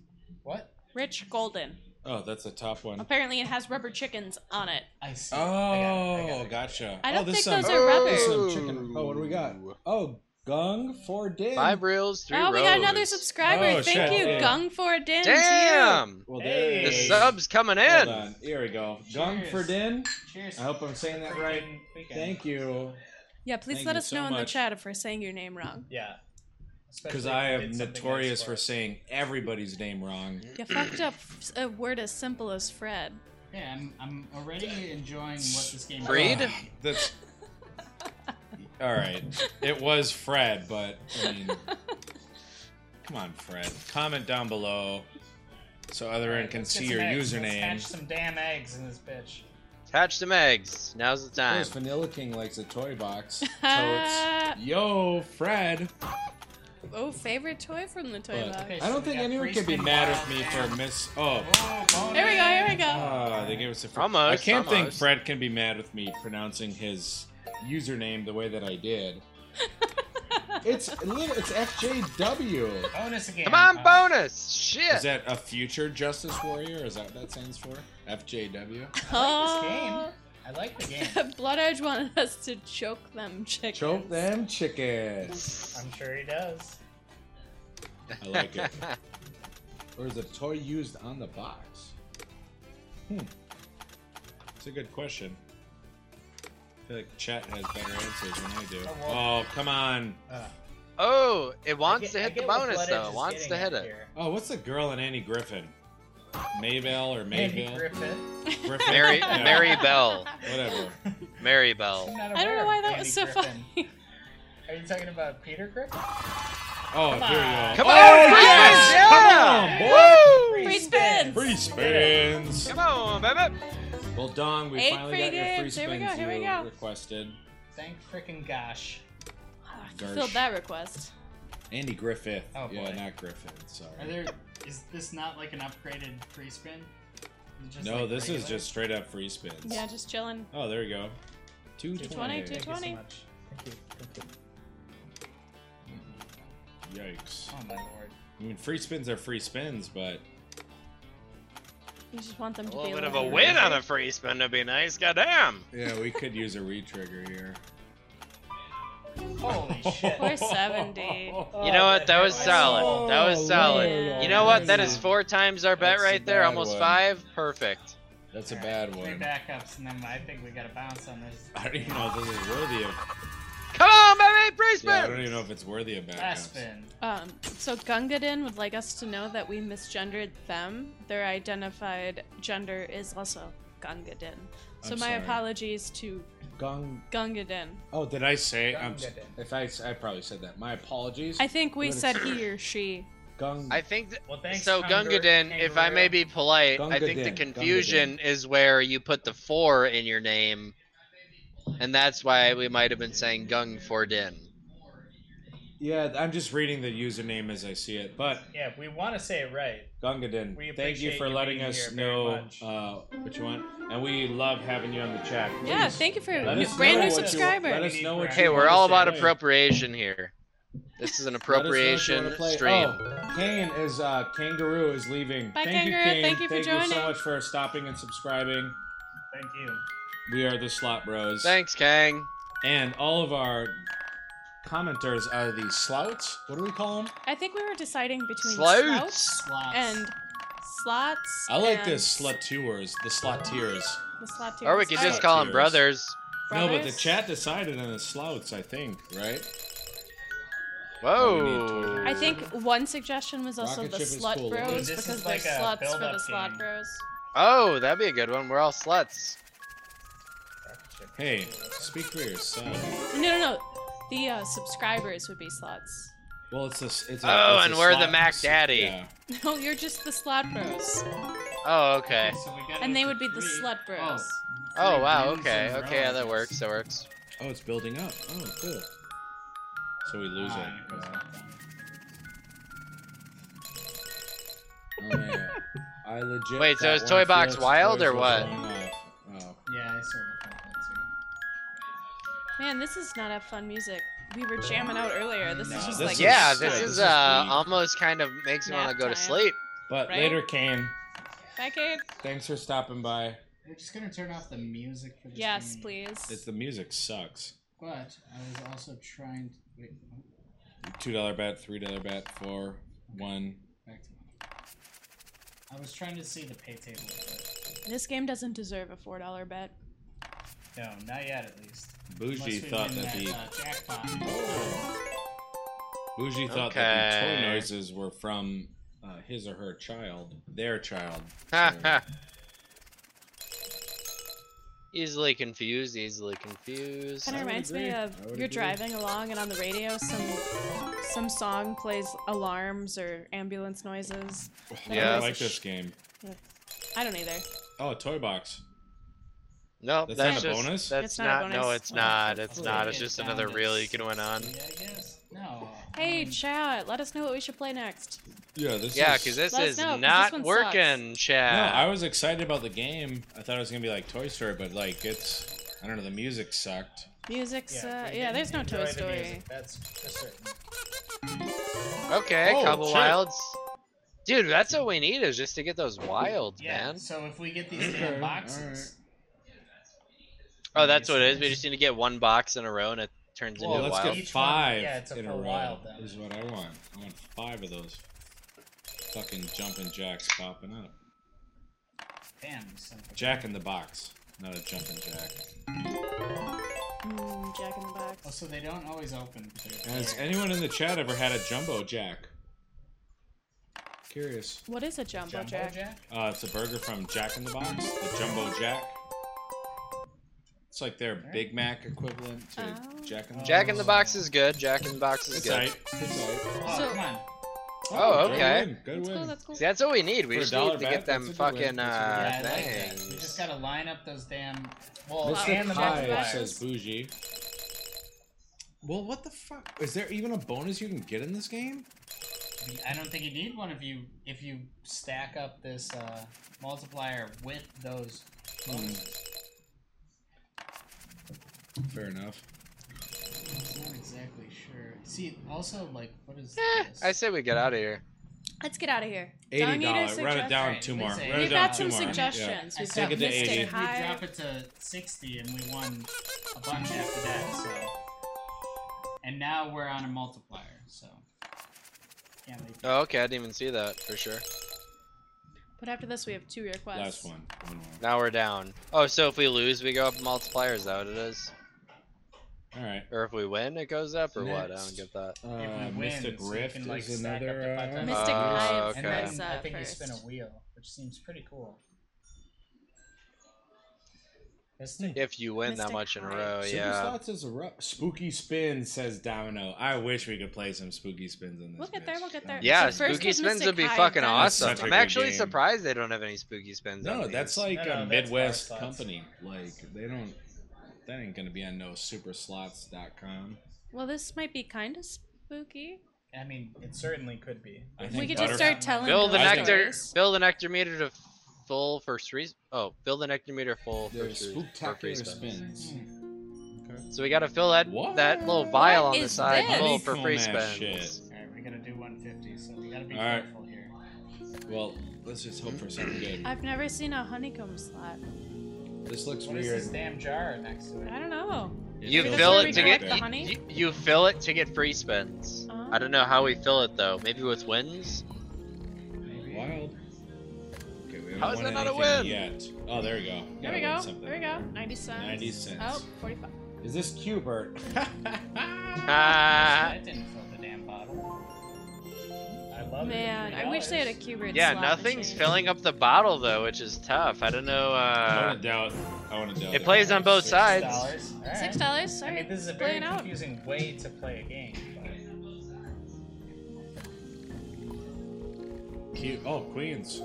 What? Rich Golden. oh, that's a top one. Apparently, it has rubber chickens on it. I see. Oh, I got it, I got it. gotcha. I don't oh, this think some, those are rubber. this some chicken. Oh, what do we got? Oh, Gung for dim. Five reels, three oh, we got another rows. subscriber. Oh, Thank shit, you, yeah. Gung for a Din. to you. Damn! Well, there Hey. The it is. sub's coming Hold in. on. Here we go. Gung for din. Cheers. I hope I'm saying that right. Thank you. Yeah, please Thank let you us so know in the much. chat if we're saying your name wrong. Yeah. Because Especially if I you am did something notorious nice for us. saying everybody's name wrong. You fucked up f- a word as simple as Fred. Yeah, I'm, I'm already enjoying what this game Freed? is. That's all right. It was Fred, but I mean, come on, Fred. Comment down below so other one can Let's see get your some eggs. Let's hatch username. some damn eggs in this bitch. Hatch some eggs. Now's the time. Yes, Vanilla King likes a toy box. Ah, Yo, Fred. oh, favorite toy from the toy But- box. Okay, I don't so we think got anyone free can be spin mad wild at me now. for miss. Oh, Oh, bonus. Here we go, here we go. ah, they gave us a. Fr- I Almost, can't think almost. Fred can be mad with me pronouncing his username the way that I did. it's li- it's FJW. Bonus again. Come on, Uh, bonus! Is Shit! that a future Justice Warrior? Is that what that stands for? FJW. Oh, I like the game. Blood Edge wanted us to choke them chickens. Choke them chickens. I'm sure he does. I like it. or is the toy used on the box? Hmm. It's a good question. I feel like chat has better answers than I do. Oh, Oh, come on. Oh, it Uh, I wants get- to I hit the get what bonus Blood Edge though. is It wants to getting hit at it. here. Oh, what's the girl in Annie Griffin? Maybell or Andy Maybell? Griffith. Griffin? Mary, Yeah, Mary Bell. Whatever. Mary I'm Bell. not I don't aware know of why that Andy was so Griffin. funny. Are you talking about Peter Griffin? Oh, here we go. on. Come oh, on, yes! yeah! Come on, boy! Free spins. Free spins! Come on, baby! Well, Dong, we Eight finally free got your free games. Here spins we go, here we you go. requested. Thank freaking gosh. Oh, I Garsh. fulfilled that request. Andy Griffith. Oh, yeah, boy. not Griffin. Sorry. Are there? Is this not like an upgraded free spin? Is it just, no, like, this is regular? just straight up free spins. Yeah, just chilling. Oh, there you go. 220. 220, Thank you 20. so much. Thank you. Thank you. Yikes. Oh my lord. I mean, free spins are free spins, but You just want them A to be little bit of a little- win on a free spin would be nice. Goddamn! yeah, we could use a retrigger here. Holy shit. 470. You know what? That was Oh, solid. That was solid. Lord. You know what? That Lord. is four times our bet That's a right there. bad Almost one. five. Perfect. That's a bad Three one. backups, and then I think we gotta bounce on this. I don't even know if this is worthy of. Come on, baby! Free spin! Yeah, I don't even know if it's worthy of backups. Aspen. Um, so Gungadin would like us to know that we misgendered them. Their identified gender is also Gungadin. So I'm my sorry. apologies to Gong. Gungadin. Oh, did I say? I'm, s- Gungadin. if I, s- I probably said that. My apologies. I think we What is- said he or she. Gung. I think th- Well, thanks. so. Kangaroo- Gungadin, if I may Kangaroo. be polite, I think the Gungadin, confusion is where you put the four in your name, and that's why we might have been saying Gung for Din. yeah, I'm just reading the username as I see it, but Yeah, we want to say it right. We Gungadin, thank you appreciate for you letting being us here very know much. uh, what you want, and we love having you on the chat. Yeah, Please, thank you for let new- us brand know new what you- Let subscriber. us know what you Hey, we're want all us to about play. appropriation here. This is an Let us know what you appropriation wanna play. stream. Oh, Kane is uh, kangaroo is leaving. Bye, thank Kangaroo. you, Kane. Thank you for so joining. much for stopping and subscribing. Thank you. We are the Slot Bros. Thanks, Kang. and all of our commenters are the slouts. What do we call them? I think we were deciding between Slouts. slouts Slots. and slots. I like and this sluttours, the sloteers. The slot Or we tiers. could All just right, call them Tears. brothers. No, but the brothers. chat decided on the slouts, I think, right? Oh, we Whoa. need I think one suggestion was also Rocket the ship is slut cool. bros This is because like they're a sluts for build-up the slot game. bros. Oh, that'd be a good one. We're all sluts. Hey, speak for yourself. No, no, no. The uh, subscribers would be slots. Well, it's a, it's a. it's Oh, a and we're the slot- Mac Daddy. Yeah. No, you're just the slot bros. Oh, okay. So we got And they into would be the three. slut bros. Oh, wow. Wins Okay. and Okay. Yeah, that rows. works. That works. Oh, it's building up. Oh, cool. So we Oh, lose ah, it. it goes Yeah. back down. Oh, yeah. I legit. Wait, so thought is one Toy of Box Felix's wild toys or was what? going off. Oh. Yeah, I sort of thought that too. Man, this is not a fun music. We were jamming out earlier. This No, is just this like is Yeah, sick. this This is is uh neat. almost kind of makes me want to Nap go to time. sleep. But Right? later, Kane. Bye, Kate. Thanks for stopping by. We're just gonna turn off the music for this Yes, game. please. It's the music sucks. But I was also trying to wait. oh, Two dollar bet, three dollar bet, four, one. Back to I was trying to see the pay table. But This game doesn't deserve a four dollar bet. no, not yet at least. Bougie Unless we thought win that the uh, jackpot. Bougie thought that the toy Okay. noises were from uh, his or her child, their child. Ha So- ha. Easily confused, easily confused. Kind of reminds me agree. of I would you're agree. driving along and on the radio some some song plays alarms or ambulance noises. Yeah. I like this game. I don't either. Oh, toy box. No, That's that's, not a just bonus? that's It's not a not. no, bonus. it's not. It's Oh. not. It's It's just down another to reel you can win on. Yeah, I guess. No. Hey Mm. um, chat, let us know what we should play next. Yeah, this Yeah, is. because this Let us is know, 'cause this not one sucks. working, No, Chad. I was excited about the game. I thought it was gonna be like Toy Story, but like it's. I don't know. The music sucked. Music's Yeah, we yeah, uh, yeah didn't there's no Toy enjoy the Story. music, That's for certain. Okay, Oh, couple shit. wilds. Dude, that's what we need is just to get those wilds, Yeah. man. So if we get these damn boxes, Oh, that's what it is. We just need to get one box in a row and it turns Well, into let's wild. get Each one- yeah, five it's a in a full row. wild then. Is what I want. I want five of those. Fucking jumping jacks popping up. damn. son of a- Jack in the box, not a jumping jack. Mm, Jack in the Oh, Box. so they don't always open. but they're Has there. anyone in the chat ever had a jumbo jack? Curious. What is a jumbo, Jumbo Jack? Jack? Uh, it's a burger from Jack in the Box, the Jumbo Jack. It's like their Big Mac equivalent to Oh. Jack in the Jack in the Box is good. Jack in the Box is It's good. aight. It's aight. Oh, So- come on. Oh, good okay. win, Good That's win. cool. That's cool. See, that's what we need. We For a just dollar need to back, get them that's a good win. fucking That's uh, Yeah, I like that. We just things. gotta line up those damn. Well, Wow. Mr. And the Jack Pie in the Box. says bougie. Well, what the fuck? Is there even a bonus you can get in this game? I don't think you need one if you if you stack up this uh, multiplier with those. bonuses. Fair enough. I'm not exactly sure. See, also like, what is Eh, this? I say we get out of here. Let's get out of here. Eighty dollars. Dong Eater Run it down suggests- two more. Alright, Run it We We've down got two some more. suggestions. I We've said got Take it to Mystic 80. If we High. drop it to 60 and we won a bunch after that, so. And now we're on a multiplier, so. Can't leave. Oh, okay. I didn't even see that for sure. But after this, we have two Yeah. Last requests. one. One more. Now we're down. Oh, so if we lose, we go up multiplier. Is that what it is? All right. Or if we win, it goes up, or what? I Next. don't get that. Uh, win, Mystic so you Rift can, like, is stack up another. the Uh, five Mystic Oh, High okay. okay. And then Nice, up I think uh, first. you spin a wheel, which seems pretty cool. Hmm. Mystic. If you win that Mystic much in a High. row, Super Oh, yeah. Slots is a ru- Spooky Spin says Domino. I wish we could play some Spooky Spins in this. We'll get there, bitch. we'll get there. Yeah, So first spooky was spins would be Mystic High, fucking then- That's awesome. such a I'm good actually game. surprised they don't have any spooky spins. on No, these. that's like No, no, a that's Midwest Power Slots. company. Like they don't. That ain't gonna be on no superslots.com. Well, this might be kind of spooky. I mean, It certainly could be. I We think could just Butterf- start telling Fill the ghost I think- nectar. stories. Fill the nectar meter to full for three. Oh, fill the nectar meter full for There's three. For free spooktacular spins. spins. So we gotta fill that What? that little vial What on the is side this? full for Honeycomb free ass spins. shit. alright, we're gonna do 150, so we gotta be Alright. careful here. Well, let's just hope for something good. I've never seen a honeycomb slot. This looks What is weird. this damn jar next to it? I don't know. You Maybe that's fill where we it to collect get the y- honey? you, fill it to get free spins. Um, I don't know how we fill it though. Maybe with wins. Wild. Okay, we haven't How is won that not a anything win? Yet. Oh, there we go. There we Gotta win go. something. There we go. 90 cents. 90 cents. Oh, 45. Is this Qbert? Ah, That didn't fill the damn bottle. I love Man, it. I wish they had a Q-Rid yeah, slot nothing's machine. filling up the bottle though, which is tough. I don't know. I Uh, want to doubt. I want to doubt. it plays on both Six sides. dollars. Six dollars? I Sorry. mean, this is a very Playing out. confusing way to play a game. Q- oh, Queens.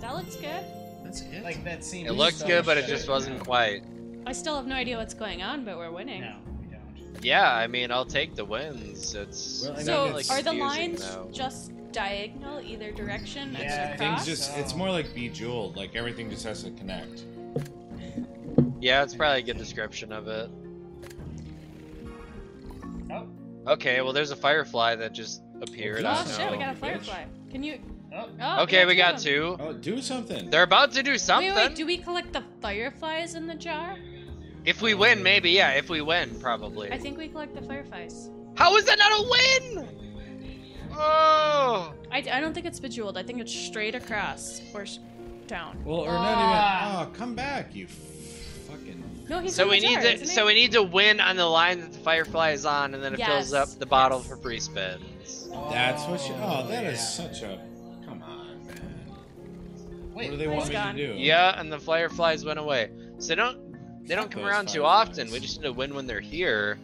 That looks good. That's it. Like that seems. It looked so good, but it shit. just wasn't quite. I still have no idea what's going on, but we're winning. No, we don't. Yeah, I mean, I'll take the wins. It's, Well, I it's know So, really are the confusing, lines though. just diagonal either direction? Yeah, extra I think cross? Things just. It's more like Bejeweled. Like everything just has to connect. Yeah, it's probably a good description of it. Oh, Okay, well, there's a firefly that just appeared. I Oh don't shit, we know. got a firefly. Can you? oh. Oh, okay, we got them. two. Oh, do something. They're about to do something. Wait, wait, do we collect the fireflies in the jar? If we win, maybe. Yeah, if we win, probably. I think we collect the fireflies. How is that not a win? Oh. I, I don't think it's bejeweled. I think it's straight across or sh- down. Well, or not Ah. even. Oh, come back, you fucking. No, he's So in we the need jar, to isn't so he? we need to win on the line that the firefly is on, and then it fills up Yes, the bottle yes. for free spins. That's what you. Oh, that is yeah. such a. Come on, man. Wait, what do they he's want me gone. to do? Yeah, and the fireflies went away. So they don't they don't Fuck come those around too fireflies. often. We just need to win when they're here.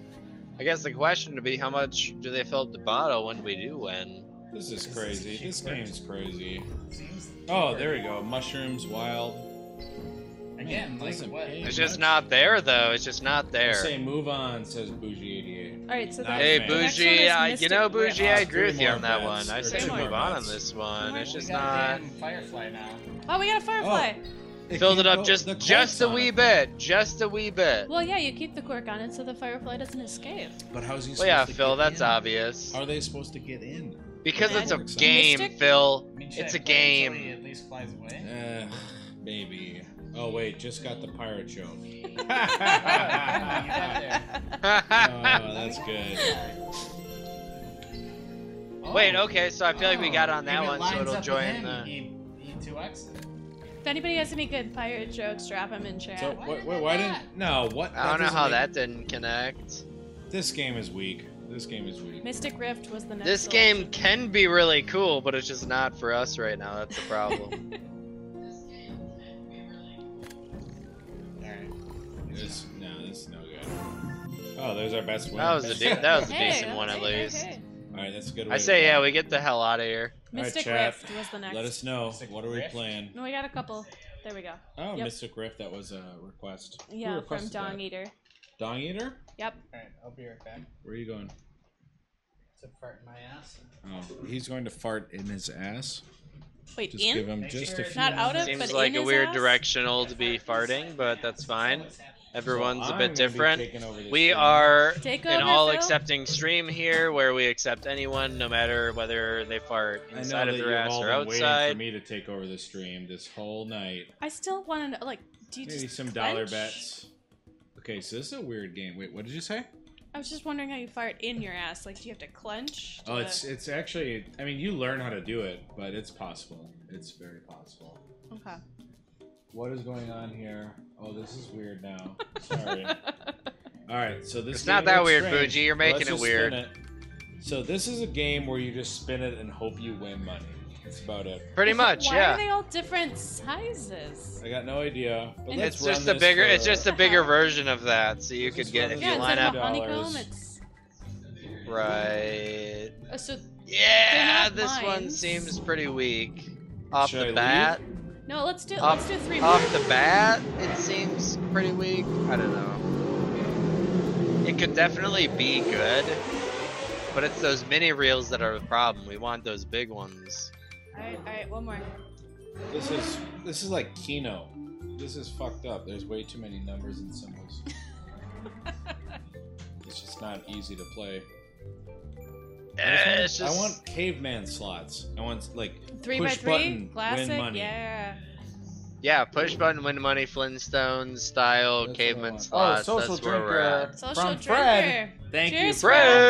I guess the question would be how much do they fill up the bottle when we do win? This is This is crazy. This cheaper. game's crazy. seems- Oh, there we go. Mushrooms, wild. Again, like Doesn't what? pay It's much. just not there though. It's just not I there. say move on, says Bougie88. All right, so Nah, that, Hey, man. the next one Bougie, is uh, you Mystic know, Rift. Bougie, I agree with Three you more on that bets, one. I or say two move more on on bets. this one. Come It's on, just we got not. damn Firefly now. Oh, we got a firefly. Filled it Oh, up just the just cork's a on wee it. bit. Just a wee bit. Well, yeah, you keep the cork on it so the firefly doesn't escape. But how's he Well, supposed yeah, to Phil, get that's in? obvious. Are they supposed to get in? Because Yeah. it's a Cork's on it. game, Mystic? Phil. I mean, should It's I a play until game. he At least flies away. Uh, maybe. Oh wait, just got the pirate joke. oh, You got that's there. Uh, good. Oh. Wait, okay, so I feel like we Oh. got on If that it one, lines so it'll up with join him, the. He, E, he two X. If anybody has any good pirate jokes, drop them in chat. So Why wait, did wait, they why not? didn't? No, what? I don't know doesn't how make- that didn't connect. This game is weak. This game is weak. Mystic Rift was the next. This selection. game can be really cool, but it's just not for us right now. That's the problem. This no, this is no good. Oh, there's our best win. that was a de- that was a Hey, decent one at hey, hey, least. hey. All right, that's a good. I way to say, go. yeah, we get the hell out of here. All right, Mystic chat. Rift was the next. Let us know Mystic what are we Rift? playing. No, we got a couple. There we go. Oh, Yep. Mystic Rift. That was a request. Who Yeah, from requested Dong that? Eater. Dong Eater. Oh, Yep. Alright, I'll be right back Where are you going? to fart in my ass. Oh, he's going to fart in his ass. Wait, Just in? give him Make just sure a it's few. Not out of, Seems but like in a his weird ass? directional to be farting, but that's fine. Everyone's So a I'm bit gonna be different. taking over this We thing. are Take an over, all Phil. accepting stream here where we accept anyone, no matter whether they fart I know inside of that their you've ass all or been waiting outside. for me to take over the stream this whole night. I still want to know, like, do you Maybe just some dollar clench? bets. Okay, so this is a weird game. Wait, what did you say? I was just wondering how you fart in your ass. Like, do you have to clench? Oh, Do it's the- it's actually. I mean, you learn how to do it, but it's possible. It's very possible. okay. What is going on here? Oh, this is weird now. Sorry. All right, so this It's not game that looks weird, strange. Bougie. You're Well, making let's it just spin weird. it. So this is a game where you just spin it and hope you win money. That's about it. Pretty much, Why yeah. are they all different sizes? I got no idea. But And let's It's just run a this bigger. for- It's just a bigger version of that. So you Let's could just get run if this Yeah, you it's line like up a honeycomb. $50. It's right. oh, so Yeah, not this one mines. seems pretty weak. Off Should I the leave? bat, no. Let's do Off- let's do three more. off the bat, it seems pretty weak. I don't know. It could definitely be good, but it's those mini reels that are the problem. We want those big ones. All right, all right, one more. This is this is like Kino. This is fucked up. There's way too many numbers and symbols. it's just not easy to play. I, just Eh, want, it's just, I want caveman slots. I want like Three Push by three, button, classic. win money. Yeah. yeah, push button, win money, Flintstones style, That's what I caveman want. slots. oh, social that's where we're drinker at. Social from drinker. Fred. Thank Cheers, you, Fred. Fred,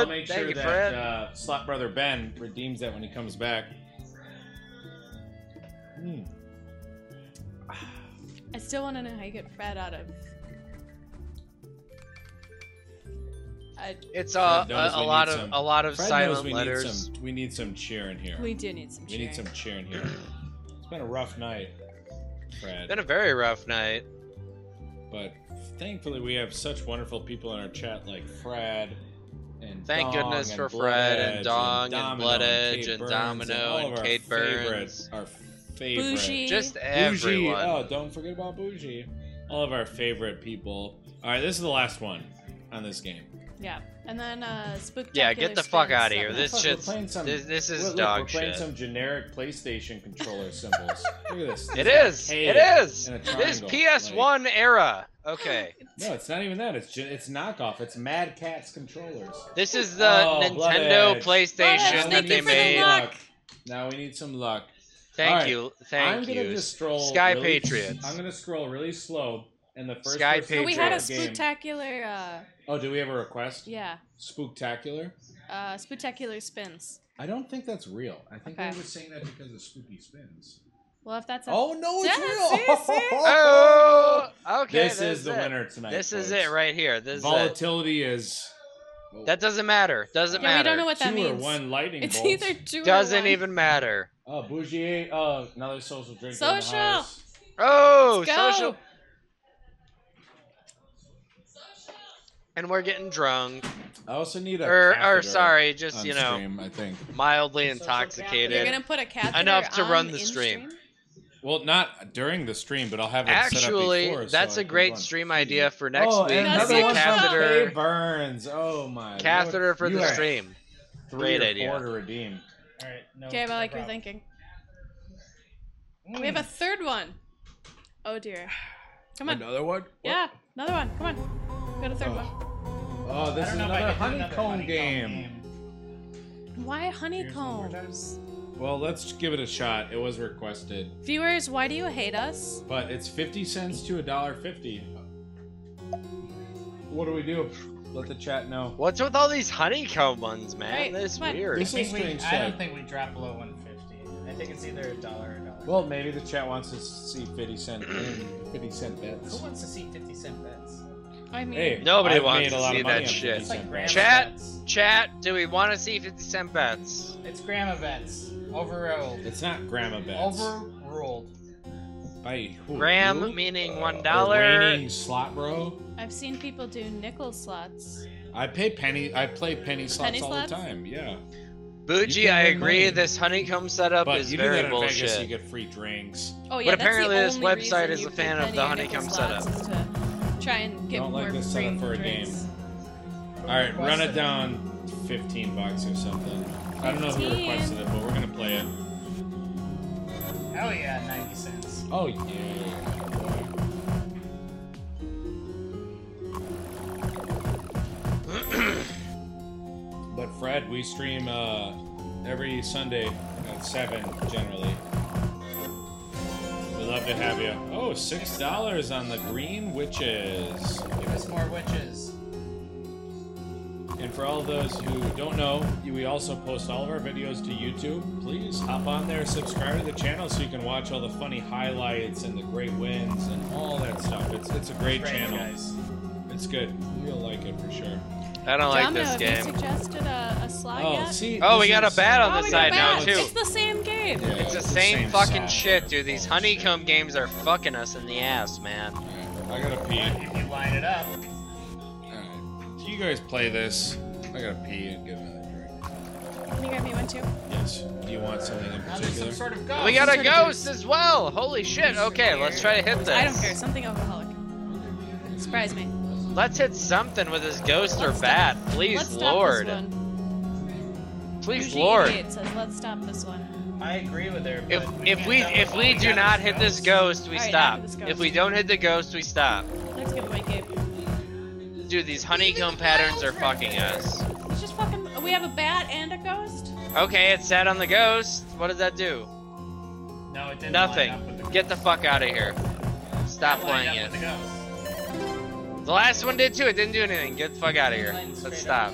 I'll make thank sure you, that Fred. uh, Slot Brother Ben redeems that when he comes back. Hmm. I still want to know how you get Fred out of. I, It's uh, Fred a, knows a we lot need of some- a lot of Fred knows silent we letters. need some. We need some cheer in here. we do need some. We need some cheer in here. It's been a rough night, Fred. Been a very rough night. But thankfully, we have such wonderful people in our chat like Fred and Thank Dong goodness and for Fred and Bloodedge Dong and Domino Bloodedge Kate and Burns Domino all and of our Kate Burns. favorites, Our favorite. Bougie. Just Bougie. everyone. Oh, don't forget about Bougie. All of our favorite people. All right, this is the last one on this game. Yeah, and then uh, spook. Yeah, get the fuck outta here. This Fuck, shit's- we're playing some, This, this is look, look, dog we're playing shit. some generic PlayStation controller symbols. Look at this. It This is. like It cave. is. and a This triangle, PS1 era. Okay. No, it's not even that. It's ju- it's knockoff. It's Mad Cat's controllers. This is the Oh, Nintendo Bloodedge. PlayStation Bloodedge, that thank they you for the made. luck. Now we need some luck. Thank Alright, you. Thank I'm you. gonna just scroll. Sky really- Patriots. I'm gonna scroll really slow And the first Sky person Hey, So to we Pedro. had a draw the game- spectacular, uh, Oh, do we have a request? yeah, Spooktacular? uh, spectacular spins. I don't think that's real. I think Okay. they were saying that because of spooky spins. Well, if that's a, Oh no, it's Yeah, real! see, see? Oh, okay. this is the it. winner tonight. This is folks. it right here. This is it. Volatility is. That doesn't matter. Doesn't yeah, matter. we don't know what two that or means. one lightning It's bolts. either two or Doesn't one. even matter. Oh, Bougier. Oh, another social drink. in the Social. house. Oh, Let's go. social. And we're getting drunk, I also need a. or or catheter Er, sorry, just on you know, stream, I think. mildly Social capital. You're intoxicated. gonna put a catheter Enough to on run in the stream. Well, not during the stream, but I'll have it Actually, set up before, so that's I a can great run. stream idea for next oh, week. and That's another it. Be a one catheter, Catheter burns. Oh my. lord. catheter for You the are stream. Three Great or idea. Four to redeem. All right. No, Okay, but no I like your problem. Hmm. thinking. We have Mm. a third one. Oh dear. Come on. Another one? Yeah, another one. Come on. We got a third Oh. Oh, this I is don't know if I another could do another honeycomb game. one. Why honeycombs? Well, let's give it a shot. It was requested, Viewers, why do you hate us? but it's 50 cents to a dollar 50. What do we do? Let the chat know. What's with all these honeycomb ones, man? Right, That's come on. weird. I, This is think we, strange I side. don't think we drop below 150. I think it's either a dollar or a dollar. Well, maybe the chat wants to see 50 cent in, 50 cent bets. Who wants to see 50 cent bets? I mean, Hey, Nobody I've wants made a to lot of see money that on shit. 50 It's cent like grandma bets. Chat? bets. Chat, do we want to see 50 cent bets? It's grandma bets. Overruled. It's not grandma bets. Overruled. By who? You? Gram meaning Uh, one a dollar. reigning slot bro. I've seen people do nickel slots. I pay penny. I play penny slots Penny all slots? the time. Yeah, You Bougie, can I win agree. money. This honeycomb setup but is you do very that in bullshit. Vegas, you get free drinks. Oh yeah, But that's the apparently this only reason website is you a fan put of the penny honeycomb nickel slots setup. is to Try and get Don't like more this free setup for a drinks. game. All right, run it down, fifteen bucks or something. I don't know who 15. requested it, but we're gonna play it. Hell yeah, 90 cents. Oh yeah. but Fred, we stream uh, every Sunday at seven generally. We'd love to have you. Oh, six dollars on the Green Witches. Give us more witches. And for all those who don't know, we also post all of our videos to YouTube. Please hop on there, subscribe to the channel so you can watch all the funny highlights and the great wins and all that stuff. It's it's a great, Great, channel. guys. It's good. You'll like it for sure. I don't like Domino, this have you game. suggested a, a slot oh, yet? see. Oh, we this got a is- bat on oh, the we side got now bats. too. It's the same game. Yeah, It's the it's same, fucking song. shit, dude. These honeycomb games are fucking us in the ass, man. I gotta pee. But if you line it up, Alright. Do you guys play this? I gotta pee and get another drink. Can you grab me one too? Yes. Do you want something in now there's some particular? sort of Oh, ghost. We got a ghost as well. Holy shit. Okay, let's try to hit this. I don't care. Something alcoholic. Surprise me. Let's hit something with this ghost or Let's stop- bat, please, Let's stop Lord. this one. Please, Eugene Lord. Yates says, let's stop this one. I agree with her. If but if can't we double if up. we do got not hit this ghost, we All right, stop. after this ghost. If we don't hit the ghost, we stop. Let's give away Gabe. Dude, these honeycomb patterns are fucking us. It's just fucking. We have a bat and a ghost. Okay, it sat on the ghost. What does that do? No, it didn't. Nothing. Line up with the Get the fuck out of here. Stop It lined up playing it. with the ghost. The last one did too. It didn't do anything. Get the fuck out of here. Let's stop.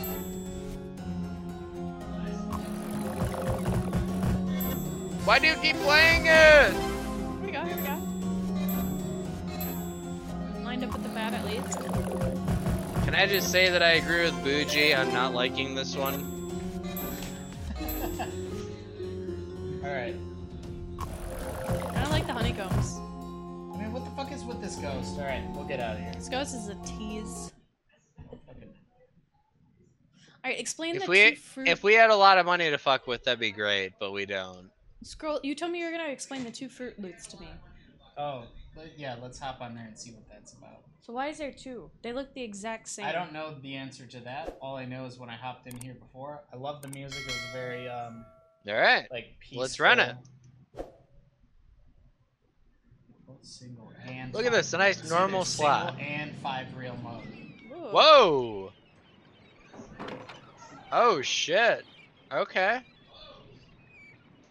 Why do you keep playing it? Here we go. Here we go. Lined up with the bat at least. Can I just say that I agree with Bougie on not liking this one? All right. I don't like the honeycombs. I mean, what the fuck is with this ghost? All right, we'll get out of here. This ghost is a tease. All right, explain If the we two fruit. if we had a lot of money to fuck with, that'd be great, but we don't. scroll, you told me you were gonna explain the two fruit loots to me. Oh, let- yeah. Let's hop on there and see what that's about. So why is there two? They look the exact same. I don't know the answer to that. All I know is when I hopped in here before, I loved the music. It was very um All right. like peaceful. Let's run it. Both Single and Look at this, a nice See, normal there's single slot. and five reel mode. Ooh. Whoa. Oh shit. Okay.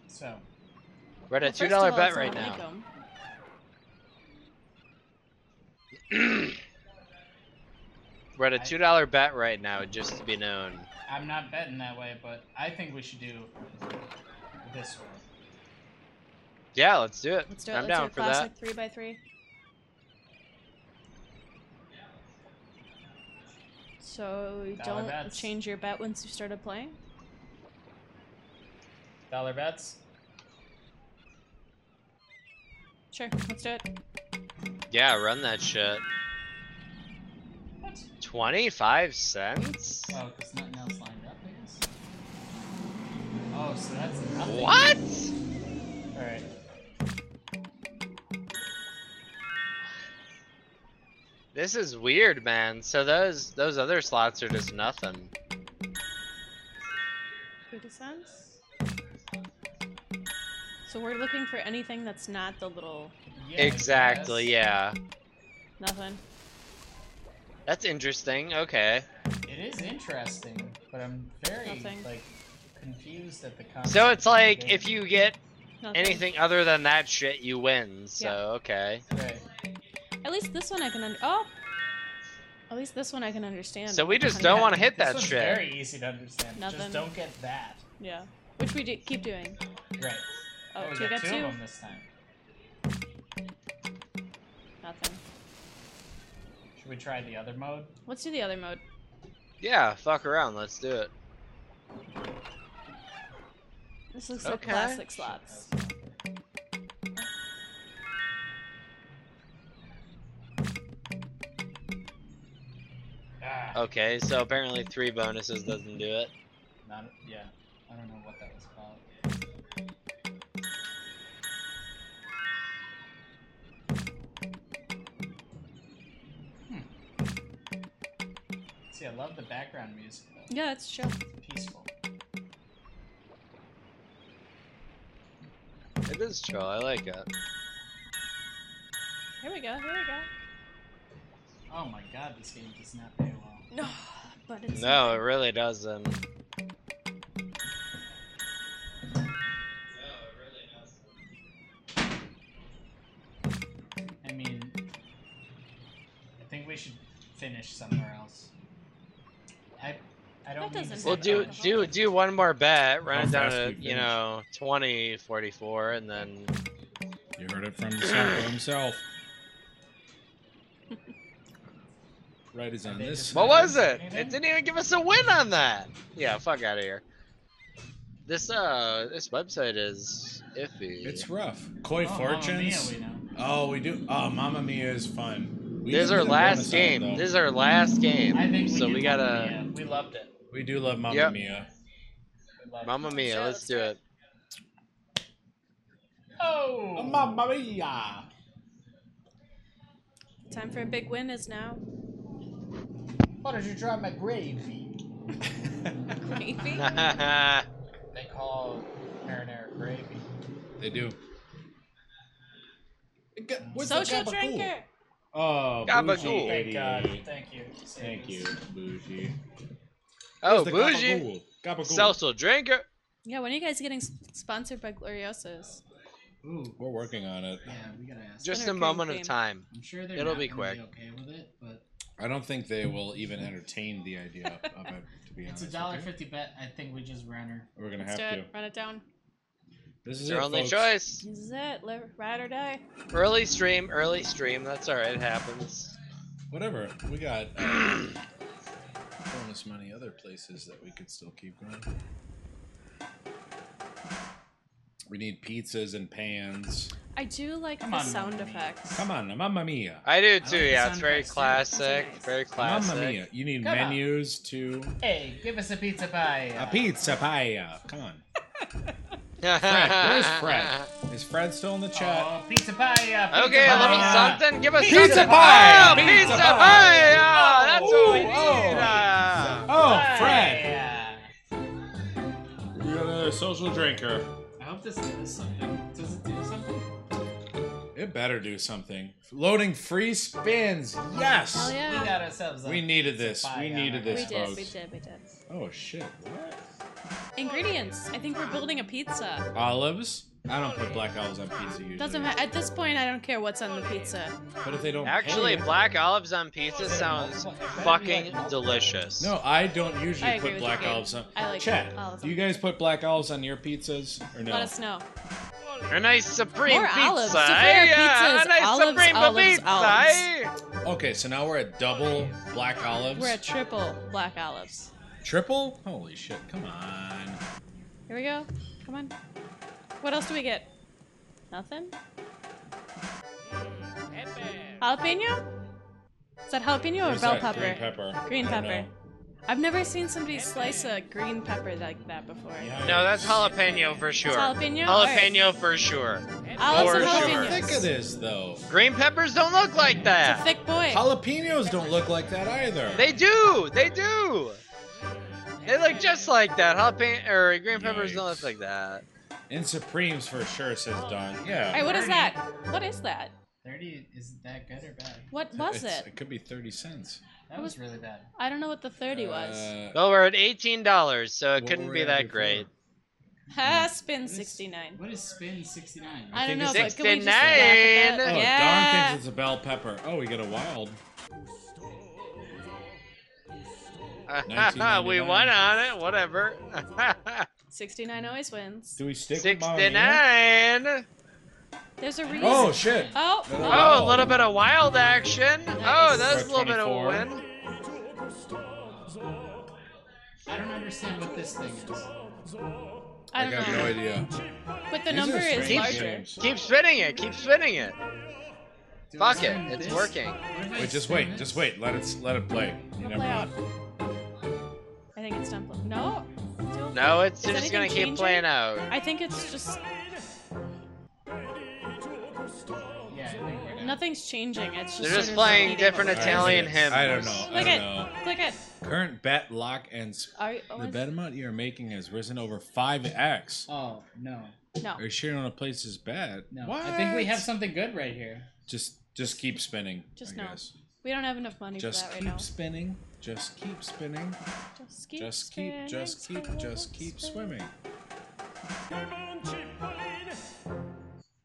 So We're at Well, a first two of dollar all, bet it's a right now. honeycomb. We're at a two dollar bet right now, just to be known. I'm not betting that way, but I think we should do this one. Yeah, let's do it. Let's do it. I'm Let's do down a for classic that. three by three. So you Dollar don't bets. change your bet once you started playing. Dollar bets. Sure, let's do it. Yeah, run that shit. What? Twenty five cents? Oh, because nothing else lined up, I guess. Oh, so that's nothing. What? All right. This is weird, man. So those those other slots are just nothing. Fifty cents. So we're looking for anything that's not the little Yeah, I Exactly, guess. yeah. nothing. That's interesting. Okay. It is interesting, but I'm very Nothing. like confused at the concept. So it's of the like game. if you get Nothing. anything other than that shit, you win. So Yeah. okay. Right. At least this one I can under. Oh. At least this one I can understand. So we just Honey, don't yeah. want to hit This that one's shit. very easy to understand. Nothing. Just don't get that. Yeah. Which we do, keep doing. Right. Oh, we got two got two, two. of them this time. Nothing. Should we try the other mode? Let's do the other mode. Yeah, fuck around. Let's do it. This looks like Okay. classic slots. Ah, Okay, so apparently three bonuses doesn't do it. not, yeah. I don't know what that was called. Hmm. See, I love the background music though. Yeah, it's chill. Peaceful. It is chill. I like it. Here we go. Here we Oh my god, this game does not pay well. go. No, but it's No, it really doesn't. I mean, I think we should finish somewhere else. I, I don't. That mean to doesn't say Well, Same do time. do do one more bet. How Run it down fast to we you finish. know 20, 44, and then You heard it from the Sacco himself. Right is on They this. just- what was it? Anything? It didn't even give us a win on that. Yeah, fuck out of here. This uh, this website is iffy. It's rough. Koi Oh, Mamma Fortunes. Mia, we know. oh, we do. Oh, Mamma Mia is fun. We This is do our get a last bonus on it, game. though. This is our last game. I think we so did we Mamma gotta. Mia. uh, We loved it. we do love Mamma Yep. Mia. We loved Mamma Mia, Yeah, let's let's do do it. it. Oh. Mamma Mia. Time for a big win is now. Why don't you try my gravy? Gravy. They call marinara gravy. They do. Social drinker. Oh, Gabagool. bougie Thank God. idiot. Thank you. You saved Thank us. you, bougie. oh, Where's the bougie. Gabagool? Gabagool. Social drinker. Yeah, when are you guys getting s- sponsored by Gloriosos? Ooh. We're working on it. Yeah, we gotta ask. Just Better a moment of cream. time. I'm sure they're It'll not be gonna quick. okay with it, but I don't think they will even entertain the idea of it. To be it's honest, a dollar okay? fifty bet. I think we just ran her. We're gonna Let's have do to. it. Run it down. This is It's our it, only folks. choice. This is it. Live, ride or die. Early stream, early stream. That's all right. It happens. Whatever. We got uh, bonus money other places that we could still keep going. We need pizzas and pans. I do like Come the on, sound Mamma Mia. effects. Come on, Mamma Mia. I do too. like the yeah, sound it's very effects, too. That's classic. nice. Very classic. Mamma Mia. You need Come on. menus to Hey, give us a pizza pie. a pizza pie. Come on. Fred, where's Fred? Is Fred still in the chat? Oh, pizza pie. uh, Pizza Okay, a little pie. something. Give us Pizza something. pie! Oh, Pizza pizza pie! pie! Oh, that's what we Ooh, need. oh. uh. oh, Pie. Fred. You got another social drinker. I hope this does something. Does it do something? It better do something. Loading free spins. Yes. Hell We yeah. got ourselves. A We needed this. pie We on needed our this, We hands. did. folks. We did. We did. Oh shit! What? Ingredients. I think we're building a pizza. Olives, I don't put black olives on pizza usually. Doesn't matter. At this point, I don't care what's on the pizza. But if they don't pay Actually, you- black olives on pizza sounds fucking delicious. No, I don't I usually agree put with black you, Gabe. olives on. I like Chat, olives do on you guys put black olives on your pizzas or no? Let us know. A nice supreme More pizza. olives. eh? Supreme Yeah, pizzas, a nice olives, supreme olives, pizza. olives. eh? Okay, so now we're at double black olives. We're at triple black olives. triple. Holy shit! Come on. Oh, Here we go. Come on. What else do we get? Nothing? Mm, Jalapeno? Is that jalapeno or Where's bell that pepper? Green pepper. Green I don't pepper. know. I've never seen somebody slice a green pepper like that before. No, that's jalapeno for sure. jalapeno? Jalapeno for sure. Olives For and sure. How jalapenos. thick it is though. Green peppers don't look like that. Thick boy. Jalapenos don't look like that either. They do. They do. They look just like that. Jalapeno or green peppers don't look Yikes. like that. And supremes for sure says Don. All Yeah. right, what is that? What is that? Thirty is that good or bad? What was It's- it? It could be thirty cents. That was really bad. I don't know what the 30 was. Uh, Well, we're at eighteen dollars, so it what couldn't were be we at that before? great. Ha, spin 69. What is spin sixty nine? I don't think know, it's but can we just laugh at 69. Oh, that? Don yeah. thinks it's a bell pepper. Oh, we get a wild. we won on it. Whatever. 69 always wins. Do we stick with Mamma Mia? Sixty-nine. There's a reason. Oh shit! Oh, No, no, Oh, a little bit of wild action. Oh, Nice. that's a For little bit of a 24. win. I don't understand what this thing is. I I don't got know. no idea. But the These are number is strange larger. names. Keep spinning it. Keep spinning it. Do I Fuck it. spin It's this? working. What if I Wait, just spin wait, this? just wait. Let it let it play. You Don't never play know. out. I think it's done. pl- No. Don't- No, it's Is just anything gonna changing? keep playing out. I think it's just Yeah, I think we're done. nothing's changing. It's just They're sort just of playing repeating different itself. Italian I, hymns. I don't know. I Look don't at, know. look at. Current bet lock and sp- Are you, oh, the it's- bet amount you're making has risen over five x. Oh no, no. Are you sure you want to place this bet? no. I think we have something good right here. Just just keep spinning. Just I no. guess. We don't have enough money Just for that right keep now. spinning. Just keep spinning. Just keep. just keep. spinning, Just keep. spinning, Just keep spinning. swimming.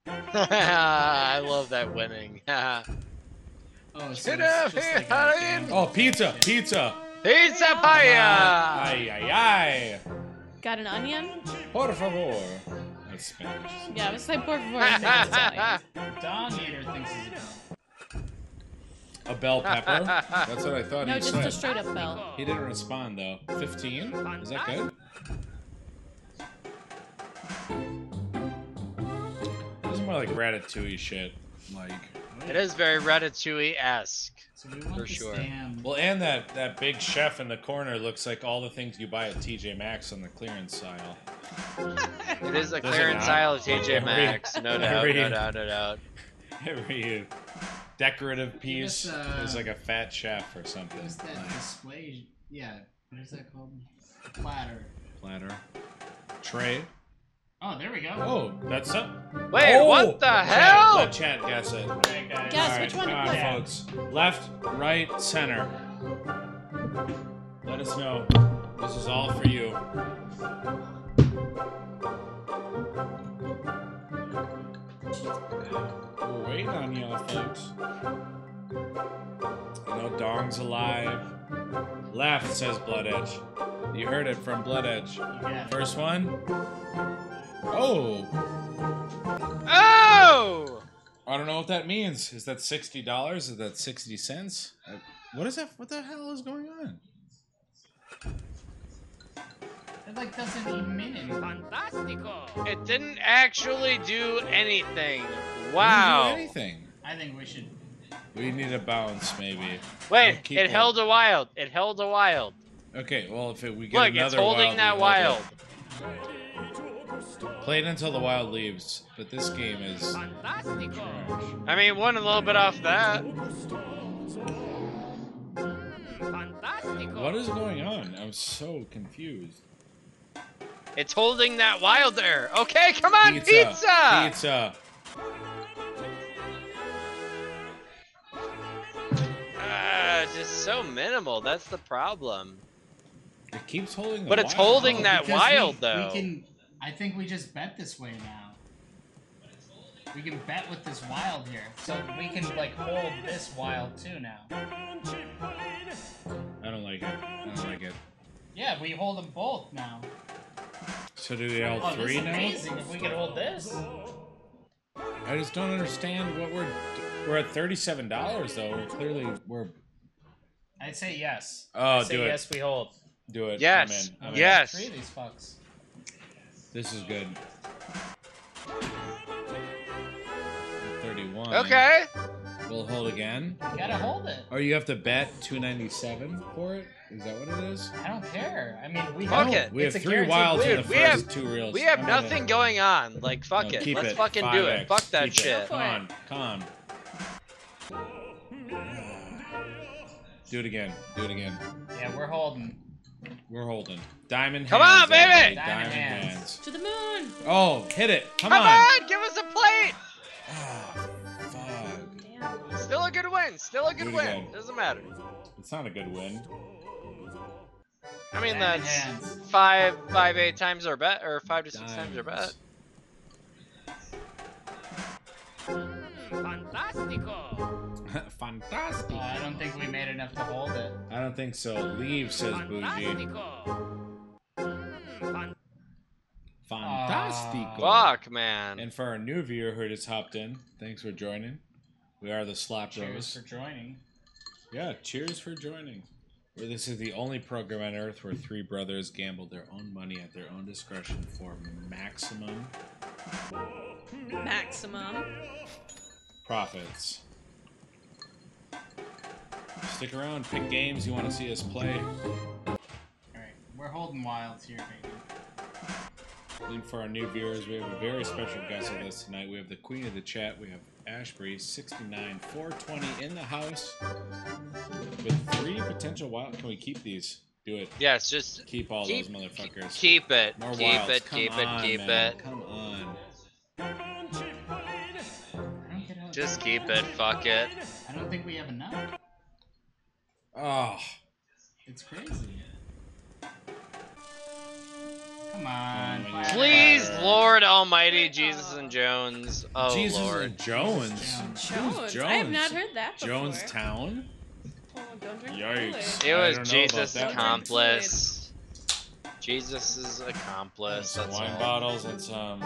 I love that winning. Pizza Oh, so Get it's up just here, like a Italian. game. Oh, pizza! Pizza! pie! Ay ay Got an onion? ay! Por favor. That's Spanish. Yeah, I was like, por favor. I think it's Italian. Dong Eater thinks it's about. A bell pepper. That's what I thought No, he just said. a straight up bell. He didn't respond though. 15? Is that good? This is more like ratatouille shit. Like, It is very Ratatouille esque. So we want For this sure. damn. well, and that that big chef in the corner looks like all the things you buy at TJ Maxx on the clearance aisle. It is a Does it clearance not? aisle of TJ Every- Maxx. No doubt, every- no doubt, no doubt. Every decorative piece Yes, uh, is like a fat chef or something. What is that Like, display? Yeah, what is that called? A platter. platter, tray. Oh, there we go. Oh, that's up. Wait, Oh! what the Chad, hell? Let Chad guess it. Guess All which one come on, was it? folks. Left, right, center. Let us know. This is all for you. We're waiting on y'all, folks. I know Dong's alive. Left says Blood Edge. You heard it from Blood Edge. Yeah. First one. Oh, Oh! I don't know what that means. Is that sixty dollars? Is that sixty cents? Uh, What is that? What the hell is going on? That like doesn't even mean anything. It didn't actually do anything. We Wow. didn't do anything. I think we should. We need a bounce, maybe. Wait, Keep it going. held a wild. It held a wild. Okay, well if it, we get Look, another it's holding wild, that we hold wild. it. Play it until the wild leaves, but this game is. I mean, one a little bit off that. What is going on? I'm so confused. It's holding that wild there. Okay, come on, pizza. Pizza. Ah, it's just so minimal. That's the problem. It keeps holding. the Oh, But it's wild. holding that Because wild we, though. We can. I think we just bet this way now. We can bet with this wild here. So we can like hold this wild too now. I don't like it. I don't like it. Yeah, we hold them both now. So do they all Oh, this three is now? amazing if we can hold this. I just don't understand what we're. We're at thirty-seven dollars though. We're clearly we're. I'd say yes. Oh, Say do it. yes, we hold. Do it. Yes. I'm in. I'm in. Yes. Three of these fucks. This is good. Thirty-one. Okay. We'll hold again. You gotta hold it. Or you have to bet two ninety-seven for it. Is that what it is? I don't care. I mean, we Fuck don't- it. We It's a have three guaranteed wilds in win. the We first have- two reels. We have I'm gonna- nothing going on. Like, fuck No, it. keep Let's fucking do 5X. it. Fuck that Keep it. shit. Come on, come on. Do it again. Do it again. Yeah, we're holding. We're holding. Diamond Come hands. on, baby! everybody. Diamond Diamond hands. hands. To the moon! Oh, hit it. Come, Come on. on, give us a plate. Ah, fuck. Damn. Still a good win. Still a Do good it win. again. Doesn't matter. It's not a good win. I mean, Diamond that's hands. five, five, eight times our bet, or five to six times our bet. Diamonds. Hmm, Fantastico! Oh, Fantastic. I don't think we made enough to hold it. I don't think so. Leave, says Bougie. Fantastico! Mm, Fantastico. Fuck, man. And for our new viewer who just hopped in, thanks for joining. We are the Slop Cheers Bros. for joining. Yeah, cheers for joining. Where this is the only program on earth where three brothers gamble their own money at their own discretion for maximum Maximum. profits. Stick around, pick games you want to see us play. All right, we're holding wilds here, baby. And for our new viewers, we have a very special guest with us tonight. We have the queen of the chat. We have Ashbury, 69, 420 in the house with three potential wild. Can we keep these? Do it. yes, just Keep all Keep- those motherfuckers. keep it. More keep wilds. it. Come keep on, it. Keep man. it. Come on. I don't get how. Just keep it. Fuck it. I don't think we have enough. Oh, It's crazy. Come on. Oh, fire it Please, up. Lord Almighty, Jesus and Jones. Oh Jesus Lord. and Jones. Jones. Jones. Jones. I have not heard that before. Jonestown? Oh, don't drink Yikes. Kool-Aid. It I was don't know about Jesus' that one. accomplice. Jesus' accomplice. Some That's wine all. bottles and some I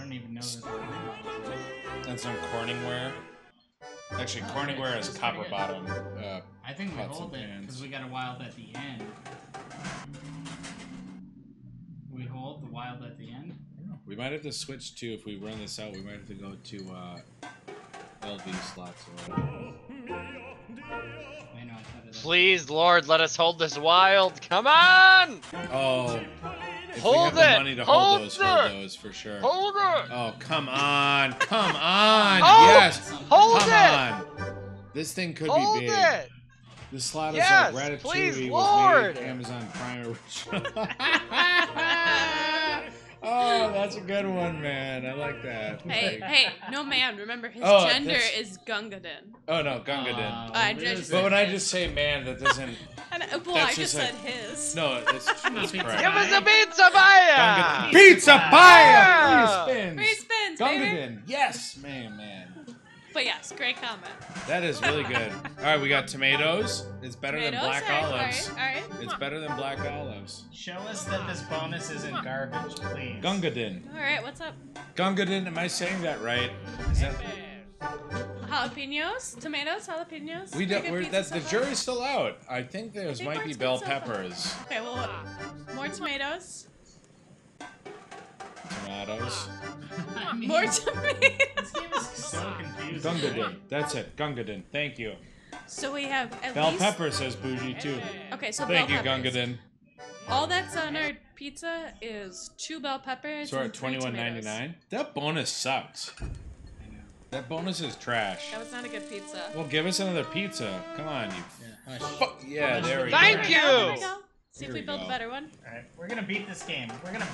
don't even know this. I and some Corningware. Actually, Oh, Corningware that's is pretty copper good. bottom. Uh, think we Pots hold and it pans. because we got a wild at the end. We hold the wild at the end. we might have to switch to if we run this out. We might have to go to uh, LV slots or whatever. Wait, no, I thought it was- Please, Lord, let us hold this wild. Come on! Oh, if we Hold have the it! money to hold, Hold those, it! hold those for sure. Hold it! Oh, come on, come on, Oh, yes, Hold come it! on. This thing could Hold be big. it! The slot Yes, is like Ratatouille please, was Lord. made in Amazon Prime original. oh, that's a good one, man. I like that. Hey, Like- hey, no man, remember his Oh, gender that's- is Gungadin. Oh no, Gunga did. Uh, I what just- is But it? when I just say man, that doesn't. And, uh, well, That's I just just like- said his. No, it's, it's Give correct. us a pizza Gunga- Maya! Pizza Yeah. pie! Three spins. Three spins, baby. Gungadin. Yes, man, man. But yes, great comment. That is really good. All right, we got tomatoes. It's better Tomatoes, than black all right, olives. All right, all right. It's better than black olives. Show us that this bonus isn't garbage, please. Gungadin. All right, what's up? Gungadin, am I saying that right? Is that Jalapenos, tomatoes, jalapenos. we Make don't, a we're, pizza that's the so far. jury's still out. I think those Big might be Macs bell pizza. peppers, Okay, well, more tomatoes, tomatoes. I mean, more tomatoes. This game is so confusing. Gungadin. That's it. Gungadin. Thank you. So we have at Bell least. pepper says bougie too. Okay, so Thank bell you, peppers. Gungadin. All that's on our pizza is two bell peppers. So we're and at three twenty one ninety tomatoes. nine. That bonus sucks. I know. That bonus is trash. That was not a good pizza. Well, give us another pizza. Come on, you. Yeah, hush. Fuck yeah, there we go. Thank you. There we go. See Here if we we build go. a better one. Alright, we're gonna beat this game. We're gonna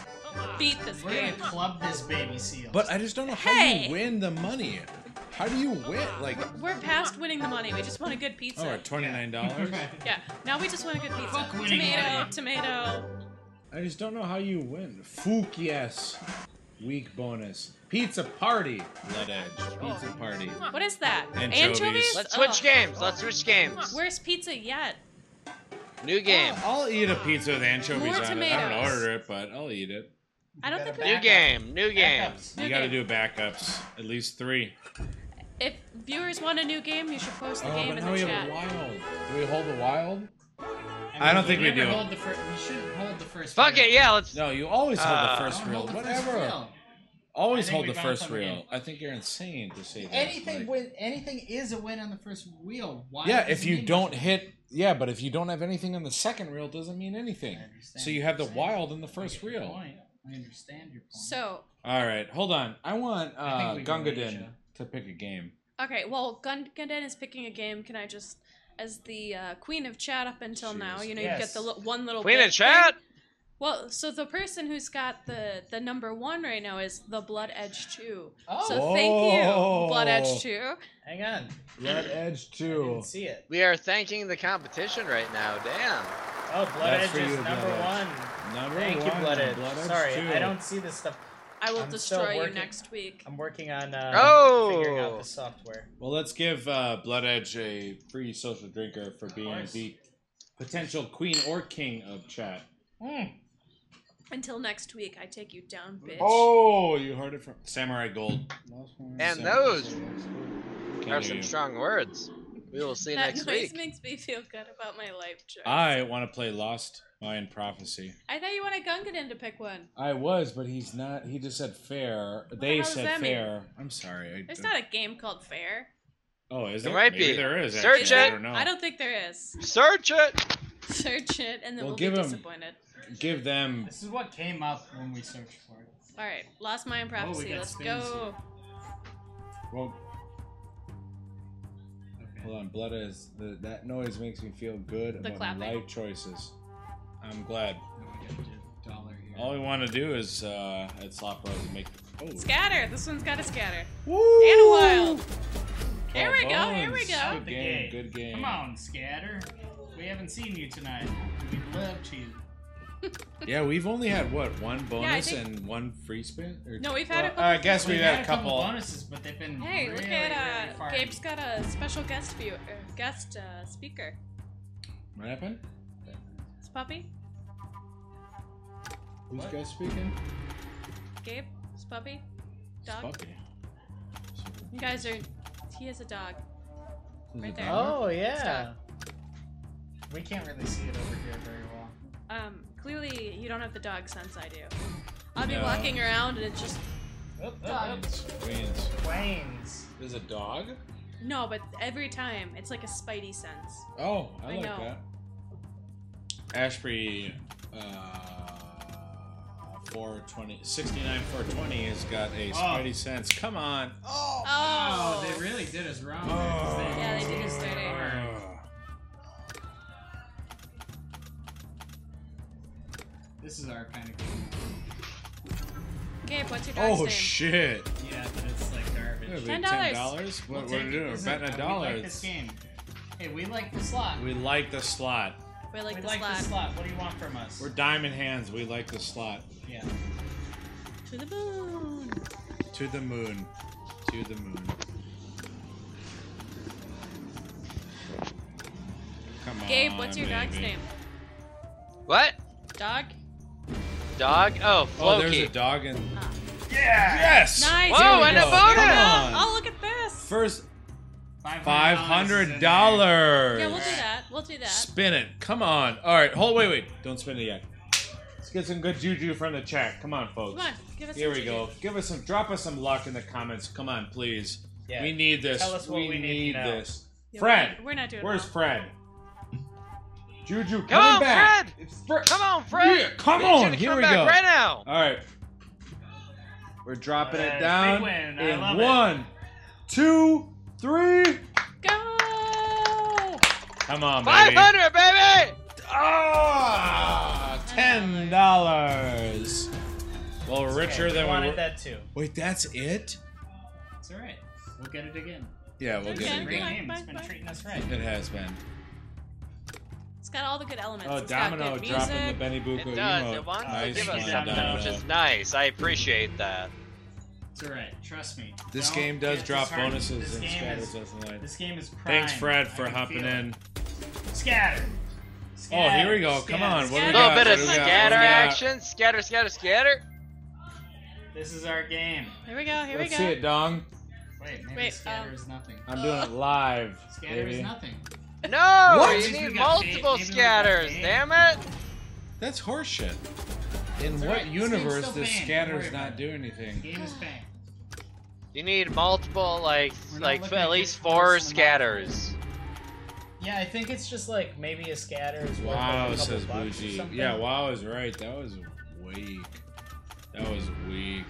Beat this we're gonna game. club this baby seal. But I just don't know how Hey! you win the money. How do you win? Like, We're past winning the money. We just want a good pizza. oh, at twenty nine dollars. Yeah. Now we just want a good pizza. Fuck winning tomato, money. tomato. I just don't know how you win. Fook yes. week bonus. Pizza party, Blood Edge. Pizza party. What is that? Anchovies. Let's Ugh. switch games. Let's switch games. Worst pizza yet. New game. I'll eat a pizza with anchovies More on it. I don't tomatoes. order it, but I'll eat it. I don't Better think back we. New up. game. New game. Backups. You got to do backups, at least three. If viewers want a new game, you should post Oh, the game in the chat. wild. Do we hold the wild? I, I don't think you we never do. Hold the fir- we shouldn't hold the first. Fuck reel. it. Yeah. Let's. No, you always hold Uh, the first Don't reel. hold the first Whatever. reel. I Always think hold we the found first something reel. here. I think you're insane to say that. Anything Like- win. Anything is a win on the first wheel. Why Yeah, does if it you mean don't nothing? hit. Yeah, but if you don't have anything on the second reel, it doesn't mean anything. I understand So you what have the you're saying. wild in the I first get your reel. point. I understand your point. So, All right, hold on. I want I think uh, we can reach Gungadin a- to pick a game. okay, well, Gungadin is picking a game. Can I just, as the uh, queen of chat up until now, you know, you Yes. get the li- one little Queen bit of chat. Well, so the person who's got the the number one right now is the Blood Edge Two. Oh, So thank you, Whoa. Blood Edge Two. hang on. Red Edge I 2. didn't see it. We are thanking the competition right now. Damn. Oh, Blood That's for Edge you, is Blood number Edge. one. Number Thank you, one, Blood Edge. Blood Edge Sorry, 2. I don't see this stuff. I will I'm still destroy you working. next week. I'm working on uh, Oh! figuring out the software. Well, let's give uh, Blood Edge a free social drinker for being course. the potential queen or king of chat. Mm. Until next week, I take you down, bitch. Oh, you heard it from Samurai Gold. And Samurai those Gold. are Can't hear some you. strong words. We will see you that next noise week. makes me feel good about my life, Joe. I want to play Lost Mayan Prophecy. I thought you wanted Gungadin to pick one. I was, but he's not. He just said fair. the they hell does said that mean? fair. I'm sorry. I, There's not a game called Fair. oh, is There there? might Maybe be. There is. Search actually. it. I don't know. I don't think there is. Search it. Search it, and then Well, we'll, give be 'em- disappointed. Give them. This is what came up when we searched for it. All right, lost my prophecy. got Let's spins go. Well, Okay. hold on. Blood is the, that noise makes me feel good The about my clapping. life choices. I'm glad. Oh, we got the dollar here. All we want to do is uh, at Slop Bros make. Oh, Scatter. This one's got a scatter. Woo! And a wild. Here Oh, we go. Here we bones. go. Good game. Good game. Come on, Scatter. We haven't seen you tonight. We loved you. Yeah, we've only had what one bonus think- and one free spin. Or- No, we've had a Well, couple- I guess we've, We've had, a couple couple. bonuses, but they've Mm, been Hey, really, look at really uh, far. Gabe's got a special guest view, er, guest uh, speaker. What happened? It's Puppy. Who's What? guys speaking? Gabe. It's Puppy. Dog. Spucky. You guys are. He has a dog. Who's Right it, there. Dog? Oh yeah. Stop. We can't really see it over here very well. Um, clearly you don't have the dog sense I do. I'll be No. walking around and it's just Oop, oop, oop. Queens. Queens. Planes. There's a dog. no, but every time it's like a spidey sense. Oh, I, I like know. that. Ashby, uh, 420, 69, 420 has got a Spidey sense. Come on. Oh, Oh, they really did us wrong. there, 'cause Oh. Yeah, they did teased us it dirty. hard. This is our kind of game. Gabe, what's your dog's Oh name? shit! Yeah, but it's like garbage. Ten $10. dollars. What We'll we're take it. doing? We're Listen, betting uh, a We dollar. like this game. Hey, we like the slot. We like the slot. we like We the slot. slot. What do you want from us? We're diamond hands. We like the slot. yeah. To the moon. To the moon. To the moon. Come on. Gabe, what's your dog's baby. name? What? Dog? Dog? Oh, Oh, Floki. there's a dog in. Ah. Yes. Nice. Whoa, here we and a go. Here we bonus! go. Come on. Oh, look at this. First $500. five is in hundred there. dollars. Yeah, we'll do that. We'll do that. Spin it. Come on. All right. Hold. Wait. Wait. Don't spin it yet. Let's get some good juju from the chat. Come on, folks. Come on, give us. Here some we juju. go. Give us some. Drop us some luck in the comments. Come on, please. Yeah. We need this. Tell us what we need to need know. this. Yeah, Fred, We're not doing. where's well. Fred? Juju, come, on, back. Fred! It's Fred. Come on, Fred. Yeah, come We need you on. to Here come we back go. Right now. All right. We're dropping Yes, it big down win. I in love it. one, two, three. Go. Come on, Five baby. hundred, baby. Ah, ten dollars. Well, richer Okay, we than we wanted were. that too. Wait, that's it? It's alright. We'll get it again. Yeah, we'll Okay, get it come Great on, again. game. bye, It's been bye. treating us right. It has been. It's got all the good elements. Oh, It's got Domino good dropping the music. Benny Bucco It does. emote. It wants Nice to give us one, something, Domino. which is nice. I appreciate that. It's alright. Trust me. This Don't game does get drop disheartened. bonuses This and game scatters is, us in life. This game is prime. Thanks, Fred, I for can hopping feel in. it. Scatter. Oh, Scatter. here we go. Come Scatter. on. What do Scatter. we got? A little bit What of do we got? What do we scatter got? action. Scatter, scatter, scatter. This is our game. Here we go. Here Let's we see go. it, Dong. Wait, maybe Wait, scatter um, is nothing. I'm doing it live. Scatter baby. is nothing. No, What? you Maybe we need got bait, multiple maybe we got scatters. bait. Damn it! That's horseshit. In It's what alright. This game's universe still banned. Don't does worry scatter's about not it. do anything? Game is bang. You need multiple, like, We're not like looking at at least different four person in the multiple. scatters. Yeah, I think it's just like maybe a scatter is worth like, Wow, a couple says bucks or Bougie. something. Yeah, Wow is right. That was weak. That was weak.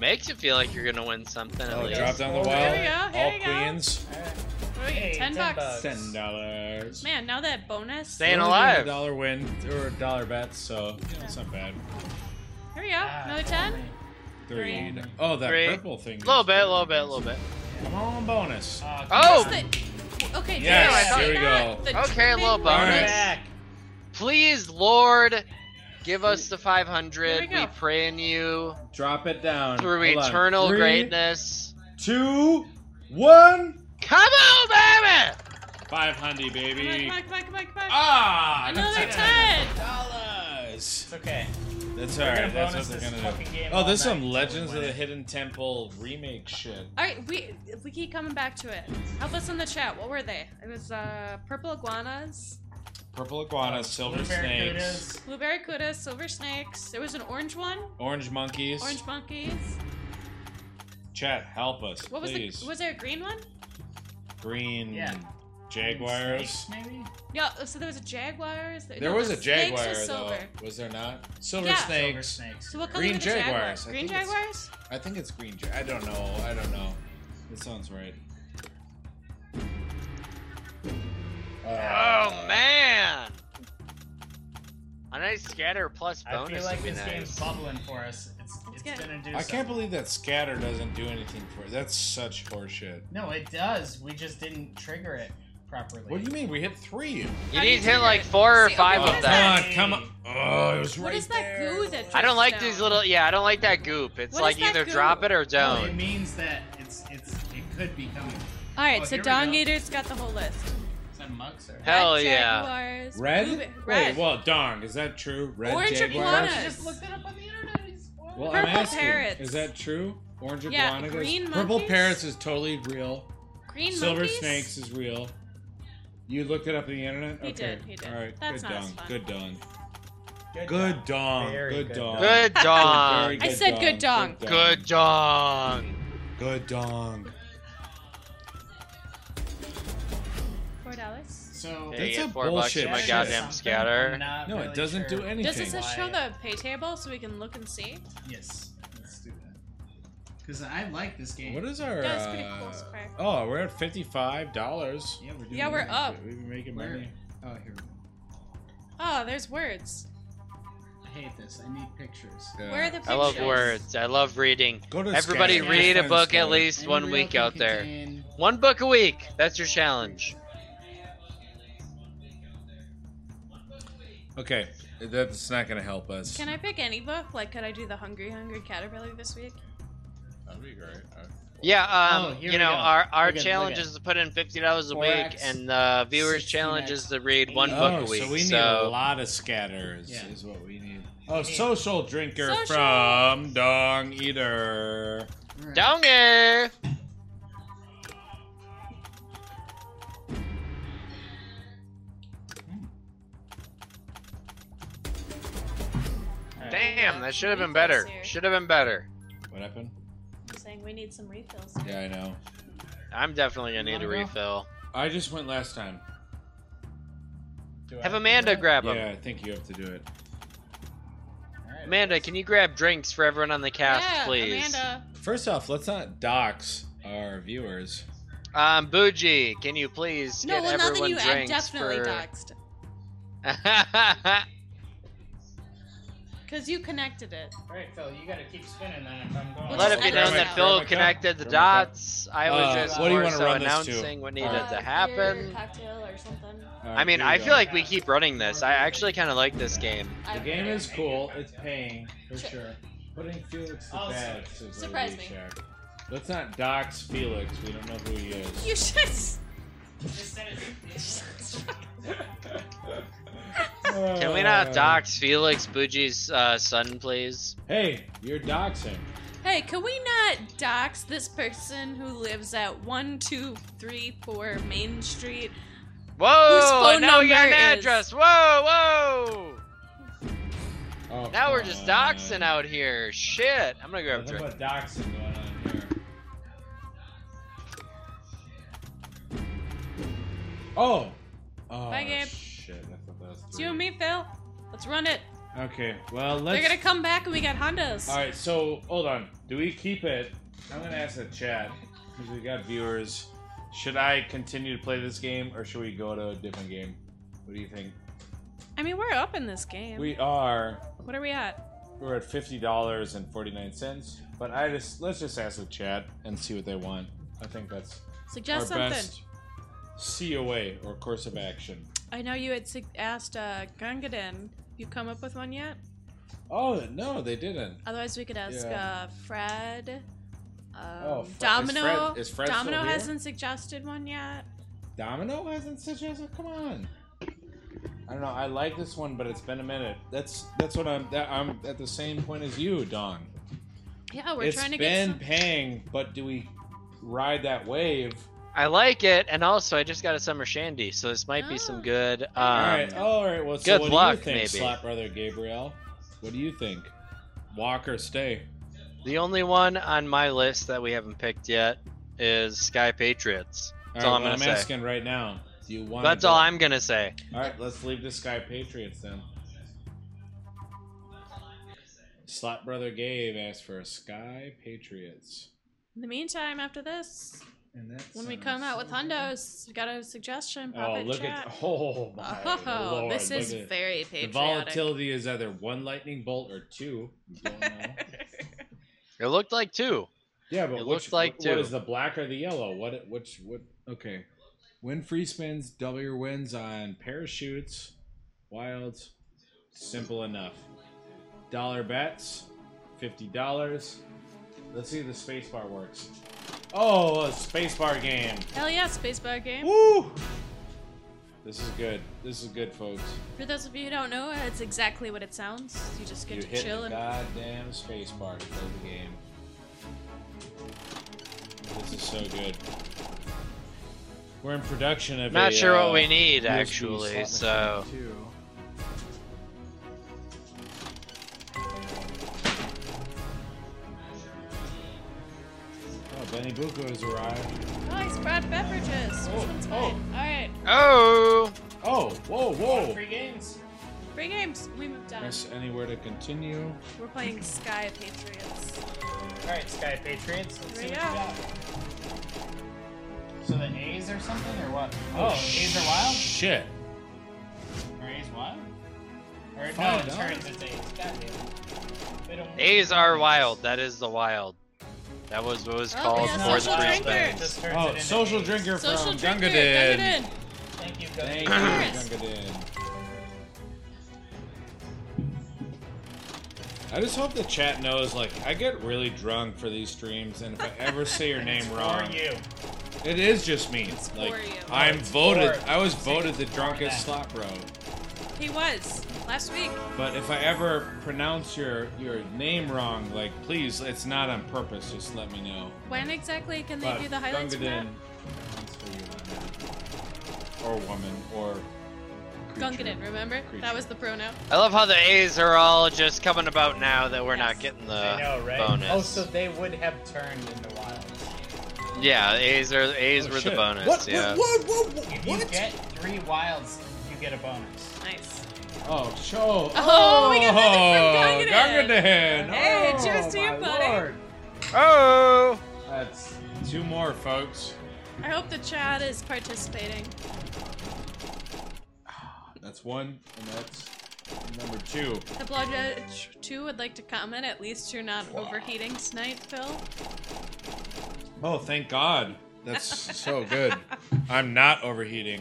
Makes you feel like you're gonna win something at Oh, least. drop down There the we wow. go, there All we go. queens. Where we- Hey, ten, 10 bucks. bucks. Ten dollars. Man, now that bonus. Staying Only doing a alive. dollar win or a dollar bet, so you know, it's not bad. Here we go. ah. Ah. Another ten. Oh, Three. Three. Oh, that Three. purple thing. Little is bit, pretty little bit, nice. little bit. Come on, bonus. Oh, Oh! What's the- Okay. Yes, damn, it's here we not go. the Okay, a little big bonus. bonus. Back. Please, Lord, give us the Here 500. we We go. pray in you Drop it down. through Hold on. eternal Three, greatness. Two, one. Come on, baby! Five hundred, Come on, baby. come on, come on, come on, come on. Ah, Oh Another that's- ten. dollars. It's okay. We're gonna That's alright. That's what bonus they're this gonna do. fucking game Oh, all this is night some until we Legends of win the it. Hidden Temple remake shit. All right, we we keep coming back to it. Help us in the chat. What were they? It was uh, purple iguanas, Purple iguanas, silver Blue snakes, barracudas. blue barracudas, silver snakes. There was an orange one, orange monkeys. orange monkeys. Chat, help us, What was please. the? Was there a green one? Green Yeah. jaguars. Snakes, Maybe? Yeah. uh, So there was a jaguar. Is There, There no, was the a jaguar snakes was though. silver. Was there not? Silver Yeah. Silver snakes. snakes. So what color Green were the jaguar? jaguars. I Green think it's- jaguars. I think it's green. Ja- I don't know. I don't know. That sounds right. Uh, Oh, man! A nice scatter plus I bonus feel like would be this game's nice. bubbling for us. It's, it's good. gonna do I something. can't believe that scatter doesn't do anything for it. That's such horseshit. No, it does. We just didn't trigger it properly. What do you mean? We hit three. You I need need to to hit like get it. four or See, five what of is them. Come on, come on. Oh, it was right What is that there. goo that? I drips don't like down? these little. Yeah, I don't like that goop. It's What like is that either goop? drop it or No, it don't. means that it's it's it could be coming. All right, Oh, so here we Dong go. Eater's got the whole list. Is that mugs or? Hell Red yeah. Jaguars, blue- Red? Wait, red. well, darn. Is that true? Red Orange jaguars? iguanas. Just looked it up on the internet. He's Well, I'm Purple asking. parrots. Is that true? Orange Yeah, iguanas. green Purple monkeys? parrots is totally real. green Silver monkeys? snakes is real. You looked it up on the internet. He okay. did, he did. All right. That's good not as dong. fun. Good dong. Good. job. Good dong. Very Good good dong. Good Very dog. I said good dong. Good dog. Good dong. Four dollars. So Dang That's it, a four bucks bullshit in my shit. goddamn scatter. No, it doesn't do anything. Does this show the pay table so we can look and see? Yes, let's do that. Because I like this game. What is our? That was pretty cool, uh, Squire. Oh, we're at fifty-five dollars. Yeah, we're doing. Yeah, we're it. up. We've been making Where- money. Oh, here. we Oh, there's words. go. I hate this. I need pictures. Yeah. Where are the pictures? I love words. I love reading. Go to Everybody scatter. read a Friends book at scatter. least Any one real week thing out there. contain- One book a week. That's your challenge. Okay, that's not gonna help us. Can I pick any book? Like, could I do the Hungry Hungry Caterpillar this week? That'd be great. Alright. Yeah, um, Oh, here we you know, go. our our Look at- challenge look at. is to put in fifty dollars a 4x, week, and the viewers' 16x, challenge is to read one Oh, book a so we week. need a So lot of scatters. Yeah. Is what we need. Oh, social drinker Social. from Dong Eater. Alright. donger. Alright. Damn, that should have been Refills better. here. Should have been better. What happened? I'm saying we need some refills. Yeah, I know. I'm definitely gonna You need a wanna go? refill. I just went last time. Do I Have do Amanda that? grab them. Yeah, I think you have to do it. Alright. Amanda, can you grab drinks for everyone on the cast, Yeah, please? Amanda. First off, let's not dox our viewers. Um, Bougie, can you please No, get well, now that everyone you, I'm drinks definitely for? doxed. doxed. Because you connected it. All right, Phil, you gotta keep spinning then if I'm going. We'll Let just it be edit known it that out. Phil Grandma Cup? connected the Grandma Cup? dots. I was Uh, just what do you more wanna so run this to? announcing what needed Uh, Alright. to happen. Cocktail or something. Alright, I mean, Uh, here we I go. feel like we keep running this. I actually kind of like this game. I the would- game is cool. It's paying for Sure. sure. Putting Felix to I'll bed. surprise- is a surprise relief me. check. Let's not dox Felix. We don't know who he is. You should. Can we Uh, not dox Felix Buji's uh, son, please? Hey, you're doxing. Hey, can we not dox this person who lives at 1234 Main Street? Whoa! phone and now we got an number is- address. Whoa, whoa! Oh, Now we're come on. just doxing out here. Shit! I'm gonna grab a What drink. about doxing going on here? Oh. Oh. Bye, Gabe. Shit. I thought that was It's you three. and me, Phil. Let's run it. Okay. Well, let's. They're gonna come back and we got Hondas. All right, so hold on. Do we keep it? I'm gonna ask the chat because we got viewers. Should I continue to play this game or should we go to a different game? What do you think? I mean, we're up in this game. We are what are we at? we're at fifty dollars and forty nine cents, but I just let's just ask the chat and see what they want. I think that's Suggest our something. best COA or course of action. I know you had sug- asked uh, Gungadin. You come up with one yet? Oh no, they didn't. Otherwise, we could ask Yeah. uh, Fred. Um, Oh, Fre- is Domino. Fred- is Fred still Domino here? hasn't suggested one yet. Domino hasn't suggested. Come on. I don't know. I like this one, but it's been a minute. That's that's what I'm. That, I'm at the same point as you, Don. Yeah, we're It's trying to been get. paying, but do we ride that wave? I like it, and also I just got a summer shandy, so this might be Ah. some good. Um, all right, Oh, all right. Well, so good what luck, do you think, maybe. Slap Brother Gabriel? What do you think? Walk or stay? The only one on my list that we haven't picked yet is Sky Patriots. That's All all right, I'm well, gonna say. asking right now. Do you want? That's all I'm gonna say. All right, let's leave this guy Patriots then. Slap Brother Gabe asked for a Sky Patriots. In the meantime, after this, And that when we sounds come out with so good. Hondos, we got a suggestion. Pop Oh, it in look chat. at oh my Oh, lord! this look is at- very the patriotic. volatility is either one lightning bolt or two. You don't know. It looked like two. yeah, but It which, looks like what- what two. is the black or the yellow? What which what? Okay, win free spins, double your wins on parachutes, wilds. Simple enough. Dollar bets, fifty dollars. Let's see if the spacebar works. Oh, a spacebar game. Hell yeah, spacebar game. Woo! This is good. This is good, folks. For those of you who don't know, it's exactly what it sounds. You just get You to hit chill the and goddamn space bar to play the game. This is so good. We're in production of. Not a, sure uh, what we need USB actually. slot So machine, too. Oh, Benny Bucco has arrived. Oh, he's brought beverages. Which Oh, one's oh. mine? All right, oh, Oh, whoa, whoa! Free games. free games. We moved on. Press anywhere to continue. We're playing Sky Patriots. All right, Sky Patriots. Let's see Here we what So the A's or something or what? Oh, Oh, A's are wild. Shit. Or A's wild? Or no, Find it out. turns it's A's. God damn it. They don't- A's are wild. That is the wild. That was what was Oh, called yeah, for social the free drinker. spin. It just turns it Oh, into social A's. drinker Social from drinker. Gungadin. Gungadin. Thank you, Gunga. Thank you, Yes. Gungadin. I just hope the chat knows, like, I get really drunk for these streams, and if I ever say your name Or wrong, you. it is just me. It's like, for you. I'm It's voted, for- I was it's voted the for drunkest that. slot bro. He was last week. But if I ever pronounce your your name wrong, like, please, it's not on purpose, just let me know. When exactly can they But do the highlights? from that? Gungadin, that's for you, man. or woman, or creature. Gungadin, remember? Creature. That was the pronoun. I love how the A's are all just coming about now that we're not Yes. getting I the know, right? Uh, bonus. Oh, so they would have turned into wilds. Yeah, A's are A's Oh, were shit. the bonus. What? yeah. What? What? What? If you what? get three wilds, you get a bonus. Nice. Oh, show. Oh, we got another from Gungadin. Gungadin. Hey, Oh, cheers to you, my buddy. lord. Oh, That's two more, folks. I hope the chat is participating. That's one, and that's Number two. The blood judge too would like to comment. At least you're not overheating tonight, Phil. Oh, thank God. That's so good. I'm not overheating.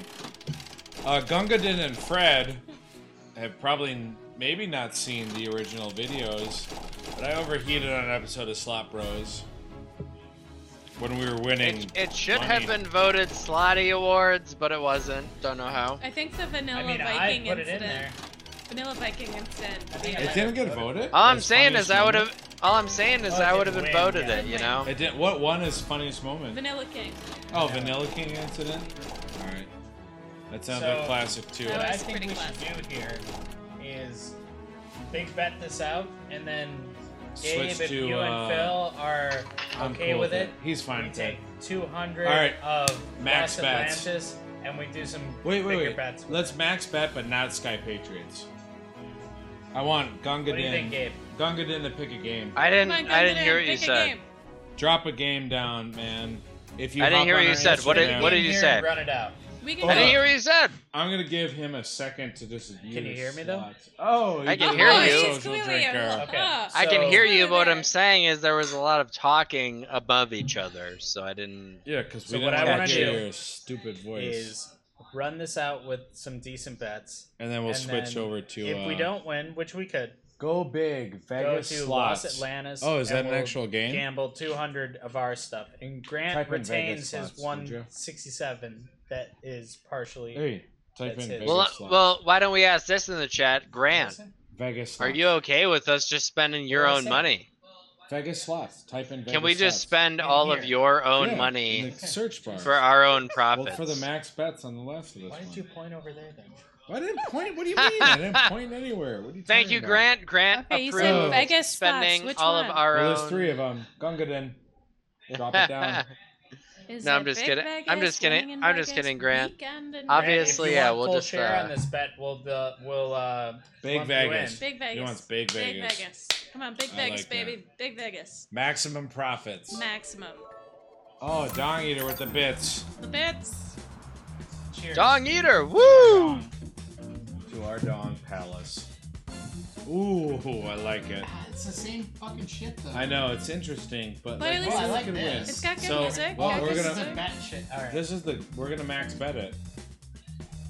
Uh, Gungadin and Fred have probably n- maybe not seen the original videos, but I overheated on an episode of Slop Bros when we were winning. It, it should money. have been voted Slotty Awards, but it wasn't. Don't know how. I think the Vanilla I mean, I Viking put it in incident. there. Vanilla Viking incident. I think I yeah. It didn't get voted. All I'm As saying funniest is I would moment? have. All I'm saying is Oh, it I would have didn't been win, voted yeah. it. You know. It didn't. What one is funniest moment? Vanilla King. Oh, Vanilla King incident. All right, that's another So- classic too. That What I was think pretty we classy. should do here is big bet this out, and then Gabe, Switch if to, you uh, and Phil are I'm okay cool with it, He's fine we with it. take 200 All right. of Max Los bets. Atlantis, and we do some Wait, wait, bigger wait. bets. with Let's it. max bet, but not Sky Patriots. I want Gungadin. What do you think, Gabe? Gungadin to pick a game. I didn't. Come on, I didn't Gungadin, hear what you pick a said. game. Drop a game down, man. If you I didn't hop hear what on you our said. What did- Instagram- what did you Here, say? Run it out. We can I Hold go. didn't on. hear what you said. I'm gonna give him a second to just. Can you hear me, though? Oh, you I can did hear it, you. social She's clearly drinker. a- Okay. Ah. I can So- hear you, Really but what bad. I'm saying is there was a lot of talking above each other, so I didn't. Yeah, because we So didn't what I want wanna to hear do your stupid voice. Is run this out with some decent bets. and then we'll and switch then over to. if we uh, don't win, which we could, go big, go to Vegas slots. Los Atlantis. Oh, is and that an we'll actual game? Gamble 200 of our stuff, and Grant Type in retains Vegas his slots, would ya? 167 that is partially. Hey, type That's in it. Vegas Well, uh, slots. well, why don't we ask this in the chat, Grant? Vegas. Are slots. you okay with us just spending your Well, I own said- money? Vegas slots. Type in. Vegas Can we just slots. spend all of here. your own Yeah, in money the search bar for our own Well, profits? for the max bets on the left of this Why did one. you point over there then? I didn't point. What do you mean? I didn't point anywhere. What are you? Thank talking you, about? Grant. Grant Okay, you approved said approved Vegas spending spots. Which all one? of our Well, own. there's three of them. Gungadin, drop it down. Is No, I'm it just Big kidding. Vegas, I'm just kidding. Winning in I'm just Vegas, kidding, Grant. Weekend in Grant, if Obviously, you yeah, want we'll full just, share uh, on this bet. We'll the we'll uh Big lump you Vegas. in. Vegas. Big Vegas. He wants Big Big Vegas. Vegas. Come on, Big I Vegas, like baby. Big Vegas. Maximum profits. Maximum. Oh, Dong Eater with the bits. The bits. Cheers. Dong Eater. Woo! To our Dong Palace. Ooh, I like it. Ah, it's the same fucking shit though. I know it's interesting, but, But at like, least who I like can this. win? It's got good So, music. well, got we're good this gonna- is a music. bat shit. All right. This is the we're gonna max bet it.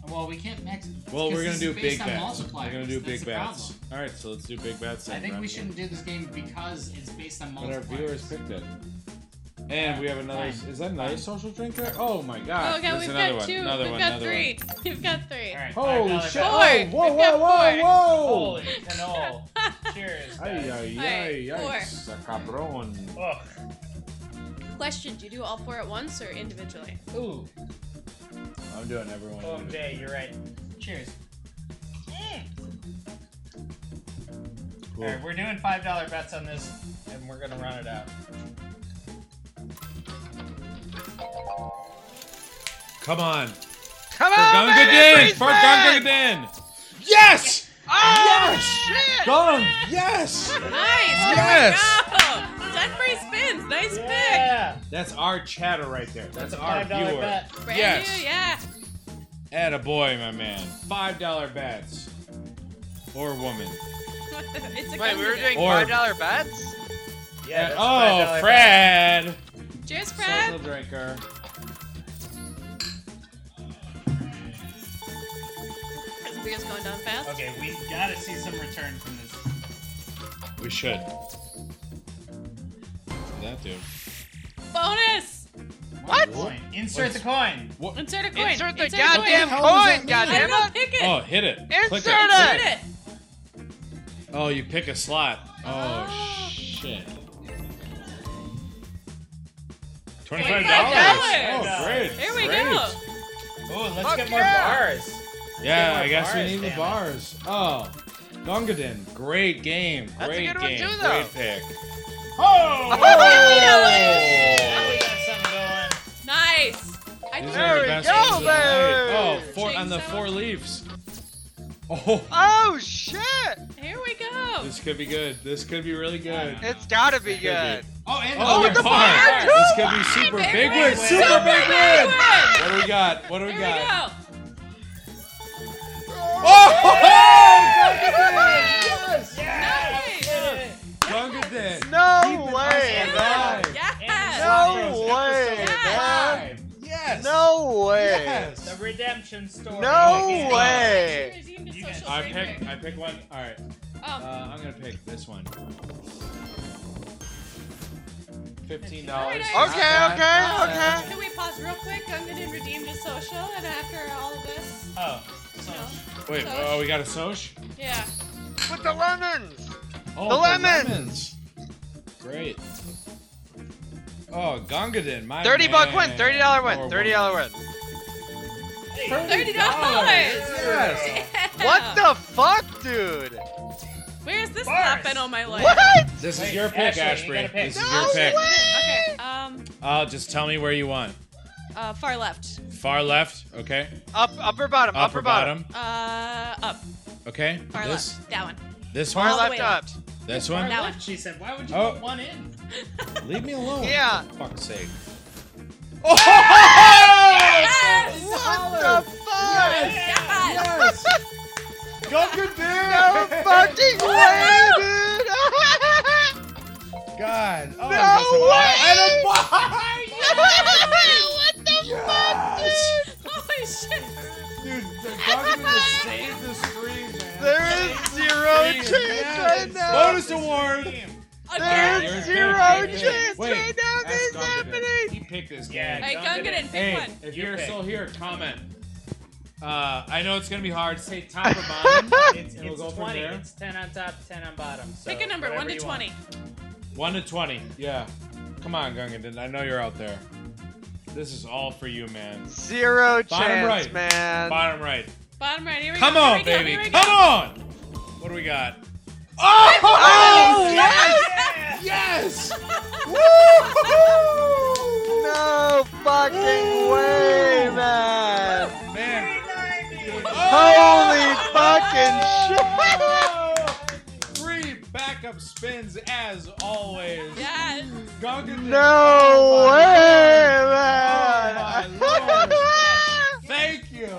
Well, we can't max. it's Well, 'cause we're gonna this do is based big on bets. We're multipliers. gonna do That's big the bets. problem. All right, so let's do big bets. I then, think we Brent. shouldn't do this game because it's based on But our multipliers. viewers picked it. And we have another. Fine. Is that another social drinker? Oh my god. Oh god, There's we've another got one. two. Another we've one. got another three. We've got three. All right. One. Holy $5 shit. bet. Oh, Four. whoa, We've got whoa, whoa, four. whoa. Holy canola. Cheers. Ay, guys. ay, ay, All right, yikes. A cabron. Ugh. Question: Do you do all four at once or individually? Ooh. I'm doing everyone. Oh, individual. OMJ, you're right. Cheers. Cool. All right, we're doing five dollar bets on this, and we're gonna run it out. Come on. Come Oh, For on, Gunga baby, Din! For Freesman! Gunga Din! Yes! Oh shit! Gung! Yes! Nice. Yes! Oh, ten free spins. Nice Yeah. That's our chatter right there. That's our Five dollar viewer. bet. pick. Brand Yes. new. Yeah. Attaboy, my man. $5 bets. Or woman. it's a Wait, we were doing Or- five dollar bets. Yeah. that's oh, $5 bet. Fred! Cheers, Social Fred. drinker. This beer's going down fast. Okay, we gotta see some return from this. We should. That dude. Bonus. What? Coin. Insert the coin. Insert a coin. Insert the a goddamn Coin. coin, I don't goddamn know. it! Pick it. Oh, hit it. Click it. Insert Insert it. Oh, you pick a slot. Oh, Oh. shit. $25. Twenty-five dollars. Oh, great. There we great. go. Ooh, let's Fuck get more yeah. bars. Yeah, more I guess bars, we need the damn it. bars. Oh, Gungadin, great game. That's a great good one game. too, though. Great pick. Oh! $50. We got something going. Nice. I These think are There the we best go, games of the night. baby. Oh, four on the Jinx four out. leaves. Oh, Oh shit! Here we go. this could be good. This could be really good. It's gotta be Could good. be. Oh, and Oh, with the the bar. bar, too. This could be super big win. Super big win. Oh, What do we got? What do we Here we got? go. Oh, Yes! Younger than. No way! Yeah! Alive. Yes! No way! man. Yes. No way! Yes. The redemption story. No again. way! Redeemed a You guys- social I break. pick. I pick one. All right. Uh, Um, I'm gonna pick this one. Fifteen Alright, dollars. I- um, Okay, okay, okay. Can we pause real quick? I'm gonna redeem to social, and after all of this, Oh, so no. Wait. Oh, we got a soch. Yeah. With the lemons! Oh, The the lemons! lemons. Great. Oh, Gongadin, my 30 man. buck win, $30 Or win, $30 win. Thirty dollars. Yes. What the fuck, dude? Where's this Bars. happen all my life? What? This is Wait, your pick, Ashley, you Ashbury. gotta pick. This is No your pick. Okay. Um. Oh, just tell me where you want. Uh. Far left. Far left, okay. Up, upper bottom, Upper, bottom. Uh. Up. okay. Far this, left. That one. this Far one, All the left way up. this Far one. That left, one. She said, "Why would you Oh. put one in?" Leave me alone. Yeah. For fuck's sake. Oh, Yes. What the fuck? Yes. Yes. No fucking way, dude! God. Oh, No way! What the fuck, dude? Holy shit. Dude, the Gongadin has saved the stream, man. There is zero chance right now! Bonus award. Again. There's zero chance Wait, right now this is ask Gongadin. happening! He picked this game. Yeah, Hey, go get it. Pick Hey, one. if You you're pick. still here, comment. Uh, I know it's gonna be hard. Say top or bottom. It's, It'll it's go from twenty. there. It's ten on top, ten on bottom. So Pick a number, one whatever to you twenty. One to twenty. Yeah. Come on, Gungadin. I know you're out there. This is all for you, man. Zero Bottom chance, right. man. Bottom right. Bottom right. Here we Come go. on, here we go, baby. Here we go. Come on. What do we got? Oh! yes! Yes! No fucking way, man! Man. Oh! Holy fucking shit! Three backup spins as always. Yes. Gungadin. No way, Oh my man! Thank you.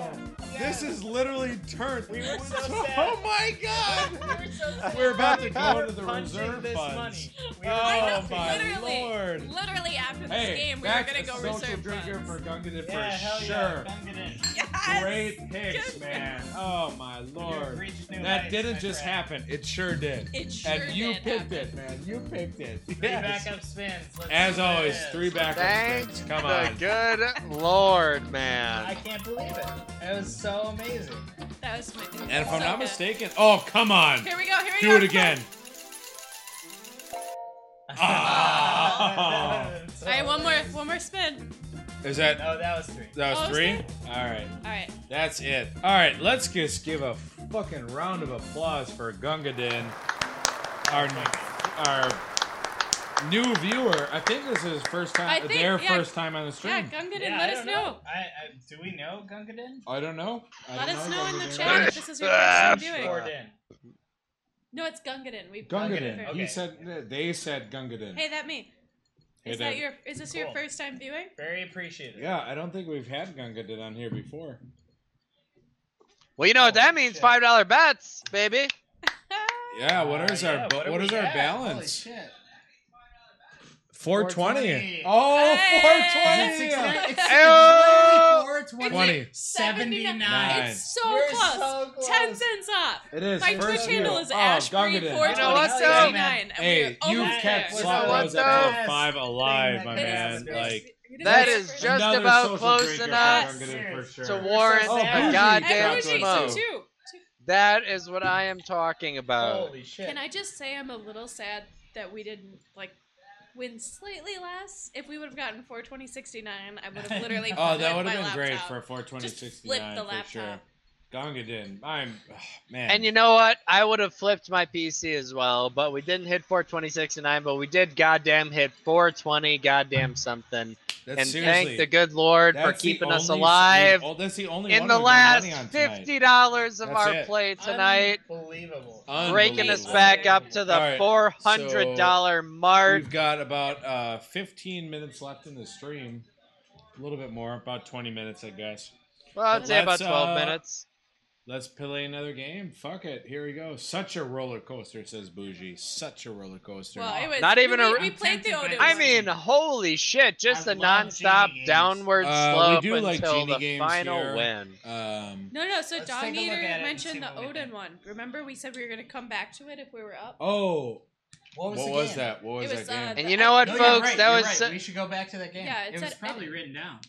This is literally turned. We were so Oh sad. my god. want. We're so sad. We're about to go into the punching reserve this funds. money. We were I Oh know, my literally, lord. Literally after this Hey, game, we were back gonna to go social reserve drinker funds. for Gungadin yeah, for hell sure. Yeah, Duncan in. Yes. Great picks, Good. man. Oh my You've lord. reached new That heights, didn't my just friend. happen. It sure did. It sure and you did picked happen. it, man. You picked it. Three Yes. backup spins. Let's As see what it always, is. three backup Thank spins. Come the on. good lord, I man. can't believe it. It was so amazing. That was my. And if I'm so not good. mistaken, oh come on. Here we go. Here we go. Do it again. Oh. Ah. All right, one more, one more spin. Is that No, that was three. that Oh, was is three? it? All right, All right. that's it. All right, let's just give a fucking round of applause for Gungadin, our our new viewer. I think this is his first I time, think, their yeah. first time on the stream. Yeah, Gungadin, Yeah, I let us don't know. I, I, do we know Gungadin? I don't know. I Let don't us know in the Gungadin. chat if this is your first time doing. Poured it. in. No, it's Gungadin. We Gungadin. Okay. He said they said Gungadin. Hey, that me. Hey, Is that Dad. your? Is this your Cool. first time viewing? Very appreciative. Yeah, I don't think we've had Gungadin on here before. Well, you know Oh, what that means? Five dollar bets, baby. Yeah, what is Oh, Uh, our yeah, bu- what are what we is our at? balance? Holy shit. 420. 420. Oh, Hey! 420. Is it six- Ew! 20. Seventy-nine. It's so close. Ten cents off. It is. My Twitch first handle view. is Oh, ash Gungadin. four You know what, though? twenty nine. Hey, you almost kept there. Slot You know Rose what, at though? level five alive, my It is man. great. Like That is just another about social close drinker for enough Gungadin for sure. To warrant Oh, a Bougie goddamn dropped Energy, so one. smoke. two. Two. That is what I am talking about. Holy shit. Can I just say I'm a little sad that we didn't like win slightly less? If we would have gotten 42069, I would have literally. Oh, flipped that would my have been great laptop. for 420 Just flip the 69 for sure. laptop. Gungadin. I'm ugh, man. And you know what? I would have flipped my PC as well, but we didn't hit 42069, but we did goddamn hit 420 goddamn something. That's and seriously- thank the good Lord for that's the keeping us only- alive Oh, that's the only in one the we've made last money on tonight. $50 of That's our it. play tonight, Unbelievable. Uh, breaking us Unbelievable. back up to the All right, $400 mark. We've got about uh, 15 minutes left in the stream. A little bit more, about 20 minutes, I guess. Well, I'd say about Let's, 12 uh, minutes. Let's play another game. Fuck it. Here we go. Such a roller coaster, says Bougie. Such a roller coaster. Well, it was Not even we, a- We played the I'm tempted Odo. by I Genie. mean, holy shit! Just I a love nonstop Genie games. downward Uh, we slope do like until Genie the games final here. win. um, no, no. So Let's Dog take a look Eater at it and see mentioned the what we Odin think. one. Remember, we said we were gonna come back to it if we were up. oh, What what was, was, the game? that? What was, It was, that uh, game? And you know what, No, you're folks? right, that you're was right. su- we should go back to that game. Yeah, it it was said- probably written down.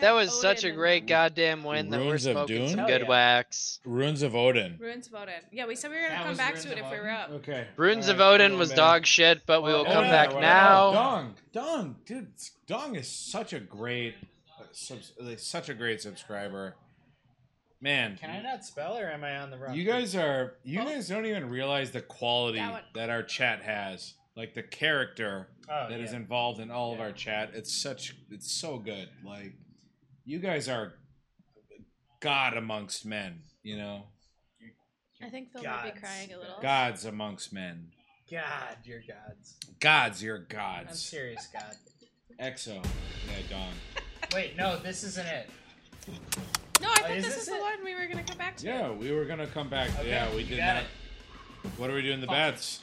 that was such a Odin great one. goddamn win that we're Ruins of smoking Dune? some Hell good yeah. wax. Ruins of Odin. Ruins of Odin. Yeah, we said we were gonna That come was back Ruins to it of if we were Odin? up. Okay. Ruins All of right, Odin I'm was back. dog shit, but we will Oh, come yeah, back whatever. now. Dong, Dong, dude, s- Dong is such a great, uh, subs- like, such a great subscriber. Man, Can I not spell, or am I on the wrong? you guys are you guys don't even realize the quality That one. that, our chat has, like the character Oh, that is yeah. involved in all of Yeah. our chat. It's such, it's so good. Like, you guys are god amongst men. You know, I think Phil might Gods. be crying a little. gods amongst men. God, your gods. Gods, you're I'm gods. serious, God. Exo, yeah, Dong. Wait, no, this isn't it. No, I Oh, thought is this this is the it? one we were gonna come back to. Yeah, we were gonna come back. Okay, yeah, we you did got not. What are we doing the Fuck. bets?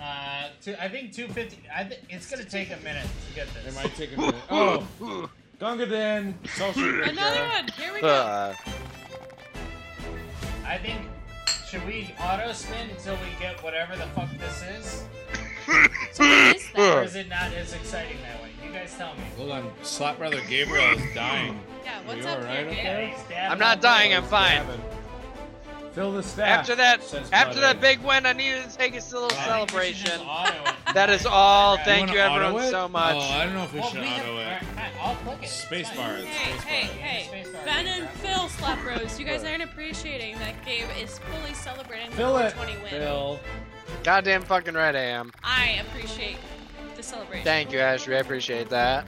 Uh, two, I think 250. I th- it's gonna take a minute to get It this. might take a minute. Oh, Gungadan. Social Another one. Here we go. Uh, I think. Should we auto spin until we get whatever the fuck this is? What is Or that? is it not as exciting that way? You guys tell me. Hold on, Slap Brother Gabriel is dying. Yeah, what's You up alright here? up Gabe? there? Yeah, he's dead. I'm not dying. I'm fine. Fill the staff. After that, says after Brother. that big win, I needed to take us to a little Right. I think we should just celebration. auto it. That is all. You Thank wanna you, auto everyone, it? so much. Oh, I don't know if we Well, should we have- auto it. all right, I'll click it. It's Space fine. bar. It's Hey, space hey, bar. hey. Space bar. Ben and Phil slap rose. You guys aren't appreciating that Gabe is fully celebrating the 420 win. Phil. Goddamn fucking right I am. I appreciate the celebration. Thank you, Ashley. I appreciate that.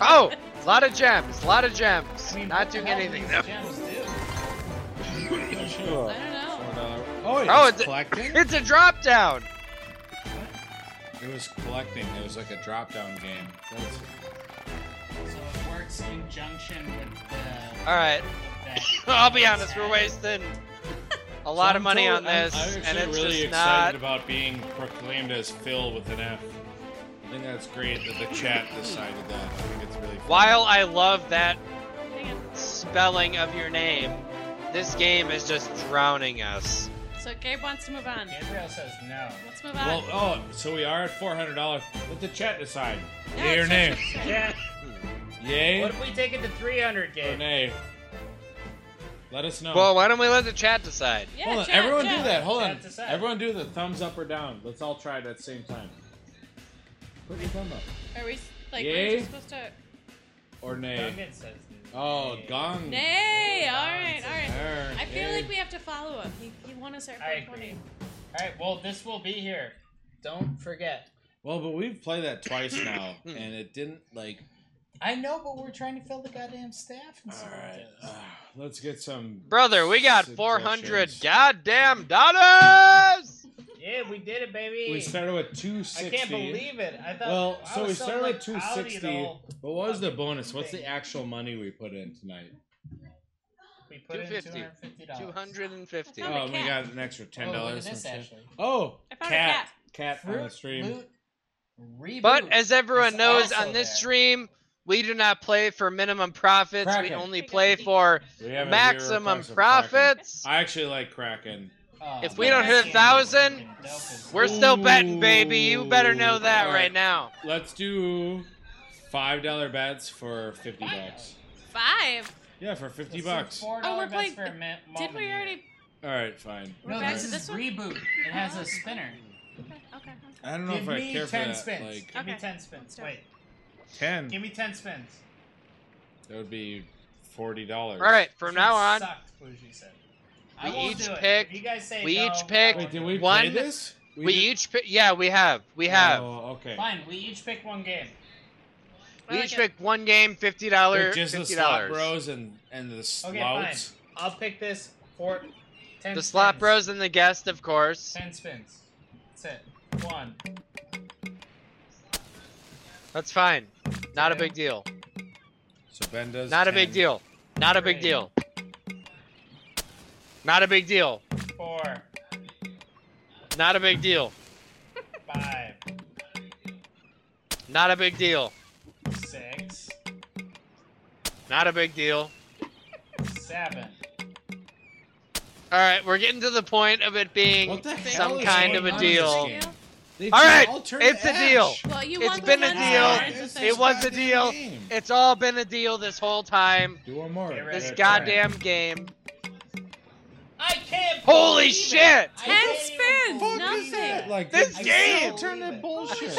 Oh, a lot of gems. A lot of gems. Not doing anything though. Gems do. I don't know. Oh, it Oh, was it's- collecting. It's a drop down. It was collecting. It was like a drop-down game. That's So it works in junction with the. All right. That. I'll be honest, we're wasting a lot of money on this, I'm, and actually it's really just not. excited about being proclaimed as Phil with an F. I think that's great that the chat decided that. I think it's really. fun. While I love that Hang on. spelling of your name, this game is just drowning us. So Gabe wants to move on. Gabriel says no. Let's move on. Well, oh, so we are at four hundred dollars. Let the chat decide. Yeah, Yay or sure, nay? sure, sure. Yeah. Yay What or if we take it to 300, Gabe? nay? Let us know. Well, why don't we let the chat decide? Yeah, Hold on, chat, everyone chat. do that. Hold Chat on, decide. everyone do the thumbs up or down. Let's all try it at the same time. Put your thumb up Are we s- like Yay. we're just supposed to? or nay. Duncan says no. Oh, gong. Nay. All right. All right. Err, I feel yay. like we have to follow him. He, he won us our I 420. agree. All right, well, this will be here. Don't forget. Well, but we've played that twice now, Hmm. and it didn't like. I know, but we're trying to fill the goddamn staff and All stuff. right, Ah, let's get some. Brother, we got suggestions. 400 goddamn dollars! Yeah, we did it, baby. We started with two I sixty. can't believe it. I thought. Well, I so was we started like, with two proud of you, sixty. though. What was the fucking bonus? What's the thing. actual money we put in tonight? We put in 250. two hundred fifty dollars. 250. Oh, Oh, the we cat. got an extra ten Oh, look at dollars. this, Ashley. oh, I found a cat, cat on the Fruit stream. Loot Reboot. But as everyone It's knows also on this there. stream, we do not play for minimum profits. We Kraken. only play for We have a zero maximum price of Kraken. profits. I actually like Kraken. Oh, if man, we don't hit a that thousand, game is fucking dope as- We're still betting, baby. You better know Ooh, that all right right. now. Let's do five dollar bets for fifty bucks. Five. Yeah, for fifty It's bucks. All $4 Oh, we're bets playing- For a ma- Did we Maldonado. already? right, fine. We're no, back this to is this one. reboot. It has a spinner. Okay. Okay. I don't know Give if I me care for 10 that. spins. Like Give me Okay. ten spins. Let's do it. Wait, ten. give me ten spins. That would be forty dollars. All right, from now on, Sucked, Bougie said. We I won't each do it. pick- If You guys say we no, each pick- I Wait, won't did do we it. play One- this? we, did- each pick. Yeah, we have. We have. Oh, okay. Fine, we each pick one game. I we like each it. pick one game, fifty dollars. Wait, just the Fifty slot dollars. bros and and the Okay, slouts. fine. I'll pick this for ten. The slot spins. bros and the guest, of course. Ten spins. That's it. One. That's fine. Not a big deal. So Ben does. Not a big 10. deal. Not a big Great. deal. Not a big deal. four, Not a big deal. five, Not a big deal. six, Not a big deal. seven. All right, we're getting to the point of it being What the hell some is kind going of a on in this deal. game? They All just right, all turned it's to a deal. ash. Well, you It's want been the a one deal. card. It's It this was a goddamn deal. game. It's all been a deal this whole time. Do one more. Get ready. This That's goddamn game. I can't. Holy believe it. shit! I Ten can't even spins. believe it. Fuck is Nothing. that? Like This I game! can't Turn that bullshit.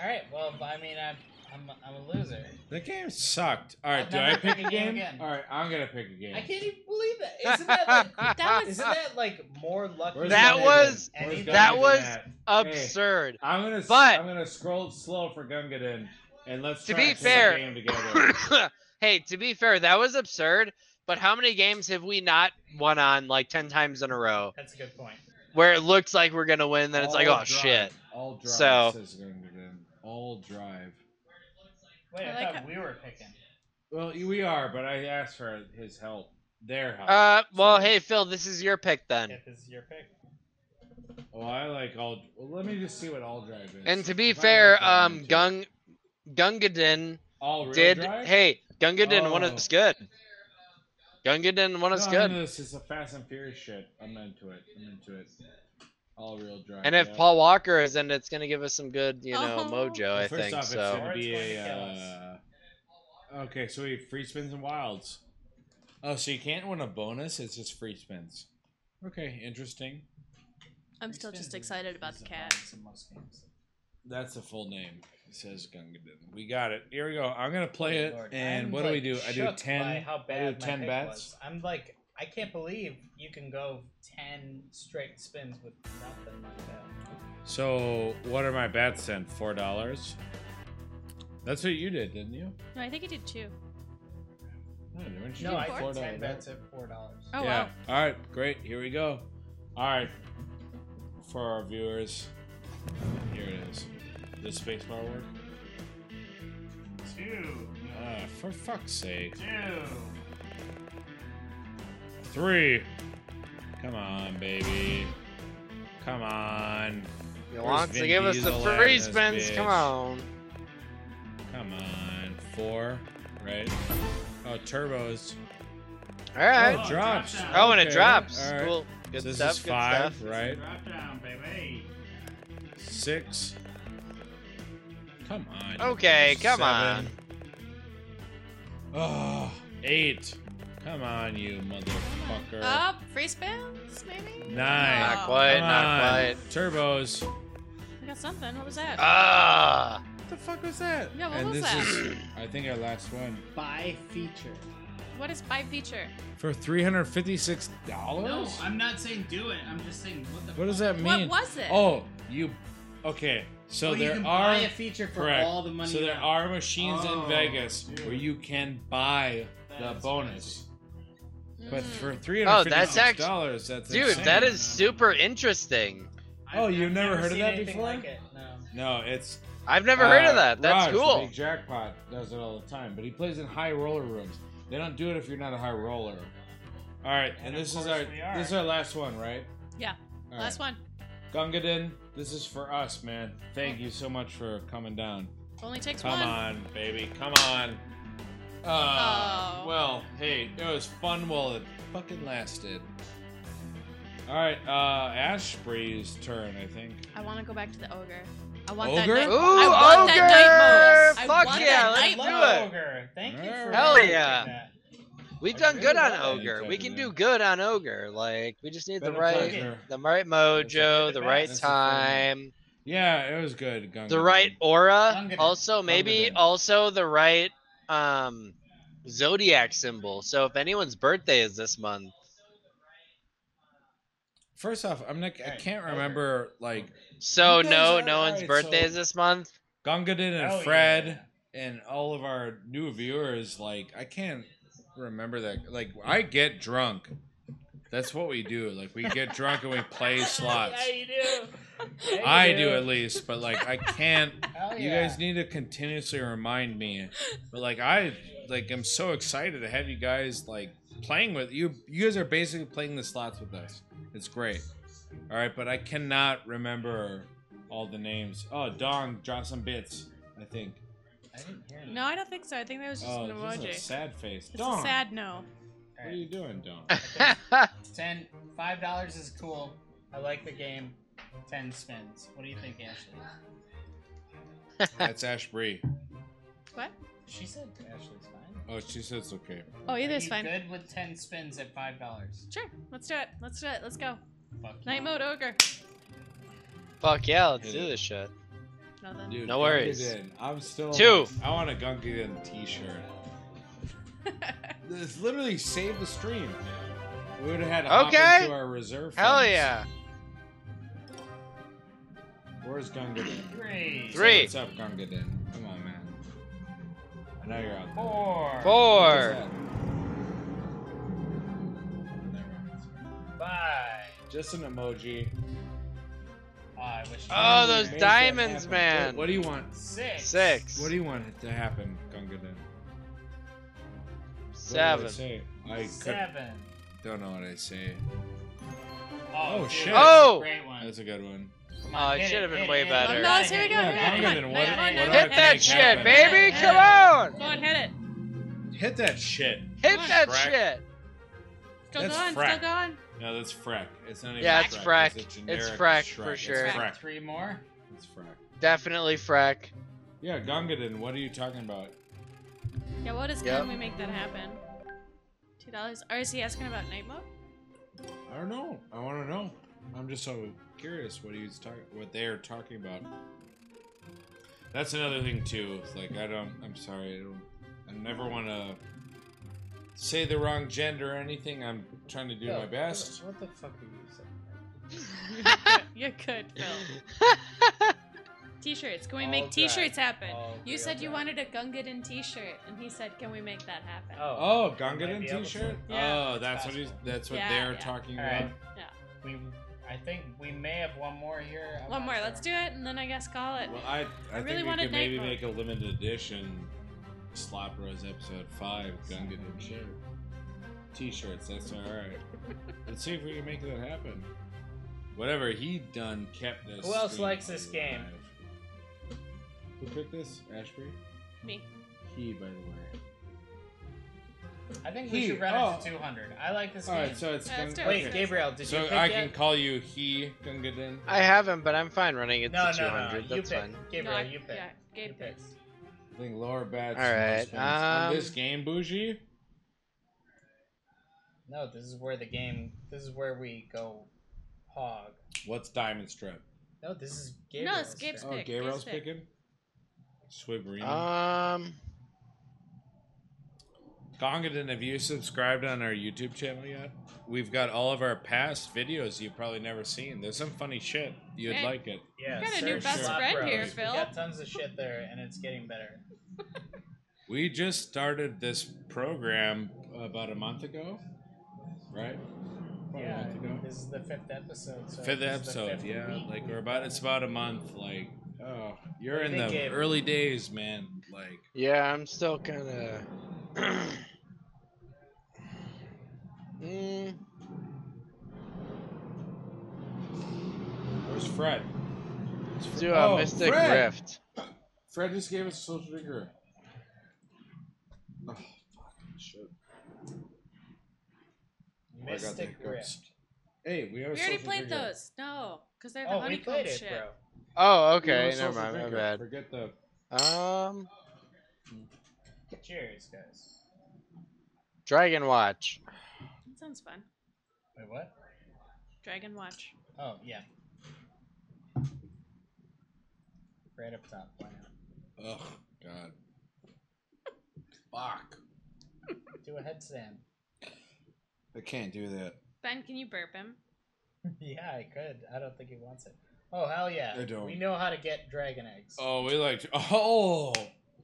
All right. Well, I mean, I'm I'm, I'm a loser. The game sucked. All right, I'm do not I gonna pick pick a a game game? again. All right, I'm gonna pick a game. I can't even believe it. Isn't that like That was isn't that like more lucky? Where's That Gunhagen? than was- anything? Where's that Gunhagen was- at? Absurd. I'm gonna. But- I'm gonna scroll slow for Gungadin, and let's To try be pick a fair- game together. hey, to be fair, that was absurd. But how many games have we not won on like ten times in a row, That's a good point. where it looks like we're gonna win, then it's like, oh All drive. shit. All drive. So- says Gungadin. All drive. Wait, I, I like thought how- we were picking. Well, we are, but I asked for his help. Their help. Uh, well, So- hey Phil, this is your pick then. Yeah, this is your pick. Oh, I like all. Well, let me just see what all drive is. And to be If I fair, like all um, drive, Gung, Gungadin all real did. drive? Hey, Gungadin won Oh. us good. Gungadin won no, us I'm good. into This is a Fast and Furious shit. I'm into it. I'm into it. All real drive. And if yeah. Paul Walker is in, it's gonna give us some good, you know, Oh. mojo. Well, I first think off, It's so. gonna be Or it's going to kill a, uh, okay, so we have free spins and wilds. Oh, so you can't win a bonus. It's just free spins. Okay, interesting. I'm still just excited about the It's cat. always in most games. That's the full name. It says Gungadin. We got it. Here we go. I'm gonna play Good it. Oh, lord. And I'm, what like, do we do? I do shook by ten. How bad I my do ten pick bets. was. I'm like, I can't believe you can go ten straight spins with nothing like that. So what are my bets then? Four dollars. That's what you did, didn't you? No, I think he did two. No, weren't No, do I a did $4 ten bet? bets at four dollars. Oh yeah. wow. All right, great. Here we go. All right, for our viewers, here it is. Does spacebar work? Two. Ah, for fuck's sake. Two. Three. Come on, baby. Come on. He Where's wants to Vin give us the Diesel at free in this spins. Come bitch? on. Come on. Four. Right. Oh, turbos. All right. Oh, it drops. Oh, Oh, and it Okay, drops. all right. Cool. Good So this stuff. is good five, stuff. right? Drop down, baby. Six. Come on. Okay, come Seven. Oh, eight. Come on, you motherfucker. Up, free spins, maybe. Nine. Not Oh. quite. Come on. Not quite. Turbos. What We got something. What was that? Ah. the fuck was that? Yeah, what and was this that? is, I think, our last one. By feature. what is by feature? For $356? No, I'm not saying do it. I'm just saying what the. What does that mean? What was it? Oh, you. Okay, so Well, you there can are. buy a feature for correct. all the money. So you there have. are machines in Oh, Vegas dude. where you can buy the That's Mm. bonus. But Mhm. for three hundred Oh, fifty-six that's act- dollars, that's Dude, insane. that is super interesting. I've- Oh, you've I've never heard of Seen that anything before? like it? No. no, it's I've never heard uh, of that. That's Raj, the cool. Big jackpot does it all the time, but he plays in high roller rooms. They don't do it if you're not a high roller. All right, and, And of this is course our we are. this is our last one, right? Yeah, All right. Last one. Gungadin, this is for us, man. Thank you so much for coming down. Only takes Come one. on, baby, come on. Uh, Oh. Well, hey, it was fun while it fucking lasted. All right, uh, Ashbury's turn, I think. I want to go back to the ogre. I want Ogre? that night. Ooh, I want ogre! that night bonus. I Fuck want yeah, that let's night do bonus. it. Ogre. Thank you for Hell mentioning yeah. that. We've I done agree good with on that. ogre. Yeah, try We can to do do. good on ogre. Like we just need Been the a right, pleasure. the That's right mojo, it. the right That's the time, Yeah, it was good. Gungadin. the right aura. Gungadin. Also, maybe Gungadin. also the right um zodiac symbol. So if anyone's birthday is this month, First off, I'm not. I Alright, can't ogre. remember like so You guys no, are- no one's alright, birthday so- is this month. Gungadin and Hell Fred yeah. and all of our new viewers. Like, I can't remember that. Like, I get drunk. That's what we do. Like, we get drunk and we play slots. Yeah, you do. Yeah, you I do at least, but like I can't. Hell You yeah. guys need to continuously remind me. But like I like I'm so excited to have you guys like playing with you. You guys are basically playing the slots with us. It's great. All right, but I cannot remember all the names. Oh, Dong, drop some bits. I think. I didn't hear No, I don't think so. I think that was just Oh, an this is emoji. a sad face. it's Dong, a sad no. what are you doing, Dong? Ten, five dollars is cool. I like the game. Ten spins. What do you think, Ashley? That's Ash Bree. What? She said Ashley's fine. Oh, she said it's okay. Oh, Are either's you fine. Good with ten spins at five dollars. Sure. Let's do it. Let's do it. Let's go. Fuck you. Night mode ogre. Fuck yeah, let's Hit do it. this shit. Nothing. Dude, No gunk worries. it in. I'm still Two. I want a Gunk It In T-shirt. This literally saved the stream. We would have had to hop Okay. into our reserve. Hell funds. yeah. Where's Gunga Din? Three, Three. What's up, Gunga Din? Come on, man. I know you're out there. four, What's Four. up? Never mind. five. Just an emoji. Oh, I wish. Oh, Make those that diamonds, happen. man. What do you want? Six. Six. What do you want to happen, Gunga Din? Seven. I could, Seven. don't know what I say. Oh, Oh, dude, shit. that's a Oh! Great one. That's a good one. Come Oh, it hit should've been hit way hit better. You Come gotta on, Oh, here we hit go. it. Come You gotta on. Gunga Din, what- Night mode, what night Hit mode, that night shit, mode. baby! Come on! Go on, hit it. Hit that shit. Hit that Frack. shit! Still That's going. frack. Still going. No, that's frack. It's not even Yeah, it's frack. frack. It's generic frack Shrek. for It's sure. frack. Three more. It's frack. Definitely frack. Yeah, Gungadin, what are you talking about? Yeah. What is? Yep. Can we make that happen? Two dollars. Or is he asking about night mode? I don't know. I want to know. I'm just so curious what he's talking, what they are talking about. That's another thing too. It's Like I don't. I'm sorry. I don't. I never want to say the wrong gender or anything. I'm trying to do Oh. Yo, my best. What, what the fuck are you saying? You're good, Phil. T-shirts. Can we All make right. T-shirts happen? All you real said you right. wanted a Gungadin T-shirt, and he said, "Can we make that happen?" Oh, Oh, Might Gungadin be able to. T-shirt. Yeah, oh, that's what he's. That's what Yeah, they're yeah. talking All about. right. we. I think we may have one more here. I'm One not more. sure. Let's do it, and then I guess call it. Well, I, I, I really think we wanted could maybe Nightbot. make a limited edition Slop Rose episode five Gungan and shirt. T-shirts. That's all right. Let's see if we can make that happen. Whatever he done kept this. Who else stream likes this alive. game? Who picked this? Ashbury. Me. He, by the way. I think we He- should run oh. it to 200. I like this All game. right, so it's. Uh, Gun- let's do it. Wait, Okay. Gabriel, did you So pick I yet? can call you he Gungadin. I haven't, but I'm fine running it No, to no, 200. no. You That's pick. fine. Gabriel, I- you pick. Yeah, You Gabe pick. picks. I think Laura Batch. All right, on um, this game, bougie. No, this is where the game. This is where we go hog. What's Diamond Strip? No, this is Gabriel's. it's Gabe's turn. Oh, pick, Gabriel's base pick. picking. Swiverino. Mm-hmm. Um, Gongadin, have you subscribed on our YouTube channel yet? We've got all of our past videos you've probably never seen. There's some funny shit. You'd Hey. like it. Yeah, You got a new search best Slop friend here, Bros. Phil. We got tons of shit there, and it's getting better. We just started this program about a month ago, right? About a Yeah, month ago. this is the fifth episode. So Fifth this is episode, the fifth yeah. week Like we've we're about. It's about a month. Like, oh, you're I in think the it- early days, man. Like, yeah, I'm still kind of. mm, where's Fred? do a Oh, Mystic Fred! Rift. Fred just gave us a social drinker. Oh, fucking shit. I got the Mystic hiccups. Grift. Hey, we have. a We already social played drinker. those. No, because they're the Oh, we honeycomb played it, shit. bro. Oh, We have a okay, never social mind, my drinker. bad. Forget the Um, Cheers, guys. Dragon Watch. That sounds fun. Wait, what? Dragon Watch. Oh, yeah. Right up top. Why not? Oh God. Fuck. Do a headstand. I can't do that. Ben, can you burp him? yeah, I could. I don't think he wants it. Oh, hell yeah. I don't. We know how to get dragon eggs. Oh, we like. Oh,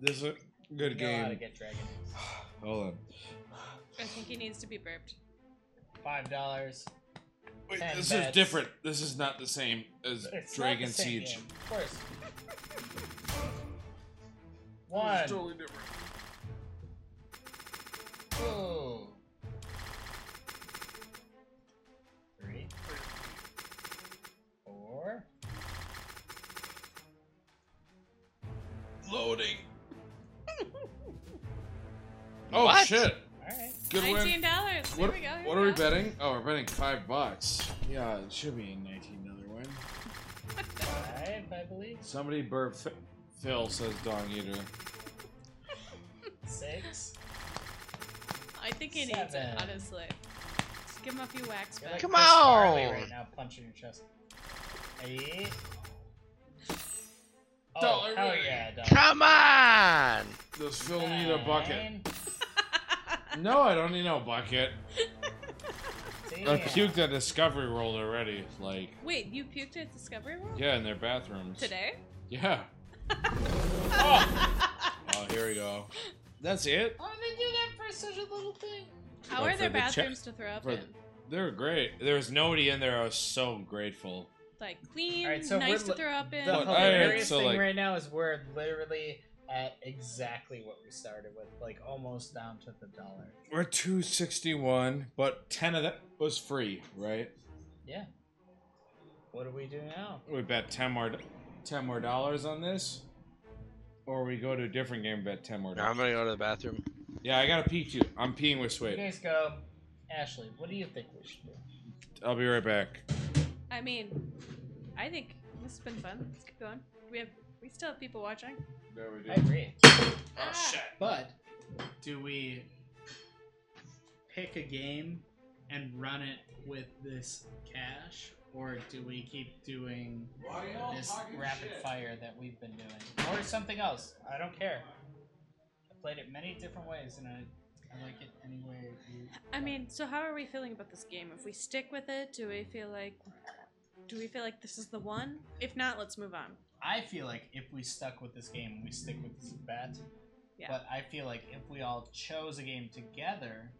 this is a we good know how to game. get dragon eggs. Hold on. I think he needs to be burped. Five dollars. Wait, Ten this is bets. different. This is not the same as It's not Dragon the same Siege. game, Of course. This One. is totally different. Two. loading. oh What? shit! Alright. Good Nineteen win. dollars. There What, we go. here what we are we go. betting? Oh, we're betting five bucks. Yeah, it should be a nineteen dollar win. Five, I believe. Somebody burp. Ph- Phil says dog eater. Six. I think he needs it, Seven. honestly. Just give him a few whacks You're like back. Come Chris Farley on. Right now, punching your chest. Eight. Oh, Dollar hell win. yeah, dollar. Come on! Does Phil need a bucket? Nine. No, I don't need no bucket. I Damn. puked at Discovery World already. Like, Wait, you puked at Discovery World yeah, in their bathrooms. today? Yeah. oh. oh, here we go. That's it. Oh, they do that for such a little thing. How Well, are for their the check- bathrooms to throw up for in? the- They're great. There was nobody in there. I was so grateful. Like clean, Alright, so nice we're to li- throw up in. The But I had hilarious so, thing like- right now is we're literally at exactly what we started with, like almost down to the dollar. We're 261, but 10 of that was free, right? Yeah. What do we do now? We bet 10 more, 10 more dollars on this, or we go to a different game and bet 10 more Now I'm dollars. gonna go to the bathroom. Yeah, I gotta pee too. I'm peeing with You Suede. guys go. Ashley, what do you think we should do? I'll be right back. I mean, I think this has been fun. Let's keep going. We have, we still have people watching. I agree. Oh, Ah, But Do we pick a game and run it with this cash, or do we keep doing this rapid fire that we've been doing, or something else, I don't care. I played it many different ways, and I, I like it any way. You... I mean, so how are we feeling about this game? If we stick with it, do we feel like, do we feel like this is the one? If not, let's move on. I feel like if we stuck with this game, we stick with this bet. Yeah. But I feel like if we all chose a game together,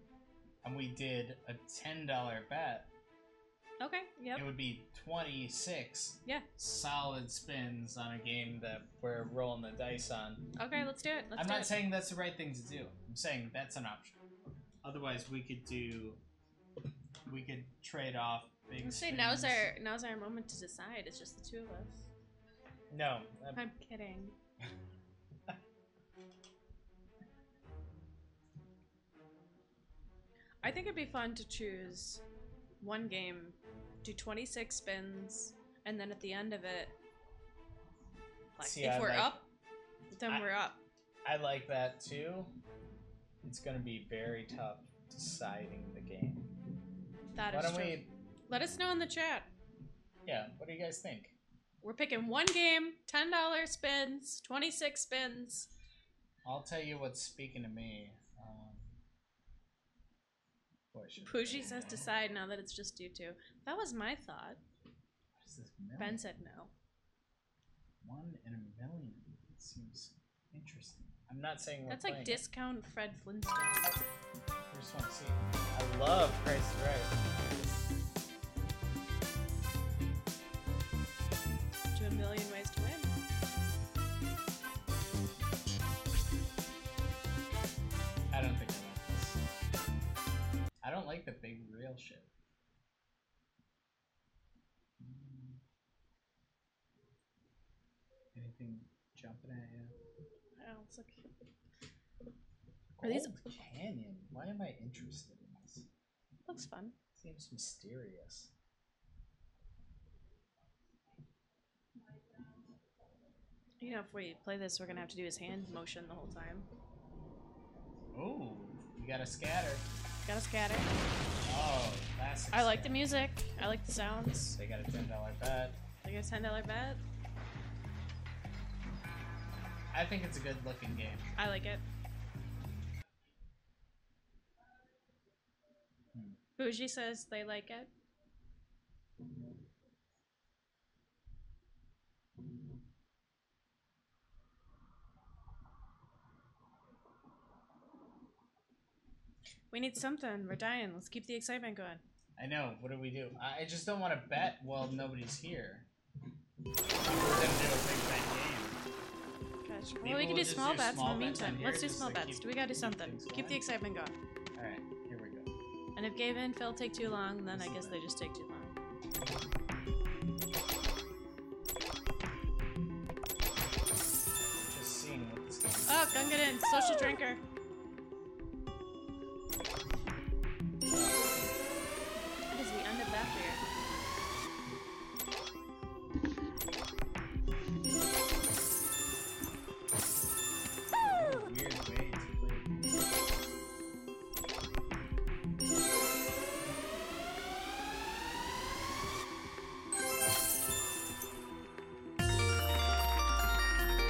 and we did a ten dollar bet, Okay. Yep. it would be twenty six Yeah. solid spins on a game that we're rolling the dice on. Okay. Let's do it. Let's I'm do not it. saying that's the right thing to do. I'm saying that's an option. Otherwise, we could do. We could trade off big. Let's say now's spins. our now's our moment to decide. It's just the two of us. No. uh, I'm kidding. I think it'd be fun to choose one game, do 26 spins, and then at the end of it, like See, if I we're like- up, then I- we're up. I like that too. It's gonna be very tough deciding the game. That Why is don't true. we? Let us know in the chat. Yeah. What do you guys think? We're picking one game, $10 spins, 26 spins. I'll tell you what's speaking to me. Um, boy, I should- Pooji says decide now that it's just you two. That was my thought. What is this million? Ben said no. One in a million. Seems interesting. I'm not saying we're That's like playing it. discount Fred Flintstone. I just want to see. I love Price is Right. to a million ways to win. I don't think I like this. I don't like the big real shit. Mm. Anything jumping at you? Oh, it's okay. Are these- Gold Canyon? Why am I interested in this? Looks fun. Seems mysterious. You know, if we play this, we're gonna have to do his hand motion the whole time. Oh, you got a scatter. Gotta scatter. Oh, classic. I like the scatter. music. I like the sounds. They got a ten dollar bet. I got a ten dollar bet. I think it's a good looking game. I like it. Bougie says they like it. We need something. We're dying. Let's keep the excitement going. I know. What do we do? I I just don't want to bet while nobody's here. Then do a big bet game. Gosh. Maybe Well, we we'll can do just small do bets in small the bets on meantime. here Let's do just small to bets. keep- We gotta do keep something. things Keep the going. excitement going. All right, here we go. And if Gabe and Phil take too long, then I guess they just take too long. Just seeing what Oh, Gungadin, social drinker. How does he end up after you? Weird way to play.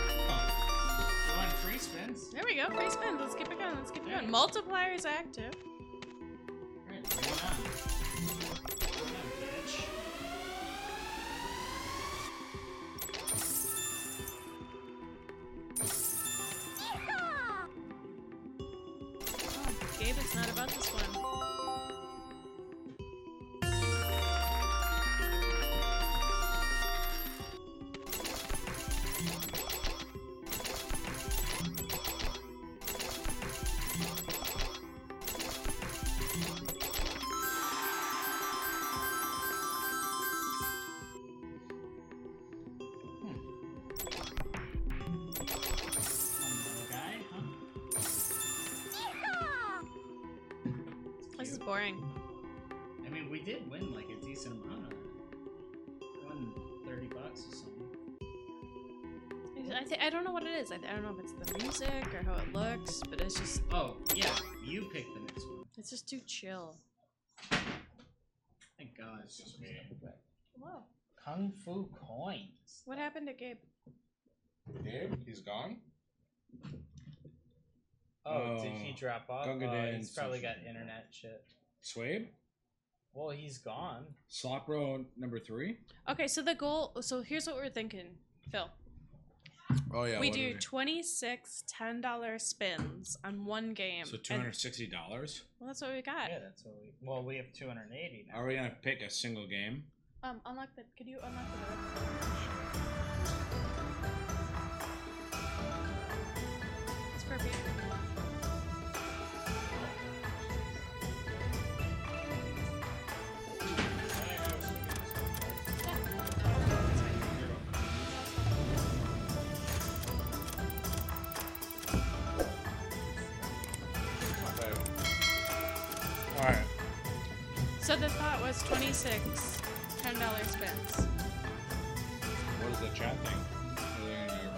You want free spins? There we go, free spins. Let's keep it going. Let's keep it going. Multiplier is active. Alright, bring it on. Bring it on, bitch. Oh, Gabe is not about this one. Some little guy, huh? This is boring. I mean, we did win like a decent amount of it. Won 30 bucks or something. I, th- I don't know what it is. I, th- I don't know if it's the music or how it looks, but it's just Oh, yeah, you picked the next one. it's just too chill. Thank God. It's just me. Whoa. Kung Fu coins. What happened to Gabe? Gabe, he's gone. Oh, did he Oh, drop off? Gunga Oh, Din he's probably social got internet shit. Swabe, Well, he's gone. slop row number three. Okay, so the goal. So here's what we're thinking, Phil. Oh yeah, we what do did 26 $10 spins on one game. So and- two hundred sixty dollars. well, that's what we got. Yeah, that's what we. Well, we have 280 now. Are we gonna pick a single game? Um, unlock the. Could you unlock the door? It's perfect. All right. So the thought was 26 $10 spins. What is the chat thing? Are they gonna-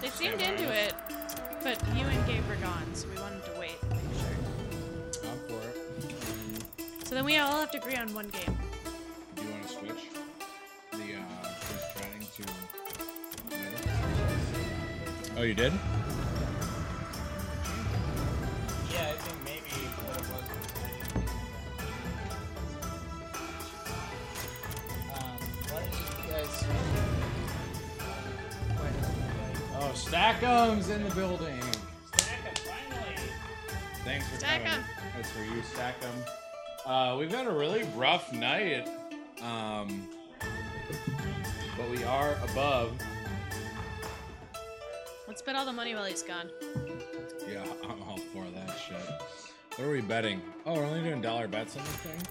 They seemed Yeah, into right. it, but you and Gabe were gone, so we wanted to wait. and Make sure. I'm for it. So then we all have to agree on one game. Do you want to switch the uh, just chatting to? Oh, you did? Yeah, I think maybe what it was was I didn't think about it. Um, why don't you guys? Uh, Why don't you guys- Oh, Stackums in the building. Stack 'em, finally. Thanks for Stack coming. 'em. That's for you, Stackum. Uh, we've had a really rough night, um, but we are above. Let's bet all the money while he's gone. Yeah, I'm all for that shit. What are we betting? Oh, we're only doing dollar bets on this thing.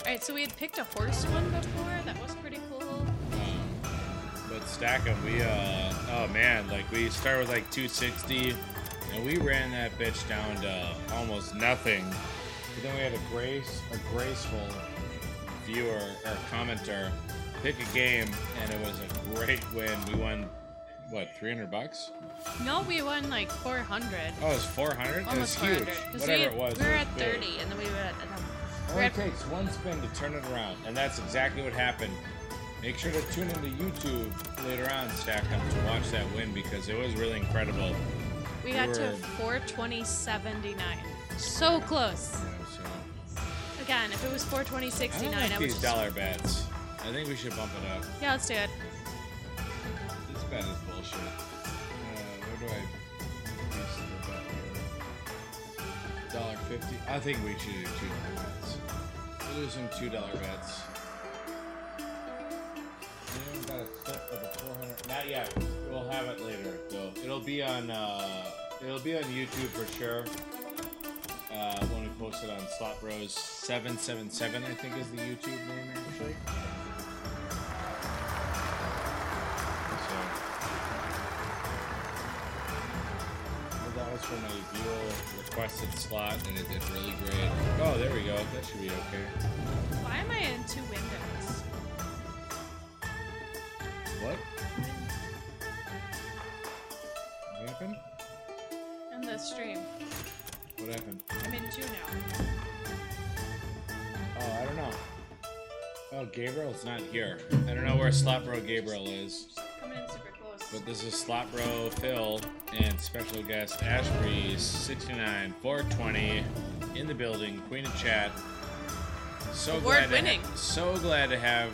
Alright, so we had picked a horse one before. That was pretty cool. But stack them. We uh oh man, like we started with like 260, and we ran that bitch down to almost nothing. But then we had a grace, a graceful viewer or commenter pick a game, and it was a great win. We won what 300 bucks? No, we won like 400. Oh, it was 400. it was Almost 400. huge. 'cause Whatever we, it was, We were it was at big. 30, and then we were at. um, and then- Only takes one spin to turn it around, and that's exactly what happened. Make sure to tune into YouTube later on, Stackham, to watch that win because it was really incredible. We got to Word. 420.79. So close. You know, so- Again, if it was I don't 420.69, I, like would these just. dollar bets. I think we should bump it up. Yeah, let's do it. This bet is bullshit. Uh, where do I increase the bet here? Dollar fifty. I think we should do two dollar bets. We'll do some two dollar bets. We haven't got a clip of the 400 Not yet. We'll have it later, though. It'll be on. Uh, it'll be on YouTube for sure. Uh, when we post it on Slot Bros 777, I think is the YouTube name actually. So. from a viewer requested slot, and it did really great. Oh, there we go. That should be okay. Why am I in two windows? What? What happened? In the stream. What happened? I'm in two now. Oh, I don't know. Oh, Gabriel's not here. I don't know where Slot Bro Gabriel is, Come in super close. but this is Slot Bro Phil and special guest Ash Breeze, 69, 420, in the building, Queen of Chat. So glad Award-winning. To ha- so glad to have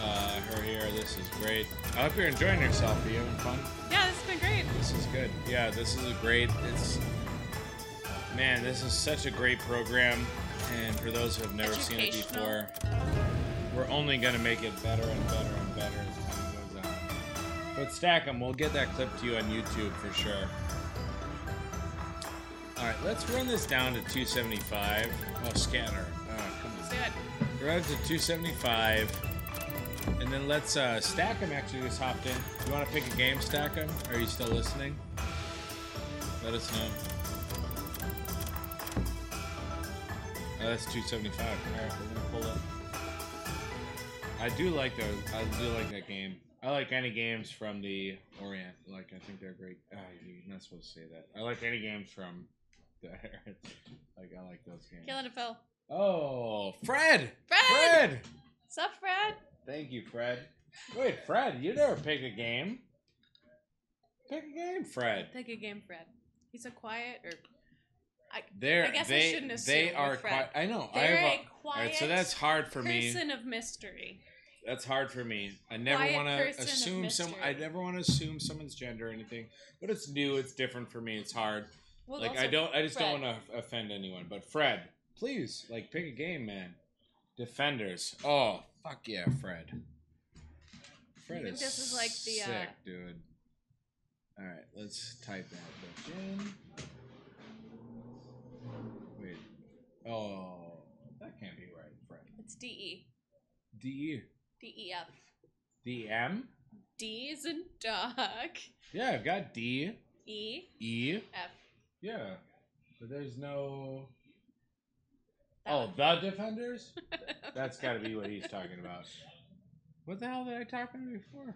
uh, her here. This is great. I hope you're enjoying yourself. Are you having fun? Yeah, this has been great. This is good. Yeah, this is a great. It's man, this is such a great program, and for those who have never seen it Educational. before, we're only gonna make it better and better and better as time goes on. But stack 'em. We'll get that clip to you on YouTube for sure. All right, let's run this down to 275. Oh, scatter. Oh, come on. It's good. We're out to 275. And then let's uh, stack them. Actually, just hopped in. You want to pick a game, stack them? Are you still listening? Let us know. Oh, that's 275. All right, we're gonna pull up. I do like those. I do like that game. I like any games from the Orient. Like I think they're great. Ah, you're not supposed to say that. I like any games from the. like I like those games. Killing it, Phil. Oh, Fred! Fred! Fred! Sup, Fred? Thank you, Fred. Wait, Fred, you never pick a game. Pick a game, Fred. Pick a game, Fred. He's a quiet or They're, I guess I they, shouldn't assume they with are Fred. quiet. I know. I They're have a all right, quiet so that's hard for me. person of mystery. That's hard for me. I never Quiet want person to of assume some. mystery. I never want to assume someone's gender or anything. But it's new. It's different for me. It's hard. Well, like I also, don't. I just don't Fred. want to offend anyone. But Fred, please, like, pick a game, man. Defenders. Oh, fuck yeah, Fred. Fred think is this is like the, uh, sick, dude. All right, let's type that bitch in. Wait. Oh, that can't be right, Fred. It's D E D D E F D M. D is in dog. Yeah, I've got D E E. F. Yeah, but there's no. That oh, the defenders. That's got to be what he's talking about. What the hell did I talk about before?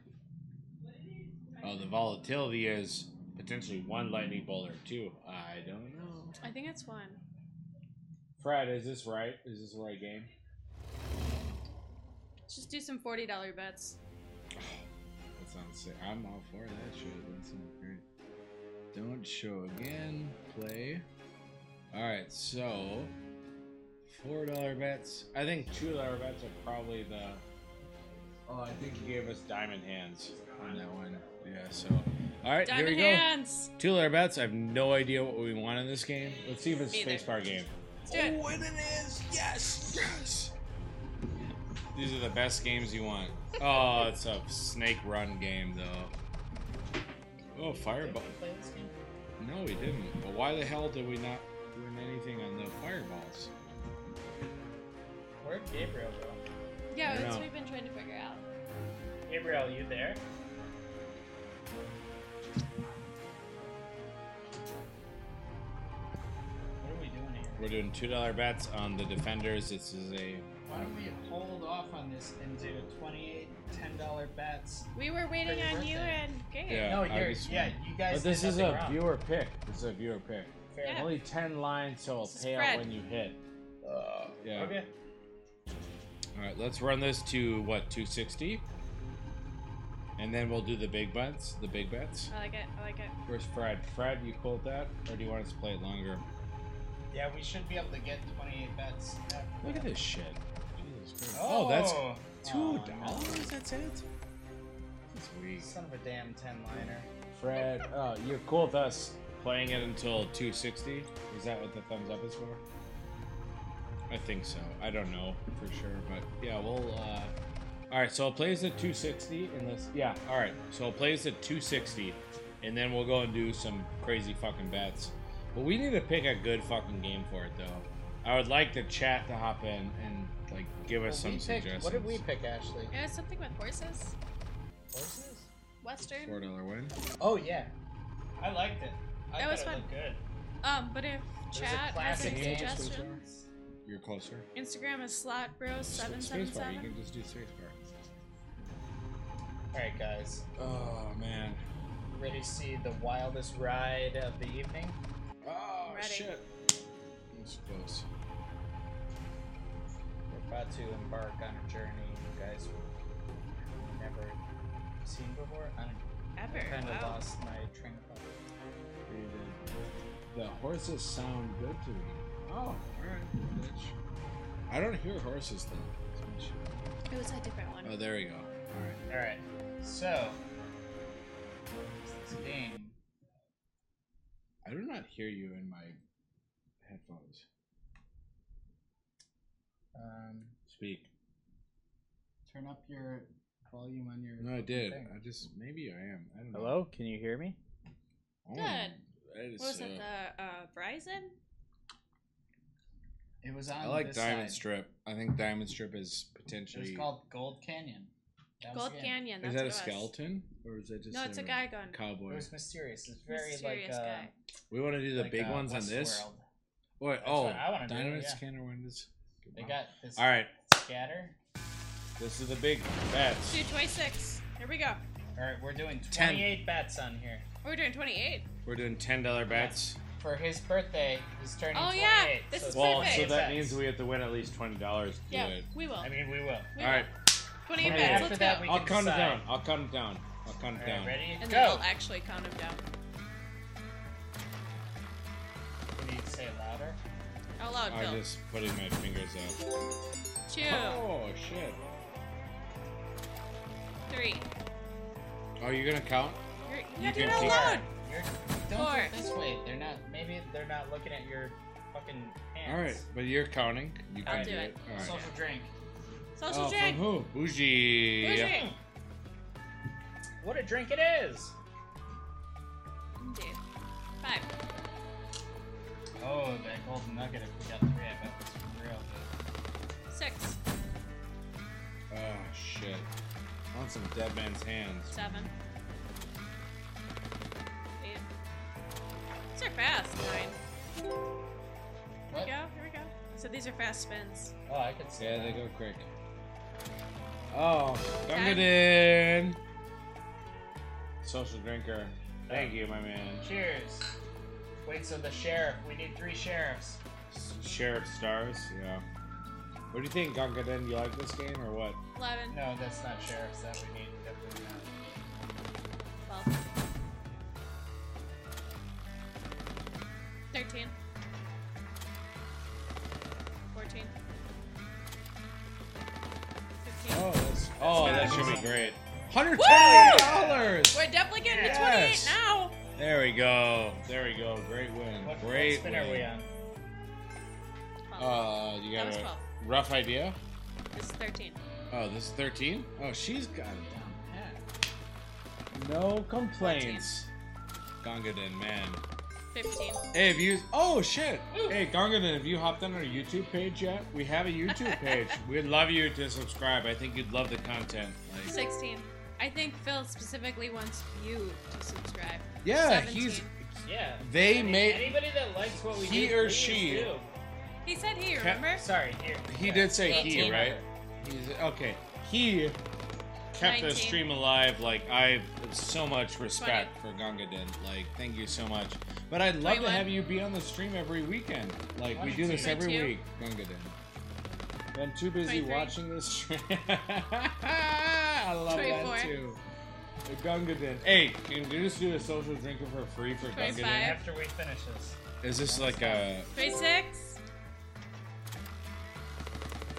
Oh, the volatility is potentially one lightning bolt or two. I don't know. I think it's one. Fred, is this right? Is this the right game? Let's just do some forty dollar bets. That sounds sick. I'm all for that shit. That sounds great. Don't show again. Play. Alright, so four dollar bets. I think two dollar bets are probably the Oh, I think you gave us diamond hands on that one. Yeah, so Alright, here Diamond we go. hands. Two dollar bets. I have no idea what we want in this game. Let's see if it's a Me either. spacebar game. Let's do it. Oh, it is! Yes! Yes! These are the best games you want. Oh, it's a snake run game, though. Oh, fireball. Play this game? No, we didn't. But why the hell did we not win anything on the fireballs? Where'd Gabriel go? Yeah, Oh. I that's know. what we've been trying to figure out. Gabriel, you there? What are we doing here? We're doing $2 bets on the defenders. This is a. Why don't we hold off on this and do 28 $10 bets? We were waiting your on birthday. you and Gabe. Yeah, no, I you're, just- yeah, you guys. But this did is nothing a wrong. viewer pick. This is a viewer pick. Fair Yeah. Only 10 lines, so it'll This is pay Fred. out when you hit. Uh, yeah. Okay. All right, let's run this to what 260, and then we'll do the big bets. The big bets. I like it. I like it. Where's Fred? Fred, you cool with that, or do you want us to play it longer? Yeah, we should be able to get 28 bets. after Look at that. this shit. Jesus Christ. Oh, that's Oh, two no. dollars. That's it. That's weak. Son of a damn ten liner. Fred, oh, you're cool with us playing it until 260? Is that what the thumbs up is for? I think so. I don't know for sure, but yeah, we'll. Uh... All right, so I'll play as at 260, and let's. Yeah, all right. So I'll play as at 260, and then we'll go and do some crazy fucking bets. But we need to pick a good fucking game for it, though. I would like the chat to hop in and like give Well, us some we picked, suggestions. what did we pick, Ashley? It was something with horses. Horses? Western. Four dollar win. Oh yeah, I liked it. I That thought was it fun. looked good. Um, but if There's a chat has classic any game. suggestions, You're closer. Instagram is Spacebar. You slotbros777. can just do spacebar. Alright, guys. Oh man. Ready to see the wildest ride of the evening? Oh Ready. shit. That's close. We're about to embark on a journey you guys will never seen before. I don't Ever. Oh. kind of Wow. lost my train of thought. The horses sound good to me. Oh, all right, bitch. I don't hear horses though. It was a different one. Oh, there we go. All right. Alright, so. This game. I do not hear you in my headphones. Um, Speak. Turn up your volume on your. No, I did. Okay. I just maybe I am. I don't know. Hello? Can you hear me? Oh, Good. that is, What was uh, it, the uh, Verizon? It was on. I like this Diamond side. Strip. I think Diamond Strip is It was potentially. called Gold Canyon. That was Gold the game. Canyon. That's is that a what it was. skeleton or is that just? No, it's a guy going. It Cowboy. was mysterious. It's very Mysterious like. Uh, guy. We want to do the like, big uh, ones on this. Westworld. Wait, That's oh, what I wanna do, Diamond yeah. Scanner wins. They got this All right, scatter. this is the big bats. Two twenty-six. Here we go. All right, we're doing Ten. 28 bets on here. We're doing twenty-eight. We're doing ten dollar bets. For his birthday, he's turning Oh, 28. yeah, this is Well, Perfect. so that Bets. means we have to win at least twenty dollars. Yeah, we will. I mean, we will. we All right, Twenty-eight And minutes. after Let's that, go. we I'll can count it decide. down. I'll count it down. I'll count it All down. right, ready? and then Go. I'll actually count him down. We need to say it louder. Out loud, I'm Bill. just putting my fingers out. Two, Oh shit! three. Oh, you're gonna count? You're, you You gotta do it can out keep- loud. You're, don't do it Four. this way. They're not. Maybe they're not looking at your fucking hands. All right, but you're counting. You I'll can do it. All right. Social drink. Social oh, drink. From who? Bougie. Bougie. Hmm. What a drink it is! Indeed. Five. Oh, that golden nugget. If we got three, I bet was real good. Six. Oh shit! I want some dead man's hands. Seven. Eight. These are fast. Nine. Here we What? go. Here we go. So these are fast spins. Oh, I could see. Yeah, that. they go quick. Oh, dunk it Time. in. Social drinker. Thank you, my man. Cheers. Wait, so the sheriff. We need three sheriffs. S- Sheriff Stars, yeah. What do you think, Gunga Den? You like this game or what? Eleven. No, that's not sheriffs that we need. Definitely not. Twelve. Thirteen. Fourteen. Fifteen. Oh, that's, oh, that bad. should be great. Hundred dollars. We're definitely getting to Yes. 28 now. There we go. There we go. Great win. What, great what spin win. are we on? Uh, you that got was a 12. rough idea? This is 13. Oh, this is thirteen. Oh, she's got it down. Down pat. No complaints. Gongadin, man. 15. Hey, if you oh shit. Hey, Gongadin, have you hopped on our YouTube page yet? We have a YouTube page. We'd love you to subscribe. I think you'd love the content. Like, 16. I think Phil specifically wants you to subscribe. yeah, 17. he's Yeah. they I mean, made anybody that likes what we He do, or please she. do. He said he, remember? Sorry, here. he did say he 18. right. He's okay. He kept the 19. stream alive. Like I have so much respect for Gongadin. Like thank you so much. But I'd love to 21. have you be on the stream every weekend. Like we do this every 22. week, Gongadin. Been too busy 23. watching this stream. I love that 24. too. The Gungadin. Hey, can you just do a social drinker for free for 25. Gungadin? After we finish this. Is this like a 26.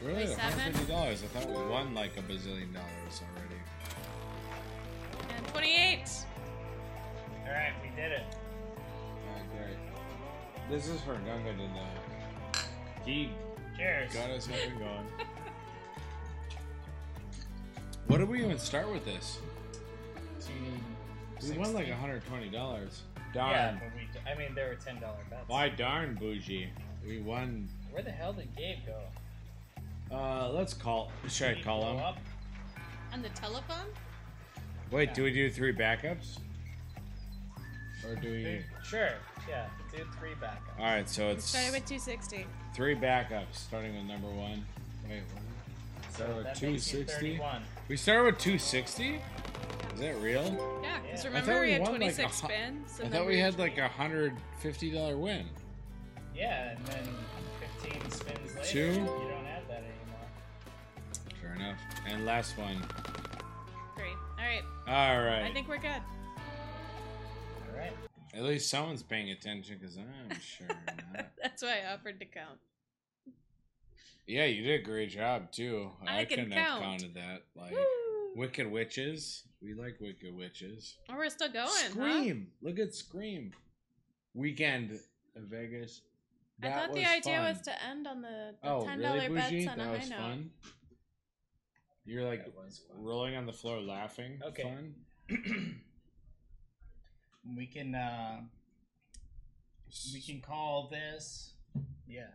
really 27. $150? I thought we won like a bazillion dollars already. And 28. All right, we did it. Alright, great. This is for Gungadin though. He Cheers. got us up and going. What did we even start with this? We won like $120. Darn. Yeah, but we. I mean, there were ten dollar bets. Why darn bougie? We won. Where the hell did Gabe go? Uh, let's call. Should Did I he call blow him? up? On the telephone? Wait, do we do three backups? Or do we? Dude, sure. Yeah, do three back. All right, so it's Started with 260. three backups, starting with number one. Wait, what? Start with That makes you 260. 31. We started with 260. Is that real? Yeah, because Yeah. I remember thought we, we had won, like, 26 a hu- spins. I thought and then we had like reached- a hundred fifty dollar win. Yeah, and then 15 spins later, Two. you don't have that anymore. Sure enough. And last one. Great. All right. All right. I think we're good. All right. At least someone's paying attention because I'm sure not. That's why I offered to count. Yeah, you did a great job too. I can couldn't count. have counted that. Like Woo! Wicked Witches. We like Wicked Witches. Oh, we're still going, huh? Scream. Look at Scream. Weekend in Vegas. I That thought the was idea fun. was to end on the, the Oh, ten dollar really, Bougie? bets on That a high was note. fun. You're like That was fun. rolling on the floor laughing. Okay. Fun. We can uh, we can call this. Yeah.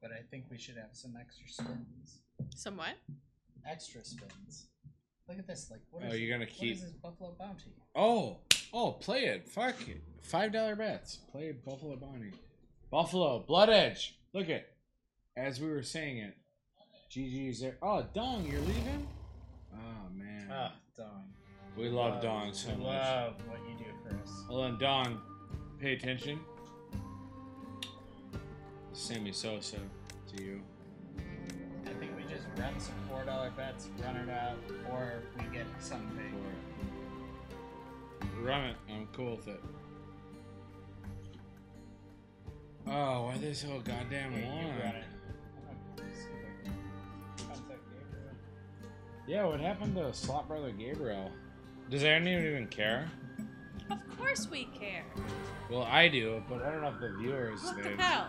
But I think we should have some extra spins. Somewhat. Extra spins. Look at this. Like, what Oh, is you're gonna what keep- is this Buffalo Bounty? Oh, oh, play it. Fuck it. Five dollar bets. Play Buffalo Bonnie. Buffalo Blood Edge. Look it. As we were saying it, GG's there. Oh, Dong, you're leaving? Oh man, Ah, Don. we love Dong so we much. Love what you do for us. Hold on, Dong. Pay attention. Sammy Sosa to you. I think we just run some four dollar bets, run it out, or we get some big. Run it. I'm cool with it. Oh, why are they so goddamn You long? run it. I'm gonna see if I can contact Gabriel. Yeah, what happened to Slot Brother Gabriel? Does anyone even care? Of course we care. Well, I do, but I don't know if the viewers. What the they- hell?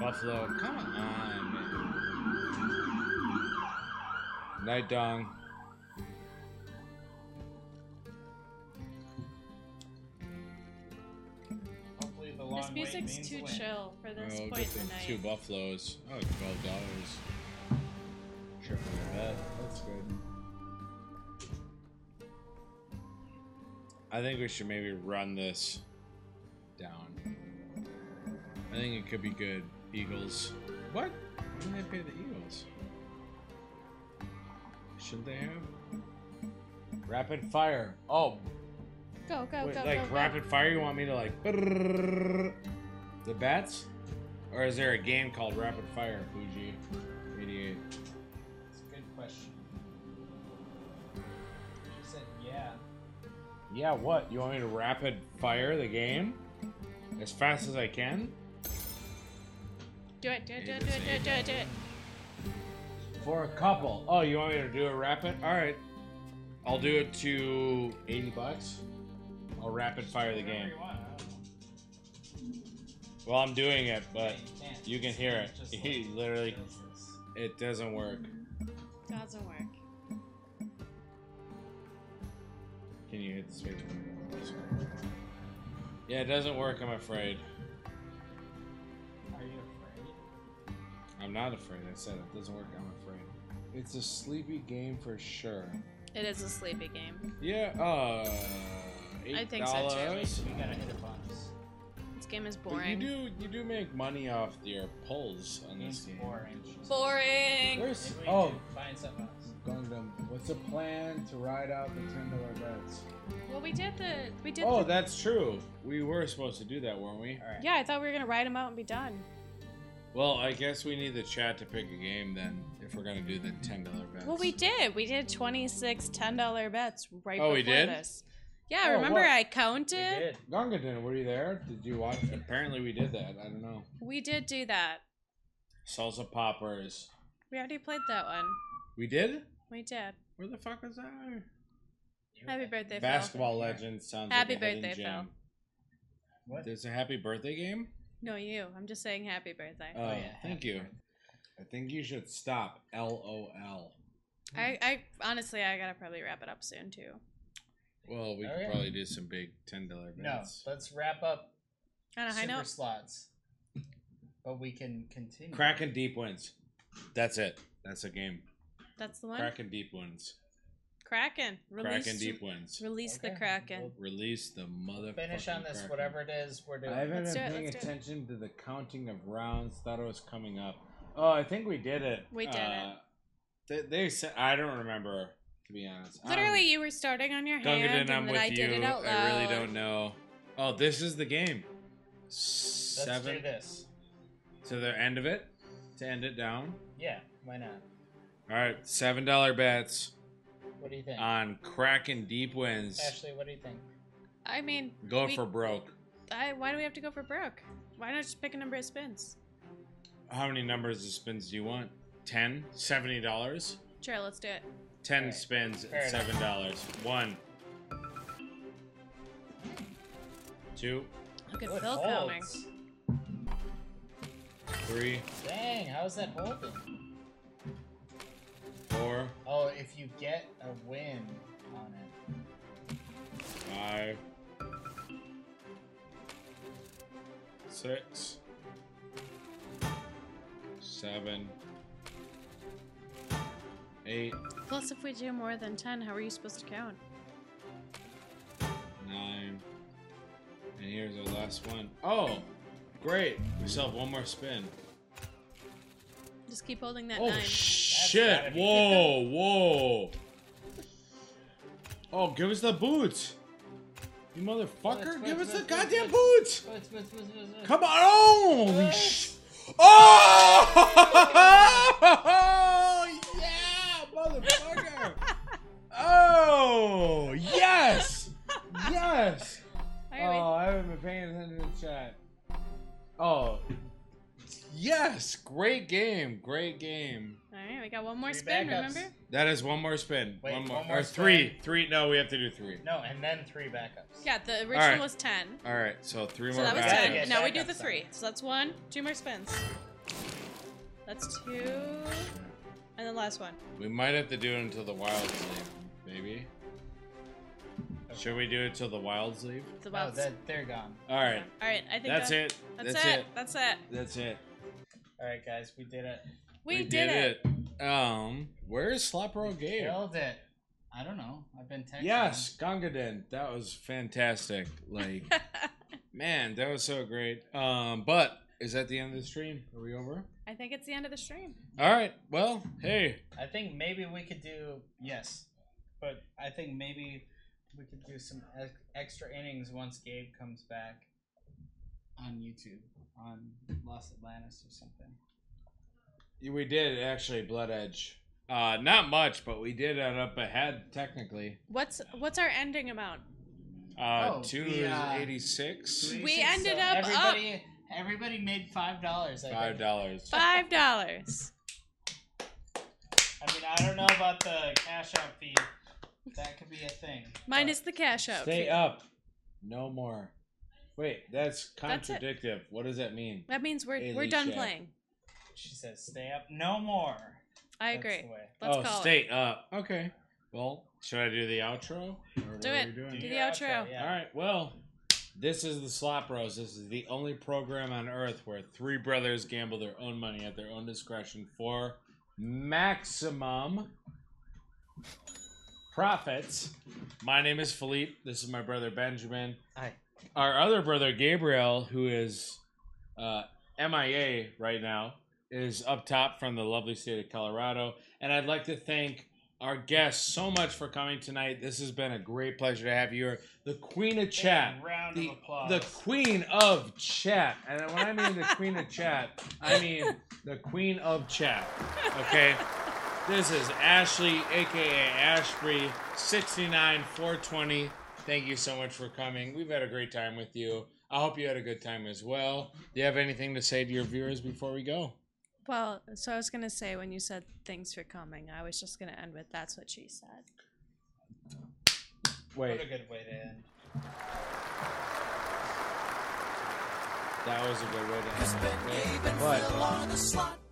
Buffalo, uh, come on. Man. Night Dong. Hopefully the long This wait music's means too win. chill for this Oh, point get in them the night. two buffaloes. Oh, twelve dollars. Triple bet. That's good. I think we should maybe run this down. I think it could be good. Eagles. What? Why didn't they pay the Eagles? Shouldn't they have? Rapid fire. Oh, Go, go, Wait, go, like go, go. rapid fire, you want me to like brrrr the bats, or is there a game called Rapid Fire Fuji? 88. It's a good question. She said, yeah. Yeah, what? You want me to rapid fire the game as fast as I can? Do it, do it, do it, Eight do is it, do it, do it, do it. For a couple. Oh, you want me to do a rapid? All right, I'll do it to 80 bucks. I'll rapid fire the Whatever game. you want, I don't know. Well, I'm doing it, but Yeah, you can't. you can hear it. Just like- He literally, Jesus. it doesn't work. Doesn't work. Can you hit the space bar? Yeah, it doesn't work, I'm afraid. Are you afraid? I'm not afraid. I said it doesn't work, I'm afraid. It's a sleepy game for sure. It is a sleepy game. Yeah, uh. $8. I think so, too. So we gotta hit a bonus. This game is But you boring. do you do make money off your polls on this It's game. boring. Boring. Where's Maybe we oh can find something else. Gundam? What's the plan to ride out the ten dollar bets? Well, we did the we did. Oh, the, that's true. We were supposed to do that, weren't we? Alright. Yeah, I thought we were gonna ride him out and be done. Well, I guess we need the chat to pick a game then if we're gonna do the ten dollar bets. Well, we did. We did 26 $10 bets right Oh, before we did? this. Yeah, Oh, remember what? I We counted? did. Gongadin, were you there? Did you watch? Apparently, we did that. I don't know. We did do that. Salsa poppers. We already played that one. We did. We did. Where the fuck was that? Happy birthday, Basketball legend sounds Happy like a hidden birthday, gem. What? There's a happy birthday game. Phil. No, you. I'm just saying happy birthday. Oh, yeah, thank happy you. I think you should stop. L O L. I, I honestly, I gotta probably wrap it up soon too. Well, we could Okay. probably do some big ten dollar No, bets. let's wrap up On a high super note, slots. But we can continue. Crack and deep wins. That's it. That's a game. that's the one. Crack and deep wins. Kraken. Release, Kraken deep wins. release the Okay. Kraken. Release the mother. Finish on this, whatever it is we're doing. I haven't Let's do been it, paying let's do it. attention to the counting of rounds. Thought it was coming up. Oh, I think we did it. We did it. Uh, They, they said I don't remember to be honest. I don't- Literally, you were starting on your hand, Gungadin, and I'm then with I you. did it out loud. I really don't know. Oh, this is the game. Let's 7 do this. to the end of it to end it down. Yeah, why not? All right, seven dollar bets What do you think? on Kraken deep wins. Ashley, what do you think? I mean, Go we- for broke. I, why do we have to go for broke? Why not just pick a number of spins? How many numbers of spins do you want? Ten. Seventy dollars. Sure, let's do it. Ten Alright. spins Fair at enough. seven dollars. One. Two. Look at Good Phil coming. holds. Three. Dang, how is that holding? Four. Oh, if you get a win on it. Five. Six. Seven. Eight. Plus, if we do more than 10, how are you supposed to count? Nine. And here's our last one. Oh, great. We still have one more spin. Just keep holding that Oh, nine. gotta shit. be- Whoa, whoa. Oh, give us the boots. You motherfucker. Boots, Give boots, us the boots, goddamn boots. What's- what's- what's- what's- what's- Come on! Holy sh- Oh! yeah, motherfucker! oh, yes, yes. Why Oh, are we- I haven't been paying attention to the chat. Oh, yes! Great game, great game. All right, we got one more Three spin, backups. remember? That is one more spin. Wait, one more, one more or three, spin. three. No, we have to do three. No, and then three backups. Yeah, the original right. was 10. All right, so three So more. that was backups. 10. Yeah, backgammon. now we do backups, the three. sorry. So that's one, two more spins. That's two, and then last one. We might have to do it until the wilds leave, maybe. Should we do it till the wilds leave? The No, wilds. that, they're gone. All right, All right, I think that's that- it. That's, it. it. That's it. That's it. All right, guys, we did it. We, did, it. it. Um, where's Slapro Game? Killed it. I don't know. I've been texting. Yes, Gongadin. That was fantastic. Like, man, that was so great. Um, but is that the end of the stream? Are we over? I think it's the end of the stream. All right. Well, hey, I think maybe we could do yes, but I think maybe we could do some ex- extra innings once Gabe comes back on YouTube on Lost Atlantis or something. we did actually Blood Edge. Uh, not much, but we did end up ahead technically. What's what's our ending amount? Uh, Oh, two we, uh, is eighty six. We ended up up. everybody. Everybody made five dollars. Five dollars. Five dollars. I mean, I don't know about the cash out fee. That could be a thing. Minus the cash out. Stay fee. up. No more. Wait, that's That's it. contradictive. what does that mean? That means we're Hey, we're Lee done Jack. playing. She says, "Stay up, no more." I That's agree. the way. Let's oh, call stay up. Okay. Well, should I do the outro? Or what Do are it. we doing? Do Do the your outro. yeah. All right. Well, this is the Slop Bros. This is the only program on earth where three brothers gamble their own money at their own discretion for maximum profits. My name is Philippe. This is my brother Benjamin. Hi. Our other brother Gabriel, who is uh, MIA right now, is up top from the lovely state of Colorado. And I'd like to thank our guests so much for coming tonight. This has been a great pleasure to have you. here. The queen of chat. Big Round The, of applause. the queen of chat. And when I mean the queen of chat, I mean the queen of chat. Okay? This is Ashley, aka Ashbury, 69420. Thank you so much for coming. We've had a great time with you. I hope you had a good time as well. Do you have anything to say to your viewers before we go? Well, so I was gonna say when you said thanks for coming, I was just gonna end with that's what she said. What Wait, a good way to end. that was a good way to end. Gabe and What? Phil are the slot